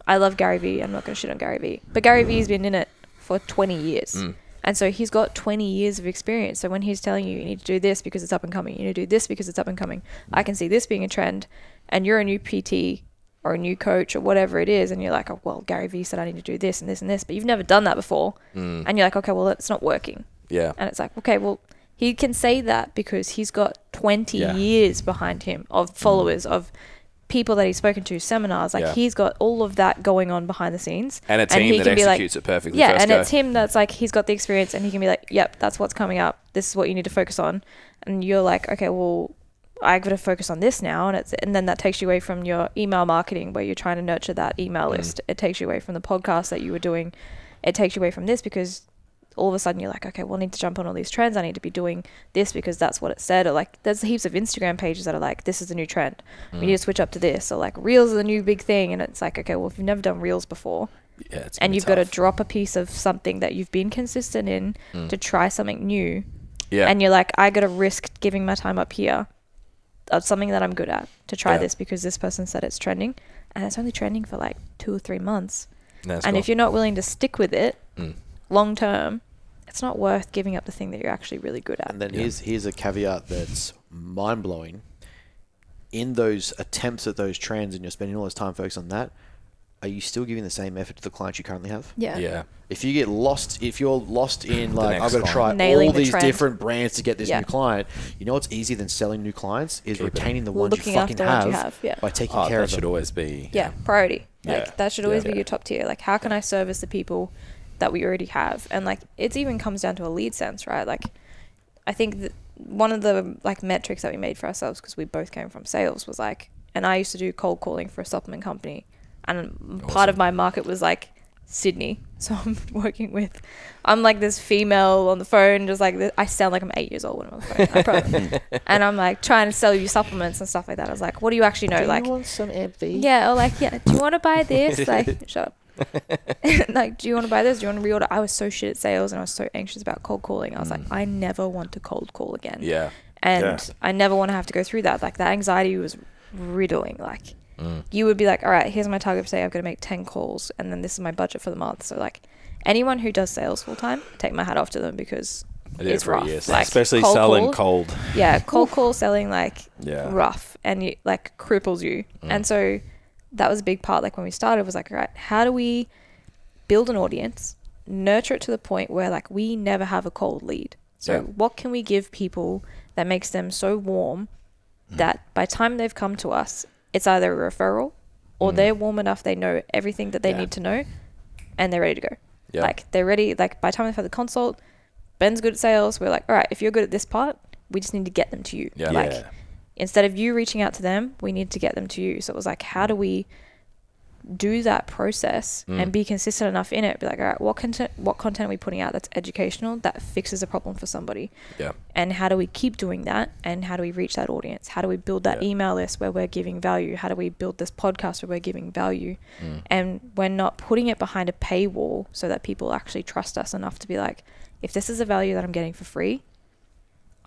S3: I love Gary Vee. I'm not going to shit on Gary Vee. But
S1: Mm.
S3: Gary Vee's been in it for 20 years. And so he's got 20 years of experience. So when he's telling you, you need to do this because it's up and coming, you need to do this because it's up and coming,
S1: Mm.
S3: I can see this being a trend. And you're a new PT or a new coach or whatever it is. And you're like, oh, well, Gary Vee said I need to do this and this and this. But you've never done that before.
S1: Mm.
S3: And you're like, okay, well, it's not working.
S1: Yeah.
S3: And it's like, okay, well, he can say that because he's got 20
S2: Yeah.
S3: years behind him of followers, of people that he's spoken to, seminars. Like,
S1: Mm. Yeah.
S3: he's got all of that going on behind the scenes.
S1: And a team
S3: he
S1: that
S3: can be like-
S1: executes it perfectly
S3: Yeah,
S1: first
S3: and
S1: go.
S3: it's him that's like, he's got the experience and he can be like, yep, that's what's coming up. This is what you need to focus on. And you're like, okay, well, I got to focus on this now, and it's and then that takes you away from your email marketing where you're trying to nurture that email
S1: Mm.
S3: list. It takes you away from the podcast that you were doing. It takes you away from this because all of a sudden you're like, okay, well, I need to jump on all these trends. I need to be doing this because that's what it said. Or like, there's heaps of Instagram pages that are like, this is the new trend.
S1: Mm.
S3: We need to switch up to this. Or like, reels are the new big thing, and it's like, okay, well, if you've never done reels before,
S4: Yeah, it's gonna
S3: and
S4: be
S3: you've got to
S4: tough.
S3: drop a piece of something that you've been consistent in to try something new,
S1: Mm. Yeah.
S3: and you're like, I got to risk giving my time up here of something that I'm good at to try
S1: Yeah.
S3: this because this person said it's trending, and it's only trending for like two or three months.
S1: No, it's
S3: and
S1: cool. Mm.
S3: if you're not willing to stick with it long term, it's not worth giving up the thing that you're actually really good at.
S2: And then here's here's a caveat that's mind blowing. In those attempts at those trends, and you're spending all this time focused on that, are you still giving the same effort to the clients you currently have?
S3: yeah.
S1: yeah.
S2: If you get lost, if you're lost in like
S1: next
S2: I've got to
S1: client.
S2: try
S3: Nailing
S2: all
S3: the
S2: these
S3: trend.
S2: different brands to get this
S3: Yeah.
S2: new client, you know what's easier than selling new clients is
S1: Keep it.
S2: retaining the ones
S3: Looking
S2: you fucking
S3: after the ones
S2: have,
S3: you have, yeah.
S2: by taking
S4: Oh,
S2: care
S4: that
S2: of
S4: should
S2: them.
S4: always be.
S3: yeah, priority. Like
S4: Yeah.
S3: that should always
S4: Yeah.
S3: be your top tier. Like how can I service the people that we already have? And like it even comes down to a lead sense, right? Like I think that one of the like metrics that we made for ourselves because we both came from sales was like, and I used to do cold calling for a supplement company, and part of my market was like Sydney. (laughs) So I'm working with, I'm like this female on the phone, just like this, I sound like I'm eight years old when I'm on the phone. I
S4: (laughs)
S3: promise. and I'm like trying to sell you supplements and stuff like that. I was like, what do you actually know? like, yeah, or like, yeah, do you want to
S4: (laughs)
S3: buy this? Like, shut up. (laughs) like, do you want to buy this? Do you want to reorder? I was so shit at sales and I was so anxious about cold calling. I was like, I never want to cold call again.
S1: Yeah.
S3: And
S4: Mm. Yeah.
S3: I never want to have to go through that. Like, that anxiety was riddling. Like,
S1: Mm.
S3: you would be like, all right, here's my target for today. I've got to make 10 calls and then this is my budget for the month. So, like, anyone who does sales full time, take my hat off to them because
S1: I did it
S3: it's
S1: for
S3: rough.
S1: years.
S3: Like,
S4: Especially
S3: cold
S4: selling
S3: calls-
S4: cold.
S3: yeah, cold call selling like
S4: Yeah.
S3: rough and you, like cripples you. And so that was a big part. Like when we started, was like, all right, how do we build an audience, nurture it to the point where like we never have a cold lead. So
S1: Yeah.
S3: what can we give people that makes them so warm that by the time they've come to us, it's either a referral or they're warm enough they know everything that they
S2: Yeah.
S3: need to know and they're ready to go.
S1: Yeah.
S3: Like they're ready. Like by the time they've had the consult, Ben's good at sales. We're like, all right, if you're good at this part, we just need to get them to you.
S1: Yeah.
S3: Like
S4: Yeah.
S3: instead of you reaching out to them, we need to get them to you. So it was like, how do we do that process
S1: Mm.
S3: and be consistent enough in it? Be like, all right, what content, what content are we putting out that's educational that fixes a problem for somebody?
S1: Yeah.
S3: and how do we keep doing that and how do we reach that audience how do we build that
S4: Yeah.
S3: email list where we're giving value how do we build this podcast where we're giving value
S1: Mm.
S3: and we're not putting it behind a paywall so that people actually trust us enough to be like if this is a value that i'm getting for free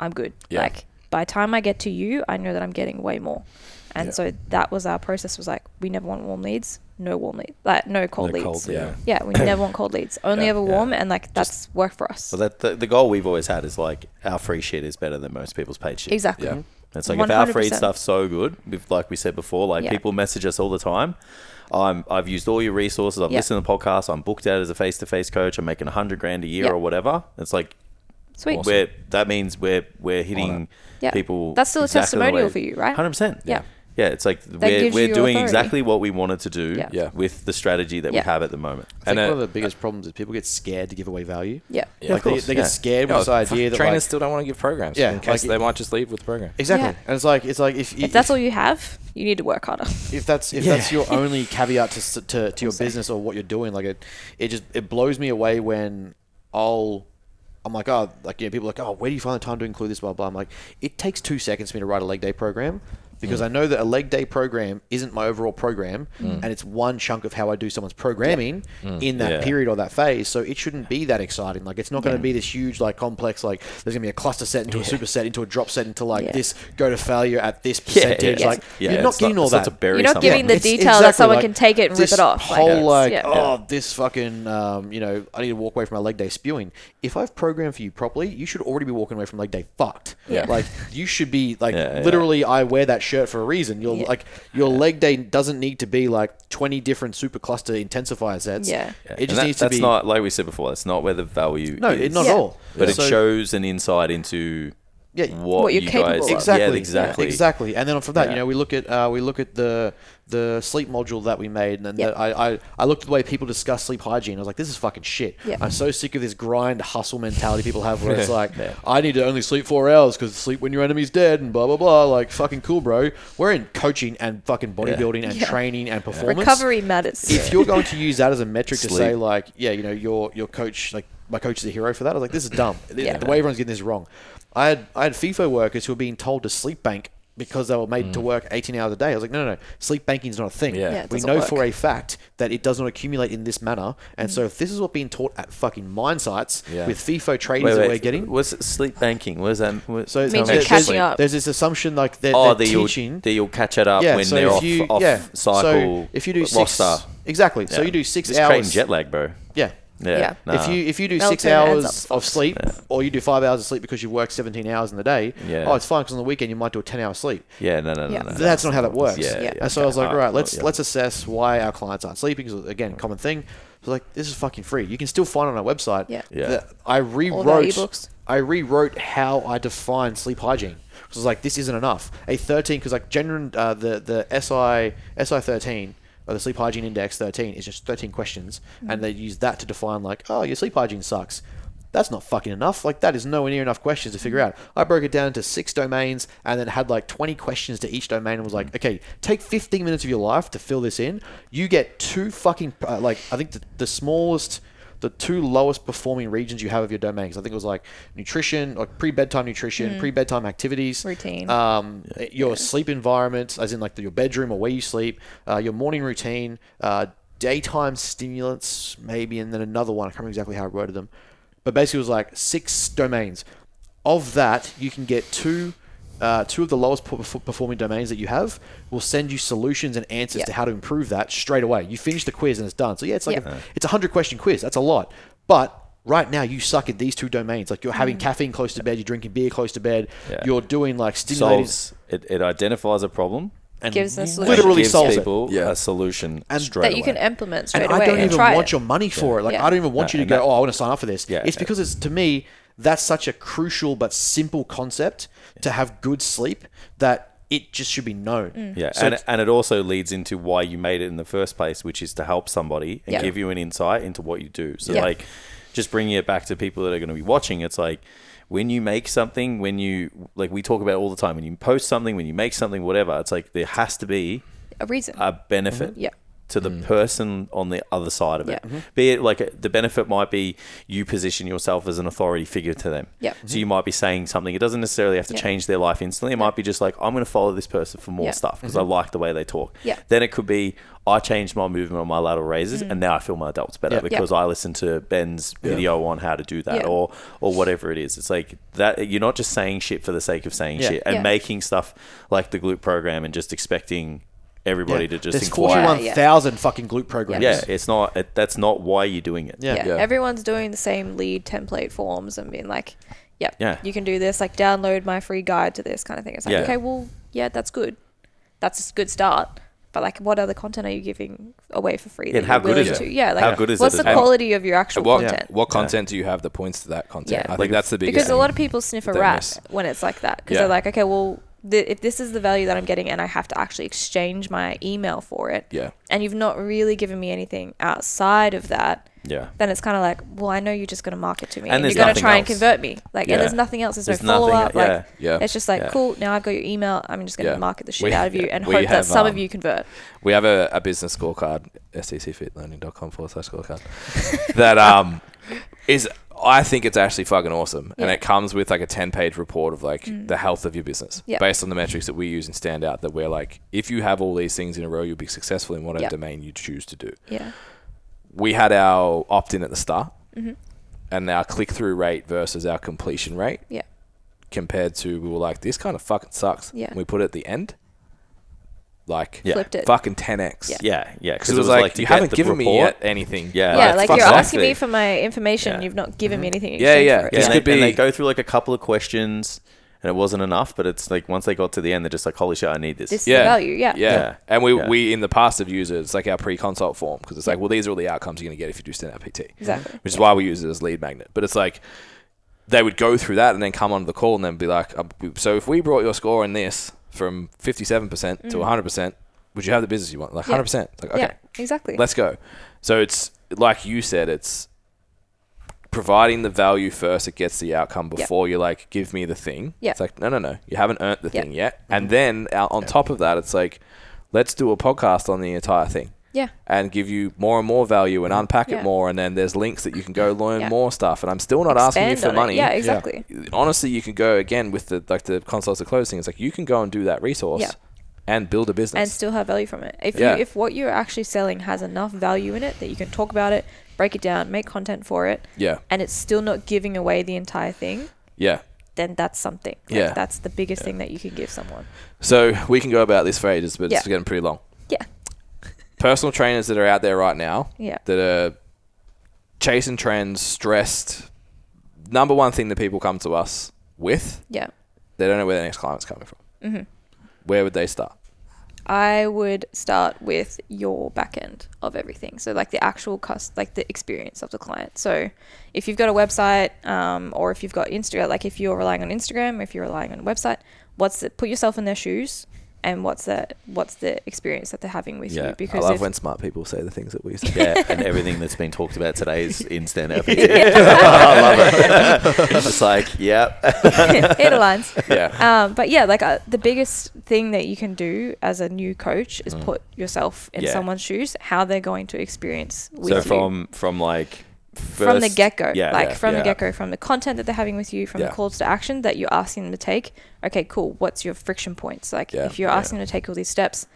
S3: i'm good
S1: Yeah.
S3: like by the time i get to you i know that i'm getting way more and
S1: Yeah.
S3: so that was our process was like we never want warm leads no warm leads like no cold
S4: No
S3: leads
S4: cold,
S1: Yeah.
S4: yeah.
S3: yeah we
S1: (coughs)
S3: never want cold leads only
S1: Yeah,
S3: ever
S4: yeah.
S3: warm and like that's work for us
S4: So that the, the goal we've always had is like our free shit is better than most people's paid shit.
S3: exactly
S1: (laughs)
S3: (laughs)
S1: Yeah.
S4: It's like if our free
S3: 100%.
S4: stuff's so good, we've, like we said before, like
S3: Yeah.
S4: people message us all the time. I'm, I've used all your resources. I've
S3: Yeah.
S4: listened to podcasts. I'm booked out as a face-to-face coach. I'm making a hundred grand a year
S3: Yeah.
S4: or whatever. It's like
S3: sweet
S4: we're that means we're
S1: On
S4: we're
S1: it.
S4: hitting
S3: Yeah.
S4: people.
S3: That's still a testimonial for you, right?
S4: Hundred percent.
S3: Yeah.
S4: Yeah, it's like we're,
S3: gives
S4: we're
S3: you
S4: doing
S3: authority.
S4: exactly what we wanted to do
S3: Yeah.
S1: Yeah.
S4: with the strategy that
S3: Yeah.
S4: we have at the moment.
S2: I think
S1: And, uh,
S2: one of the biggest problems is people get scared to give away value.
S3: yeah
S1: Yeah,
S2: like
S1: of
S2: they,
S4: course,
S2: they get
S4: yeah.
S2: scared with
S1: Oh,
S2: this idea that
S1: trainers
S2: like,
S1: still don't want to give programs.
S2: Yeah,
S1: in case
S2: like-
S1: they might just leave with the program.
S2: exactly,
S3: Yeah.
S2: and it's like it's like if
S3: if that's all you have, you need to work harder.
S2: if that's if
S4: Yeah. (laughs)
S2: that's your only caveat to, s- to, to your business or what you're doing, like it, it just it blows me away when I'll I'm like oh like you know people are like oh where do you find the time to include this blah blah. I'm like it takes two seconds for me to write a leg day program, because
S4: Mm.
S2: I know that a leg day program isn't my overall program and it's one chunk of how I do someone's programming in that
S4: Yeah.
S2: period or that phase. So it shouldn't be that exciting. Like it's not going to be this huge, like complex, like there's going to be a cluster set into a super set into a drop set into like
S3: Yeah.
S2: this go to failure at this
S4: Yeah,
S2: percentage.
S4: yeah.
S2: Like
S4: Yeah,
S2: you're not
S4: it's not-
S2: getting all
S4: it's not
S2: that.
S4: to bury
S3: You're not
S4: something.
S3: giving the
S2: It's
S3: detail that
S2: exactly
S3: someone
S2: like
S3: can take it and rip
S2: this
S3: it off. Like,
S2: Whole like,
S3: yeah.
S2: oh, this fucking, um, you know, I need to walk away from my leg day spewing. If I've programmed for you properly, you should already be walking away from leg day fucked.
S3: Yeah.
S2: Like you should be like
S4: Yeah, yeah.
S2: literally. I wear that shirt for a reason. You're
S3: Yeah.
S2: like your leg day doesn't need to be like 20 different super cluster intensifier sets.
S3: Yeah.
S4: Yeah. And
S2: It just
S4: that-
S2: needs to
S4: that's
S2: be
S4: not like we said before. That's not where the value.
S2: no, it,
S4: is.
S2: not
S3: Yeah.
S2: at all.
S4: But
S2: So-
S4: it shows an insight into
S2: Yeah.
S4: what,
S3: What you're
S4: you
S3: capable
S4: guys
S3: of.
S2: Exactly.
S4: Yeah, exactly.
S2: Exactly. And then from that, you
S4: Yeah.
S2: know, we look at uh, we look at the the sleep module that we made, and then
S3: Yeah.
S2: the, I, I I looked at the way people discuss sleep hygiene. I was like, this is fucking shit.
S3: Yeah.
S2: I'm so sick of this grind hustle mentality people have, where
S4: (laughs)
S2: it's like, I need to only sleep four hours because sleep when your enemy's dead, and blah blah blah. Like fucking cool, bro. We're in coaching and fucking bodybuilding and
S3: Yeah.
S2: training and performance
S3: Recovery matters.
S2: if you're going to use that as a metric to
S4: Sleep.
S2: say like, yeah, you know, your your coach like my coach is a hero for that. I was like, this is
S4: (laughs)
S2: dumb. The-
S3: Yeah.
S2: The way everyone's getting this wrong. I had I had FIFA workers who were being told to sleep bank because they were made
S4: Mm.
S2: to work 18 hours a day. I was like, no, no, no. Sleep banking is not a thing.
S1: Yeah. Yeah,
S3: it
S2: we
S3: doesn't
S2: know
S3: work. Mm.
S2: for a fact that it does not accumulate in this manner. And so if this is what being taught at fucking mine sites
S1: Yeah.
S2: with FIFO
S4: Wait,
S2: traders that
S4: wait,
S2: we're getting.
S4: What's sleep banking? What is that? What,
S2: So
S3: Means
S4: you're
S2: there's,
S3: catching up.
S2: there's this assumption like they're,
S4: oh,
S2: they're
S4: that you'll,
S2: teaching
S4: that you'll catch it up when they're
S2: if
S4: off, off cycle.
S2: So if you do
S4: lost
S2: six,
S4: star.
S2: exactly. So
S4: Yeah.
S2: you do six
S4: It's creating
S2: hours.
S4: jet lag, bro.
S2: Yeah.
S4: Yeah.
S3: Yeah.
S4: nah.
S2: If you if you do six
S3: Melatonin adds up
S2: hours
S3: to
S2: of
S3: five.
S2: sleep, or you do five hours of sleep because you've worked seventeen hours in the day,
S4: Yeah.
S2: oh, it's fine because on the weekend you might do a ten hour sleep.
S4: yeah, no, no, no,
S3: Yeah.
S4: no.
S2: That's not how that works.
S4: Yeah,
S3: Yeah. yeah,
S2: And so I was like,
S4: okay.
S2: all right, let's
S4: Yeah.
S2: let's assess why our clients aren't sleeping. 'cause, again, common thing. So like, this is fucking free. You can still find it on our website.
S3: Yeah.
S4: Yeah.
S2: That I rewrote.
S3: ebooks.
S2: I rewrote how I define sleep hygiene. Because I was like, this isn't enough. A thirteen, because like general uh, the the SI SI thirteen or the sleep hygiene index thirteen is just thirteen questions, and they use that to define like, oh, your sleep hygiene sucks. That's not fucking enough. Like that is nowhere near enough questions to figure out. I broke it down into six domains and then had like twenty questions to each domain and was like, okay, take fifteen minutes of your life to fill this in. You get two fucking uh, like I think the, the smallest the two lowest performing regions you have of your domains. I think it was like nutrition, like pre bedtime nutrition, pre bedtime activities,
S3: Mm-hmm. Routine.
S2: um, your sleep environment, as in like your bedroom or where you sleep, uh, your morning routine, uh, daytime stimulants, maybe, and then another one. I can't remember exactly how I worded them, but basically it was like six domains. Of that, you can get two. Uh, two of the lowest perf- performing domains that you have will send you solutions and answers
S3: Yeah.
S2: to how to improve that straight away. You finish the quiz and it's done. So yeah, it's like
S3: Yeah.
S2: a, it's a hundred question quiz. That's a lot, but right now you suck at these two domains. Like you're having caffeine close to bed, you're drinking beer close to bed,
S4: Mm. Yeah.
S2: you're doing like stimulating
S4: solves it, it identifies a problem and
S3: Gives a solution.
S2: literally
S4: gives
S2: solves it.
S4: people
S1: Yeah.
S4: a solution
S2: And
S4: straight
S3: that you
S4: away.
S3: can implement straight
S2: And
S3: away
S2: I don't
S3: and
S2: even
S3: try
S2: want
S3: it.
S2: your money for it. Like
S3: Yeah.
S2: I don't even want
S4: No,
S2: you to
S4: and
S2: go.
S4: that-
S2: oh, I want to sign up for this.
S4: Yeah,
S2: it's
S4: yeah.
S2: because it's to me that's such a crucial but simple concept to have good sleep that it just should be known.
S3: Mm.
S4: Yeah,
S2: So
S4: and, and it also leads into why you made it in the first place, which is to help somebody and
S3: Yeah.
S4: give you an insight into what you do. So,
S3: Yeah.
S4: like, just bringing it back to people that are going to be watching, it's like when you make something, when you, like, we talk about all the time, when you post something, when you make something, whatever, it's like there has to be
S3: a reason.
S2: Uh,
S4: a benefit
S3: Yeah.
S4: to
S2: Mm.
S4: the person on the other side of it.
S3: Yeah. Mhm.
S4: Be it like uh, the benefit might be you position yourself as an authority figure to them.
S3: Yeah. Mm-hmm.
S4: So you might be saying something. It doesn't necessarily have to
S3: Yeah.
S4: change their life instantly. It might be just like, I'm going to follow this person for more
S3: Yeah. Mm-hmm.
S4: stuff because I like the way they talk.
S3: Yeah. Mm.
S4: Then it could be, I changed my movement on my lateral raises and now I feel my delts better
S2: Yeah. Yeah.
S4: because I listened to Ben's video on how to do that
S3: Yeah.
S4: or or whatever it is. It's like that you're not just saying shit for the sake of saying
S2: Yeah.
S4: shit and
S3: Yeah.
S4: making stuff like the glute program and just expecting everybody to just
S2: There's
S4: inquire.
S2: forty-one
S3: Yeah, yeah.
S2: thousand fucking glute programs.
S4: Yeah, it's not. It, that's not why you're doing it.
S2: Yeah.
S3: yeah.
S1: Yeah.
S3: Everyone's doing the same lead template forms and being like, yep,
S4: Yeah.
S3: you can do this, like download my free guide to this kind of thing. It's like,
S4: Yeah.
S3: okay, well, yeah, that's good. That's a good start. But like, what other content are you giving away for free?
S4: Yeah,
S3: that
S4: how
S3: you're
S4: good is
S3: willing
S4: it?
S3: To? Yeah, like,
S4: How good is
S3: what's
S4: it
S3: the
S4: as well?
S3: quality of your actual
S1: What,
S3: content?
S1: what content do you have that points to that content?
S3: Yeah.
S1: I think that's the biggest
S3: because a
S1: thing.
S3: lot of people sniff a
S1: they
S3: rat
S1: miss.
S3: when it's like that because
S1: Yeah.
S3: they're like okay well th- if this is the value that i'm getting and i have to actually exchange my email for it
S1: Yeah.
S3: and you've not really given me anything outside of that
S4: Yeah.
S3: then it's kind of like well i know you're just going to market to me
S4: And
S3: and,
S4: there's
S3: you're going to
S4: nothing
S3: try and
S4: else.
S3: convert me like
S4: Yeah.
S3: and there's nothing else there's,
S4: There's
S3: no
S4: nothing-
S3: follow-up
S4: yeah.
S3: like
S1: Yeah.
S3: it's just like
S4: Yeah.
S3: cool now i got your email i'm just going to
S1: Yeah.
S3: market the shit
S1: We-
S3: out of
S1: (laughs)
S3: you and
S1: we
S3: hope that
S1: have,
S3: some of
S1: um,
S3: you convert
S1: we have a, a business E (laughs) scorecard, stcfitlearning.com forward slash scorecard, that um, is I think it's actually fucking awesome, and
S3: Yeah. Mm.
S1: it comes with like a ten-page report of like the health of your business
S3: Yeah.
S1: based on the metrics that we use in Standout. That we're like, if you have all these things in a row, you'll be successful in whatever
S3: Yeah.
S1: domain you choose to do.
S3: Yeah.
S1: We had our opt-in at the start,
S3: Mm-hmm.
S1: and our click-through rate versus our completion rate
S3: Yeah.
S1: compared to we were like, this kind of fucking sucks.
S3: Yeah.
S1: We put it at the end, like
S4: Yeah.
S3: Flipped it.
S1: fucking ten x.
S3: Yeah.
S4: Yeah, yeah.
S1: Because it was like, you haven't given me yet anything.
S3: yeah,
S4: Yeah, that's
S3: like
S4: fuck
S3: you're
S4: off.
S3: asking me
S4: Exactly.
S3: for my information,
S4: Yeah.
S3: you've not given me anything. in
S1: Mm-hmm. Yeah,
S3: exchange
S1: yeah.
S3: for it.
S4: Yeah,
S1: This
S4: and,
S1: could
S4: they, and
S1: be-
S4: they go through like a couple of questions, and it wasn't enough. But it's like once they got to the end, they're just like, "Holy shit, I need this."
S3: This
S1: Yeah.
S3: is the value. Yeah.
S1: Yeah.
S4: Yeah.
S1: And we,
S4: Yeah.
S1: we in the past have used it. It's like our pre-consult form because it's like, well, these are all the outcomes you're going to get if you do stand up PT.
S3: Exactly.
S1: Which is why we use it as lead magnet. But it's like they would go through that and then come onto the call and then be like, um, so if we brought your score in this from 57% to 100%, would you have the business you want? Like
S3: Mm. Yeah.
S1: 100%. It's Like, okay,
S3: Yeah. Exactly.
S1: let's go. So it's like you said, it's providing the value first. It gets the outcome before you're like, give me the thing.
S3: Yeah.
S1: It's like, no, no, no, you haven't earned the
S3: Yeah. Mm-hmm.
S1: thing yet. And then out on top of that, it's like, let's do a podcast on the entire thing
S3: yeah.
S1: and give you more and more value and unpack
S3: Mm-hmm. Yeah.
S1: it more. And then there's links that you can go learn
S3: Yeah.
S1: more stuff. And I'm still not asking you
S3: Expand
S1: for
S3: on it.
S1: money
S3: Yeah. Exactly.
S1: honestly, you can go again with the like the consults are closing. It's like you can go and do that resource
S3: Yeah.
S1: and build a business.
S3: and still have value from it. If
S1: Yeah.
S3: you if what you're actually selling has enough value in it that you can talk about it, break it down, make content for it,
S1: yeah,
S3: and it's still not giving away the entire thing,
S1: yeah.
S3: then that's something. Like,
S1: Yeah.
S3: That's the biggest thing that you can give someone.
S1: So we can go about this for ages, but
S3: Yeah.
S1: it's getting pretty long.
S3: Yeah.
S1: Personal trainers that are out there right now
S3: Yeah.
S1: that are chasing trends, stressed. Number one thing that people come to us with,
S3: Yeah.
S1: they don't know where their next client's coming from. Mm-hmm. Where would they start?
S3: I would start with your back end of everything. So, like the actual cost, like the experience of the client. So, if you've got a website um, or if you've got Instagram, like if you're relying on Instagram, if you're relying on a website, what's the, put yourself in their shoes and what's the, what's the experience that they're having with
S4: Yeah, I
S3: you? Because
S1: I love
S3: if-
S1: when smart people say the things that we say.
S3: (laughs)
S4: yeah, and everything that's been talked about today is in stand up. (laughs) I love it. (laughs) it's like, yeah,
S3: (laughs) it aligns.
S1: yeah.
S3: um, but yeah, like uh, the biggest thing that you can do as a new coach is put yourself in
S4: Mm. Yeah.
S3: someone's shoes, how they're going to experience with
S4: so
S3: you
S4: from from like first,
S3: from the get go.
S4: yeah,
S3: like
S4: yeah,
S3: from
S4: yeah.
S3: the get go, from the content that they're having with you, from
S1: Yeah.
S3: the calls to action that you're asking them to take. Okay, cool. What's your friction points? Like
S1: Yeah,
S3: if you're
S1: yeah.
S3: asking them to take all these steps,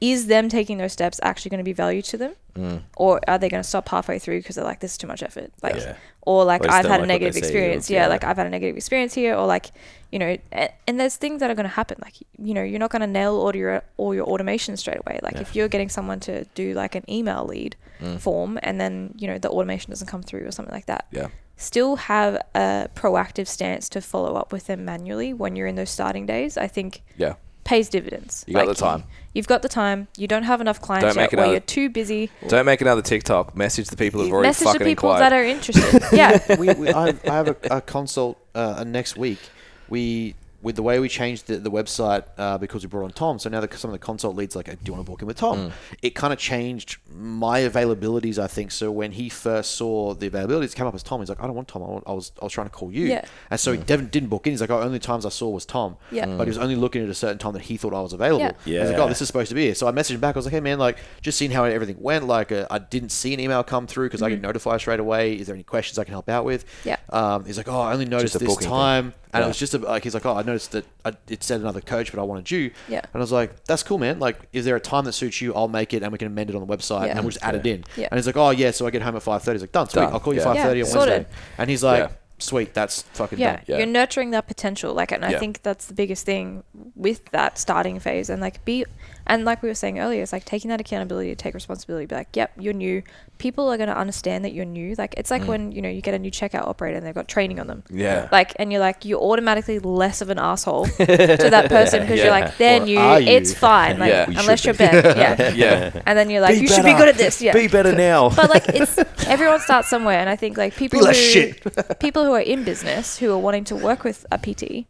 S3: is them taking those steps actually going to be value to them,
S4: Mm.
S3: or are they going to stop halfway through because they're like, this is too much effort? Like,
S4: Yeah.
S3: or like
S4: Or just
S3: I've
S4: don't
S3: had
S4: like what
S3: a
S4: they
S3: negative
S4: say or-
S3: experience. yeah,
S4: yeah.
S3: like I've had a negative experience here, or like you know, and, and there's things that are going to happen. Like you know, you're not going to nail all your all your automation straight away. Like if you're getting someone to do like an email lead
S1: Mm.
S3: form, and then you know the automation doesn't come through or something like that.
S1: Yeah.
S3: Still have a proactive stance to follow up with them manually when you're in those starting days. I think
S1: Yeah.
S3: pays dividends.
S1: You got the time.
S3: You've got the time. You don't have enough clients
S1: Don't make
S3: yet,
S1: it
S3: or
S1: out-
S3: you're too busy.
S1: Don't make another TikTok. Message the people who've already
S3: Message the
S1: fucking
S3: people
S1: inquired.
S3: that are interested.
S1: (laughs)
S3: yeah.
S2: we, we, I, I have a, a consult uh, uh, next week. We with the way we changed the, the website uh, because we brought on Tom. So now the, some of the consult leads like, "Do you want to book him with Tom?" It kind of changed my availabilities. I think so. When he first saw the availabilities came up as Tom, he's like, "I don't want Tom. I, want, I was I was trying to call you."
S3: Yeah.
S2: And so he Devin didn't book in. He's like, "Oh, only times I saw was Tom."
S3: Yeah.
S2: But he was only looking at a certain time that he thought I was available.
S3: Yeah.
S2: I was like,
S4: Yeah.
S2: "Oh, this is supposed to be." Here. So I messaged him back. I was like, "Hey man, like just seeing how everything went. Like uh, I didn't see an email come through because I get notified straight away. Is there any questions I can help out with?"
S3: Mm-hmm. Yeah.
S2: Um, he's like, "Oh, I only noticed
S1: a
S2: this
S1: booking thing.
S2: time," and
S1: Yeah.
S2: it was just a, like he's like, "Oh, I noticed that I, it said another coach, but I wanted you."
S3: Yeah.
S2: And I was like, "That's cool, man. Like, is there a time that suits you? I'll make it, and we can amend it on the website,
S3: Yeah.
S2: and we'll just add it in."
S3: Yeah.
S2: And he's like, "Oh, yeah." So I get home at five thirty. He's like, "Done. Sweet.
S1: Done.
S2: I'll call you
S1: Yeah.
S2: five thirty
S3: Yeah,
S2: on
S3: sorted.
S2: Wednesday." And he's like,
S1: Yeah.
S2: "Sweet. That's fucking
S3: yeah,
S2: done."
S1: Yeah.
S3: you're nurturing that potential like and i
S1: Yeah.
S3: think that's the biggest thing with that starting phase and like be and like we were saying earlier it's like taking that accountability take responsibility be like yep you're new people are going to understand that you're new like it's like when you know you get a new checkout operator and they've got training on them
S1: Yeah.
S3: like and you're like you're automatically less of an asshole to that person because you're
S1: Yeah.
S3: like they're
S2: Or
S3: new
S2: are you?
S3: it's fine
S4: (laughs)
S3: like
S1: Yeah. We
S3: unless you're
S4: should
S3: bad
S4: (laughs)
S3: yeah
S1: (laughs) yeah.
S3: and then you're like
S4: Be
S3: you should be
S4: better.
S3: good at this yeah
S4: Be better now.
S3: but
S1: (laughs)
S4: (laughs)
S3: like it's everyone starts somewhere and i think like people who
S2: less shit.
S3: (laughs) people who are in business who are wanting to work with a pt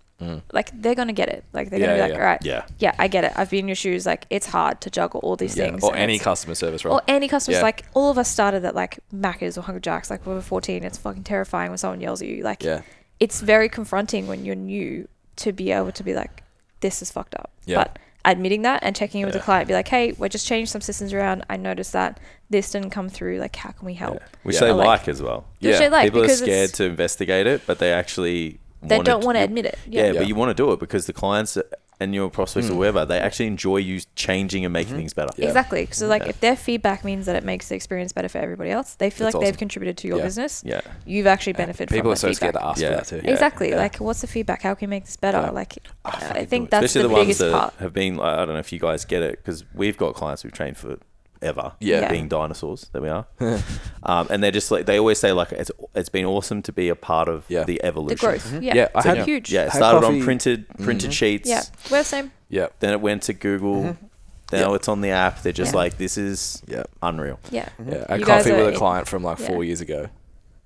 S3: like they're gonna get it like they're gonna be
S1: Mm. Yeah,
S3: like
S1: yeah,
S3: all right
S4: yeah.
S3: yeah i get it i've been in your shoes like it's hard to juggle all these
S1: Yeah.
S3: things
S1: Or
S3: and
S1: any
S3: it's-
S1: customer service role.
S3: or any customers
S1: Yeah.
S3: like all of us started at like Macca's or Hunger Jacks like when we were 14 it's fucking terrifying when someone yells at you like
S1: Yeah.
S3: it's very confronting when you're new to be able to be like this is fucked up
S1: Yeah.
S3: but admitting that and checking in with the client, be like, hey, we're just changing some systems around. I noticed that this didn't come through. Like, how can we help?
S4: Which
S1: Yeah.
S4: they
S1: I
S3: like-
S4: like, as well.
S3: Which they like
S4: People are
S3: because
S4: scared
S3: it's-
S4: to investigate it, but they actually
S3: They
S4: wanna-
S3: don't want to admit it.
S4: Yeah,
S3: Yeah.
S4: but you want to do it because the clients and your prospects
S1: Hmm.
S4: or whoever they actually enjoy you changing and
S1: Mm-hmm.
S4: making things better.
S3: Exactly. So, like, if their feedback means that it makes the experience better for everybody else, they feel
S1: That's
S3: like
S1: awesome.
S3: they've contributed to your
S1: Yeah.
S3: business.
S4: Yeah.
S3: You've actually benefited
S1: People
S3: from
S1: are
S3: the
S1: so
S3: feedback.
S1: scared to ask
S4: Yeah.
S1: for that too.
S4: Yeah.
S3: exactly.
S4: yeah.
S3: Like, what's the feedback? How can we make this better?
S1: Yeah.
S3: Like,
S1: I fucking
S3: I
S1: do
S3: think
S1: it.
S3: that's
S4: Especially
S3: the,
S4: the, ones
S3: biggest
S4: that
S3: part.
S4: have been like, I don't know if you guys get it because we've got clients we've trained for ever.
S1: Yeah.
S3: Yeah.
S4: being dinosaurs that
S1: (laughs)
S4: we are, um, and they're just like they always say like it's it's been awesome to be a part of
S1: Yeah.
S4: the
S1: The
S4: evolution. Mm-hmm.
S3: The growth. Yeah.
S1: Mm-hmm. Yeah, I
S3: It's
S1: had-
S3: huge.
S4: Yeah, it
S1: Had
S4: started on
S1: coffee- Mm-hmm.
S4: printed printed sheets.
S3: Yeah. We're the same.
S1: Yep.
S4: Then it went to Google. Now
S1: Mm-hmm. Yeah.
S4: it's on the app. They're just
S3: Yeah.
S4: like, this is
S1: Yeah.
S4: unreal.
S3: Yeah.
S1: Yeah, I had
S3: You guys
S1: coffee
S3: are
S1: with a
S3: in-
S1: client from like four
S3: yeah.
S1: years ago,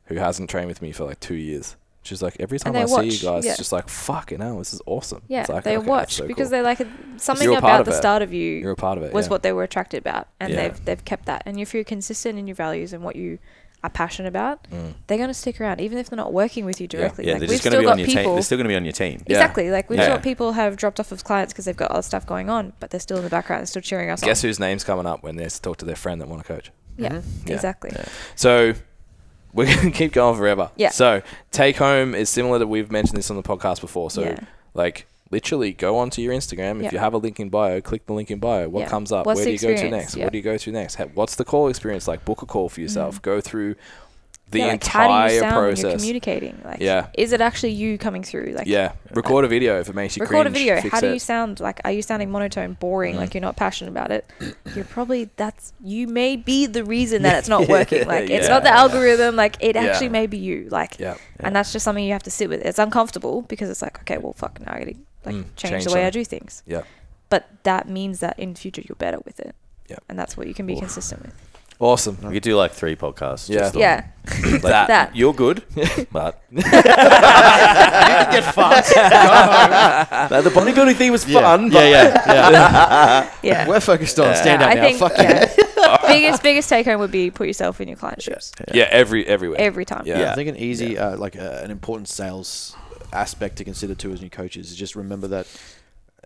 S1: who hasn't trained with me for like two years. She's like, every time
S3: they
S1: I see
S3: watch,
S1: you guys,
S3: yeah.
S1: it's just like, fucking hell, this is awesome.
S3: Yeah,
S1: It's like,
S3: they
S1: okay, that's
S3: watch
S1: so
S3: because
S1: cool.
S3: they like it- something
S1: You're a part
S3: about
S1: of
S3: the
S1: it.
S3: start of you.
S1: You're a part of it,
S3: Was
S1: yeah.
S3: what they were attracted about, and
S1: Yeah.
S3: they've they've kept that. And if you're consistent in your values and what you are passionate about,
S1: Mm.
S3: they're going to stick around, even if they're not working with you directly.
S4: Yeah,
S3: like
S4: they're
S3: we've
S4: just going to
S3: still
S4: be on
S3: got
S4: your team.
S3: people.
S4: They're still going to be on your team.
S1: Yeah.
S3: Exactly, like we've
S4: Yeah.
S3: got people have dropped off of clients because they've got other stuff going on, but they're still in the background and still cheering us
S1: Guess
S3: on.
S1: whose name's coming up when they talk to their friend that want to coach?
S3: Yeah,
S1: Mm-hmm. Yeah.
S3: exactly.
S1: So (laughs) we're going to keep going forever.
S3: Yeah.
S1: So take home is similar to we've mentioned this on the podcast before. So
S3: Yeah.
S1: like literally go onto your Instagram. If
S3: Yeah.
S1: you have a link in bio, click the link in bio. What
S3: Yeah.
S1: comes up?
S3: What's
S1: Where do
S3: the
S1: you go to
S3: experience?
S1: next?
S3: Yeah.
S1: What do you go to next? Ha- What's the call experience like? Book a call for yourself. Go through the
S3: Yeah, like,
S1: entire
S3: how do you sound when you're
S1: process.
S3: communicating? Like,
S1: Yeah.
S3: is it actually you coming through? Like,
S1: yeah. Record a video if it makes you
S3: record a
S1: cringe,
S3: video.
S1: fix
S3: How do
S1: it. Mm.
S3: you sound? Like, are you sounding monotone, boring? Like you're not passionate about it? You're probably that's you may be the reason that it's not working. Like it's
S1: (laughs) Yeah.
S3: not the algorithm. Like it
S1: Yeah.
S3: actually may be you. Like,
S1: Yeah.
S3: and that's just something you have to sit with. It's uncomfortable because it's like, okay, well, fuck, now I gotta like
S1: Mm,
S3: change,
S1: change
S3: the way I
S1: something.
S3: do things.
S1: Yeah.
S3: But that means that in future you're better with it.
S1: Yeah.
S3: And that's what you can be
S1: Oof.
S3: consistent with.
S1: Awesome.
S4: We could do like three podcasts.
S1: Yeah.
S4: just on-
S3: Yeah.
S4: like,
S1: That.
S3: That.
S4: You're good, (laughs)
S1: (laughs)
S4: but
S2: Get fucked.
S3: (laughs)
S4: No, the bodybuilding thing was
S2: Yeah.
S4: fun.
S2: yeah,
S4: But
S2: yeah,
S1: (laughs)
S2: yeah.
S3: Yeah.
S2: We're focused on stand
S3: Yeah,
S2: up
S3: I
S2: now.
S3: think
S2: Fuck you.
S3: yeah. (laughs) biggest biggest take home would be put yourself in your client's shoes
S1: Yeah. Every everywhere.
S3: every time.
S1: Yeah.
S2: Yeah, I think an easy, uh, like uh, an important sales aspect to consider too as new coaches is just remember that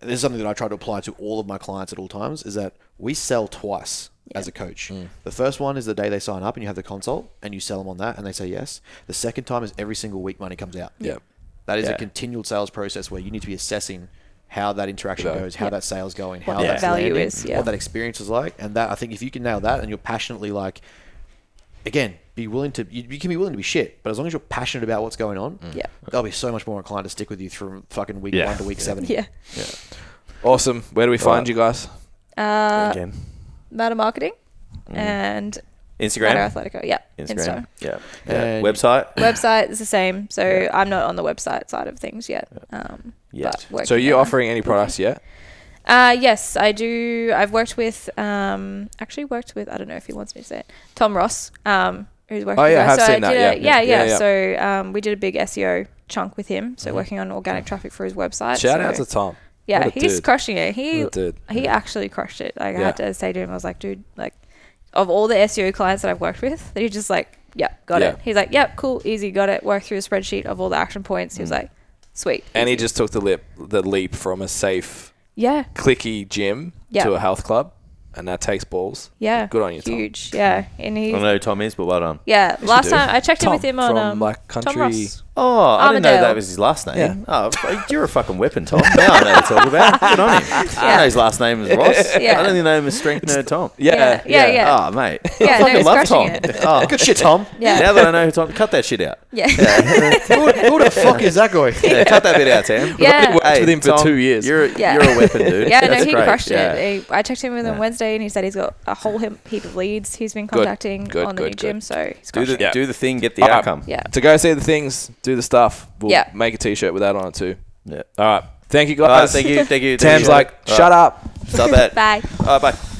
S2: this is something that I try to apply to all of my clients at all times is that we sell twice as a coach. The first one is the day they sign up and you have the consult and you sell them on that and they say yes. The second time is every single week money comes out.
S1: Yeah.
S2: That is
S4: Yeah.
S2: a continual sales process where you need to be assessing how that interaction
S1: Exactly.
S2: goes, how
S3: Yeah.
S2: that sale's going,
S3: What
S2: how
S3: that
S2: that's
S3: value
S2: landing,
S3: is, yeah.
S2: what that experience is like, and that I think if you can nail that and you're passionately like, again, be willing to you, you can be willing to be shit, but as long as you're passionate about what's going on,
S3: Mm. Yeah.
S2: they'll be so much more inclined to stick with you through fucking week
S4: Yeah.
S2: one to week seven.
S3: Yeah.
S1: Awesome. Where do we find
S4: Right.
S1: you guys?
S3: Uh,
S4: Again. Mm-hmm.
S3: Meta Marketing and
S4: Mm. Instagram.
S3: Meta Atletico. Yeah. Insta.
S4: Instagram. Yeah. (laughs) yeah.
S2: And-
S4: Website.
S3: Website is the same. So I'm not on the website side of things yet. Um,
S4: Yet.
S3: but working
S1: So you
S3: on that.
S1: offering any products yet?
S3: Uh, yes, I do. I've worked with, um, actually worked with, I don't know if he wants me to say it, Tom Ross, um, who's working
S1: Oh,
S3: with
S1: yeah, I
S3: us.
S1: have
S3: so
S1: seen
S3: I
S1: that.
S3: did a-
S1: Yeah, yeah,
S3: yeah, yeah,
S1: yeah,
S3: So um, we did a big SEO chunk with him.
S4: Mm-hmm.
S3: So working on organic traffic for his website.
S1: Shout
S3: so
S1: out to Tom.
S3: Yeah,
S1: What a
S3: he's
S1: dude.
S3: crushing it. He
S1: What a dude.
S3: he actually crushed it. Like I had
S1: Yeah.
S3: to say to him, I was like, dude, like of all the SEO clients that I've worked with, they just like, yeah, got
S1: Yeah.
S3: it. He's like, yep, cool, easy, got it. Worked through a spreadsheet of all the action points. He was like, sweet.
S1: Mm. and he
S3: easy."
S1: just took the lip the leap from a safe
S3: yeah,
S1: clicky gym
S3: Yeah.
S1: to a health club and that takes balls
S3: yeah,
S1: good on you Tom.
S3: huge, yeah, and
S4: I don't
S3: he.
S4: know who Tom is, but well done.
S3: Yeah, last
S1: do.
S3: time I checked in with
S1: Tom
S3: him on
S1: from,
S3: um,
S1: like,
S3: Tom
S1: country-
S3: Ross.
S4: Oh, I didn't know
S3: Armadale.
S4: that was his last name.
S1: Yeah.
S4: Oh, fuck, you're a fucking weapon, Tom. Now I know what to talk about. Good on him.
S3: (laughs)
S4: I know his last name is Ross.
S3: Yeah.
S4: I don't even know him as Strength Nerd Tom.
S1: yeah,
S3: yeah, yeah.
S4: Oh, mate.
S3: Yeah,
S4: I
S3: no,
S4: fucking
S3: he's
S4: love Tom.
S3: crushing it.
S4: Oh.
S2: Good shit, Tom.
S3: Yeah.
S4: Now that I know who Tom, cut that shit out.
S3: Yeah,
S2: (laughs) who, who the fuck is
S1: (laughs)
S2: that guy?
S4: Yeah, cut that bit out, Sam.
S3: (laughs) Yeah.
S1: worked with him for two years.
S4: You're, (laughs)
S3: Yeah.
S4: you're a weapon,
S3: (laughs)
S4: dude.
S3: yeah, no,
S4: That's
S3: he
S4: great.
S3: crushed
S4: Yeah.
S3: it. He, I checked in with him
S4: Yeah.
S3: Wednesday, and he said he's got a whole him- heap of leads he's been
S1: Good,
S3: contacting
S1: good,
S3: on the
S1: good,
S3: new
S1: good.
S3: gym. So he's
S4: Do the,
S3: crushing it.
S1: Yeah.
S4: do the thing, get the
S1: Alright.
S4: outcome.
S3: Yeah.
S1: to go see the things do the stuff we'll
S3: Yeah.
S1: make a t-shirt with that on it too
S4: Yeah.
S1: all right thank you
S4: All right,
S1: guys
S4: thank you. Thank you.
S1: Tam's like shut up
S4: Stop
S3: (laughs)
S4: that.
S3: Bye.
S4: All right, bye.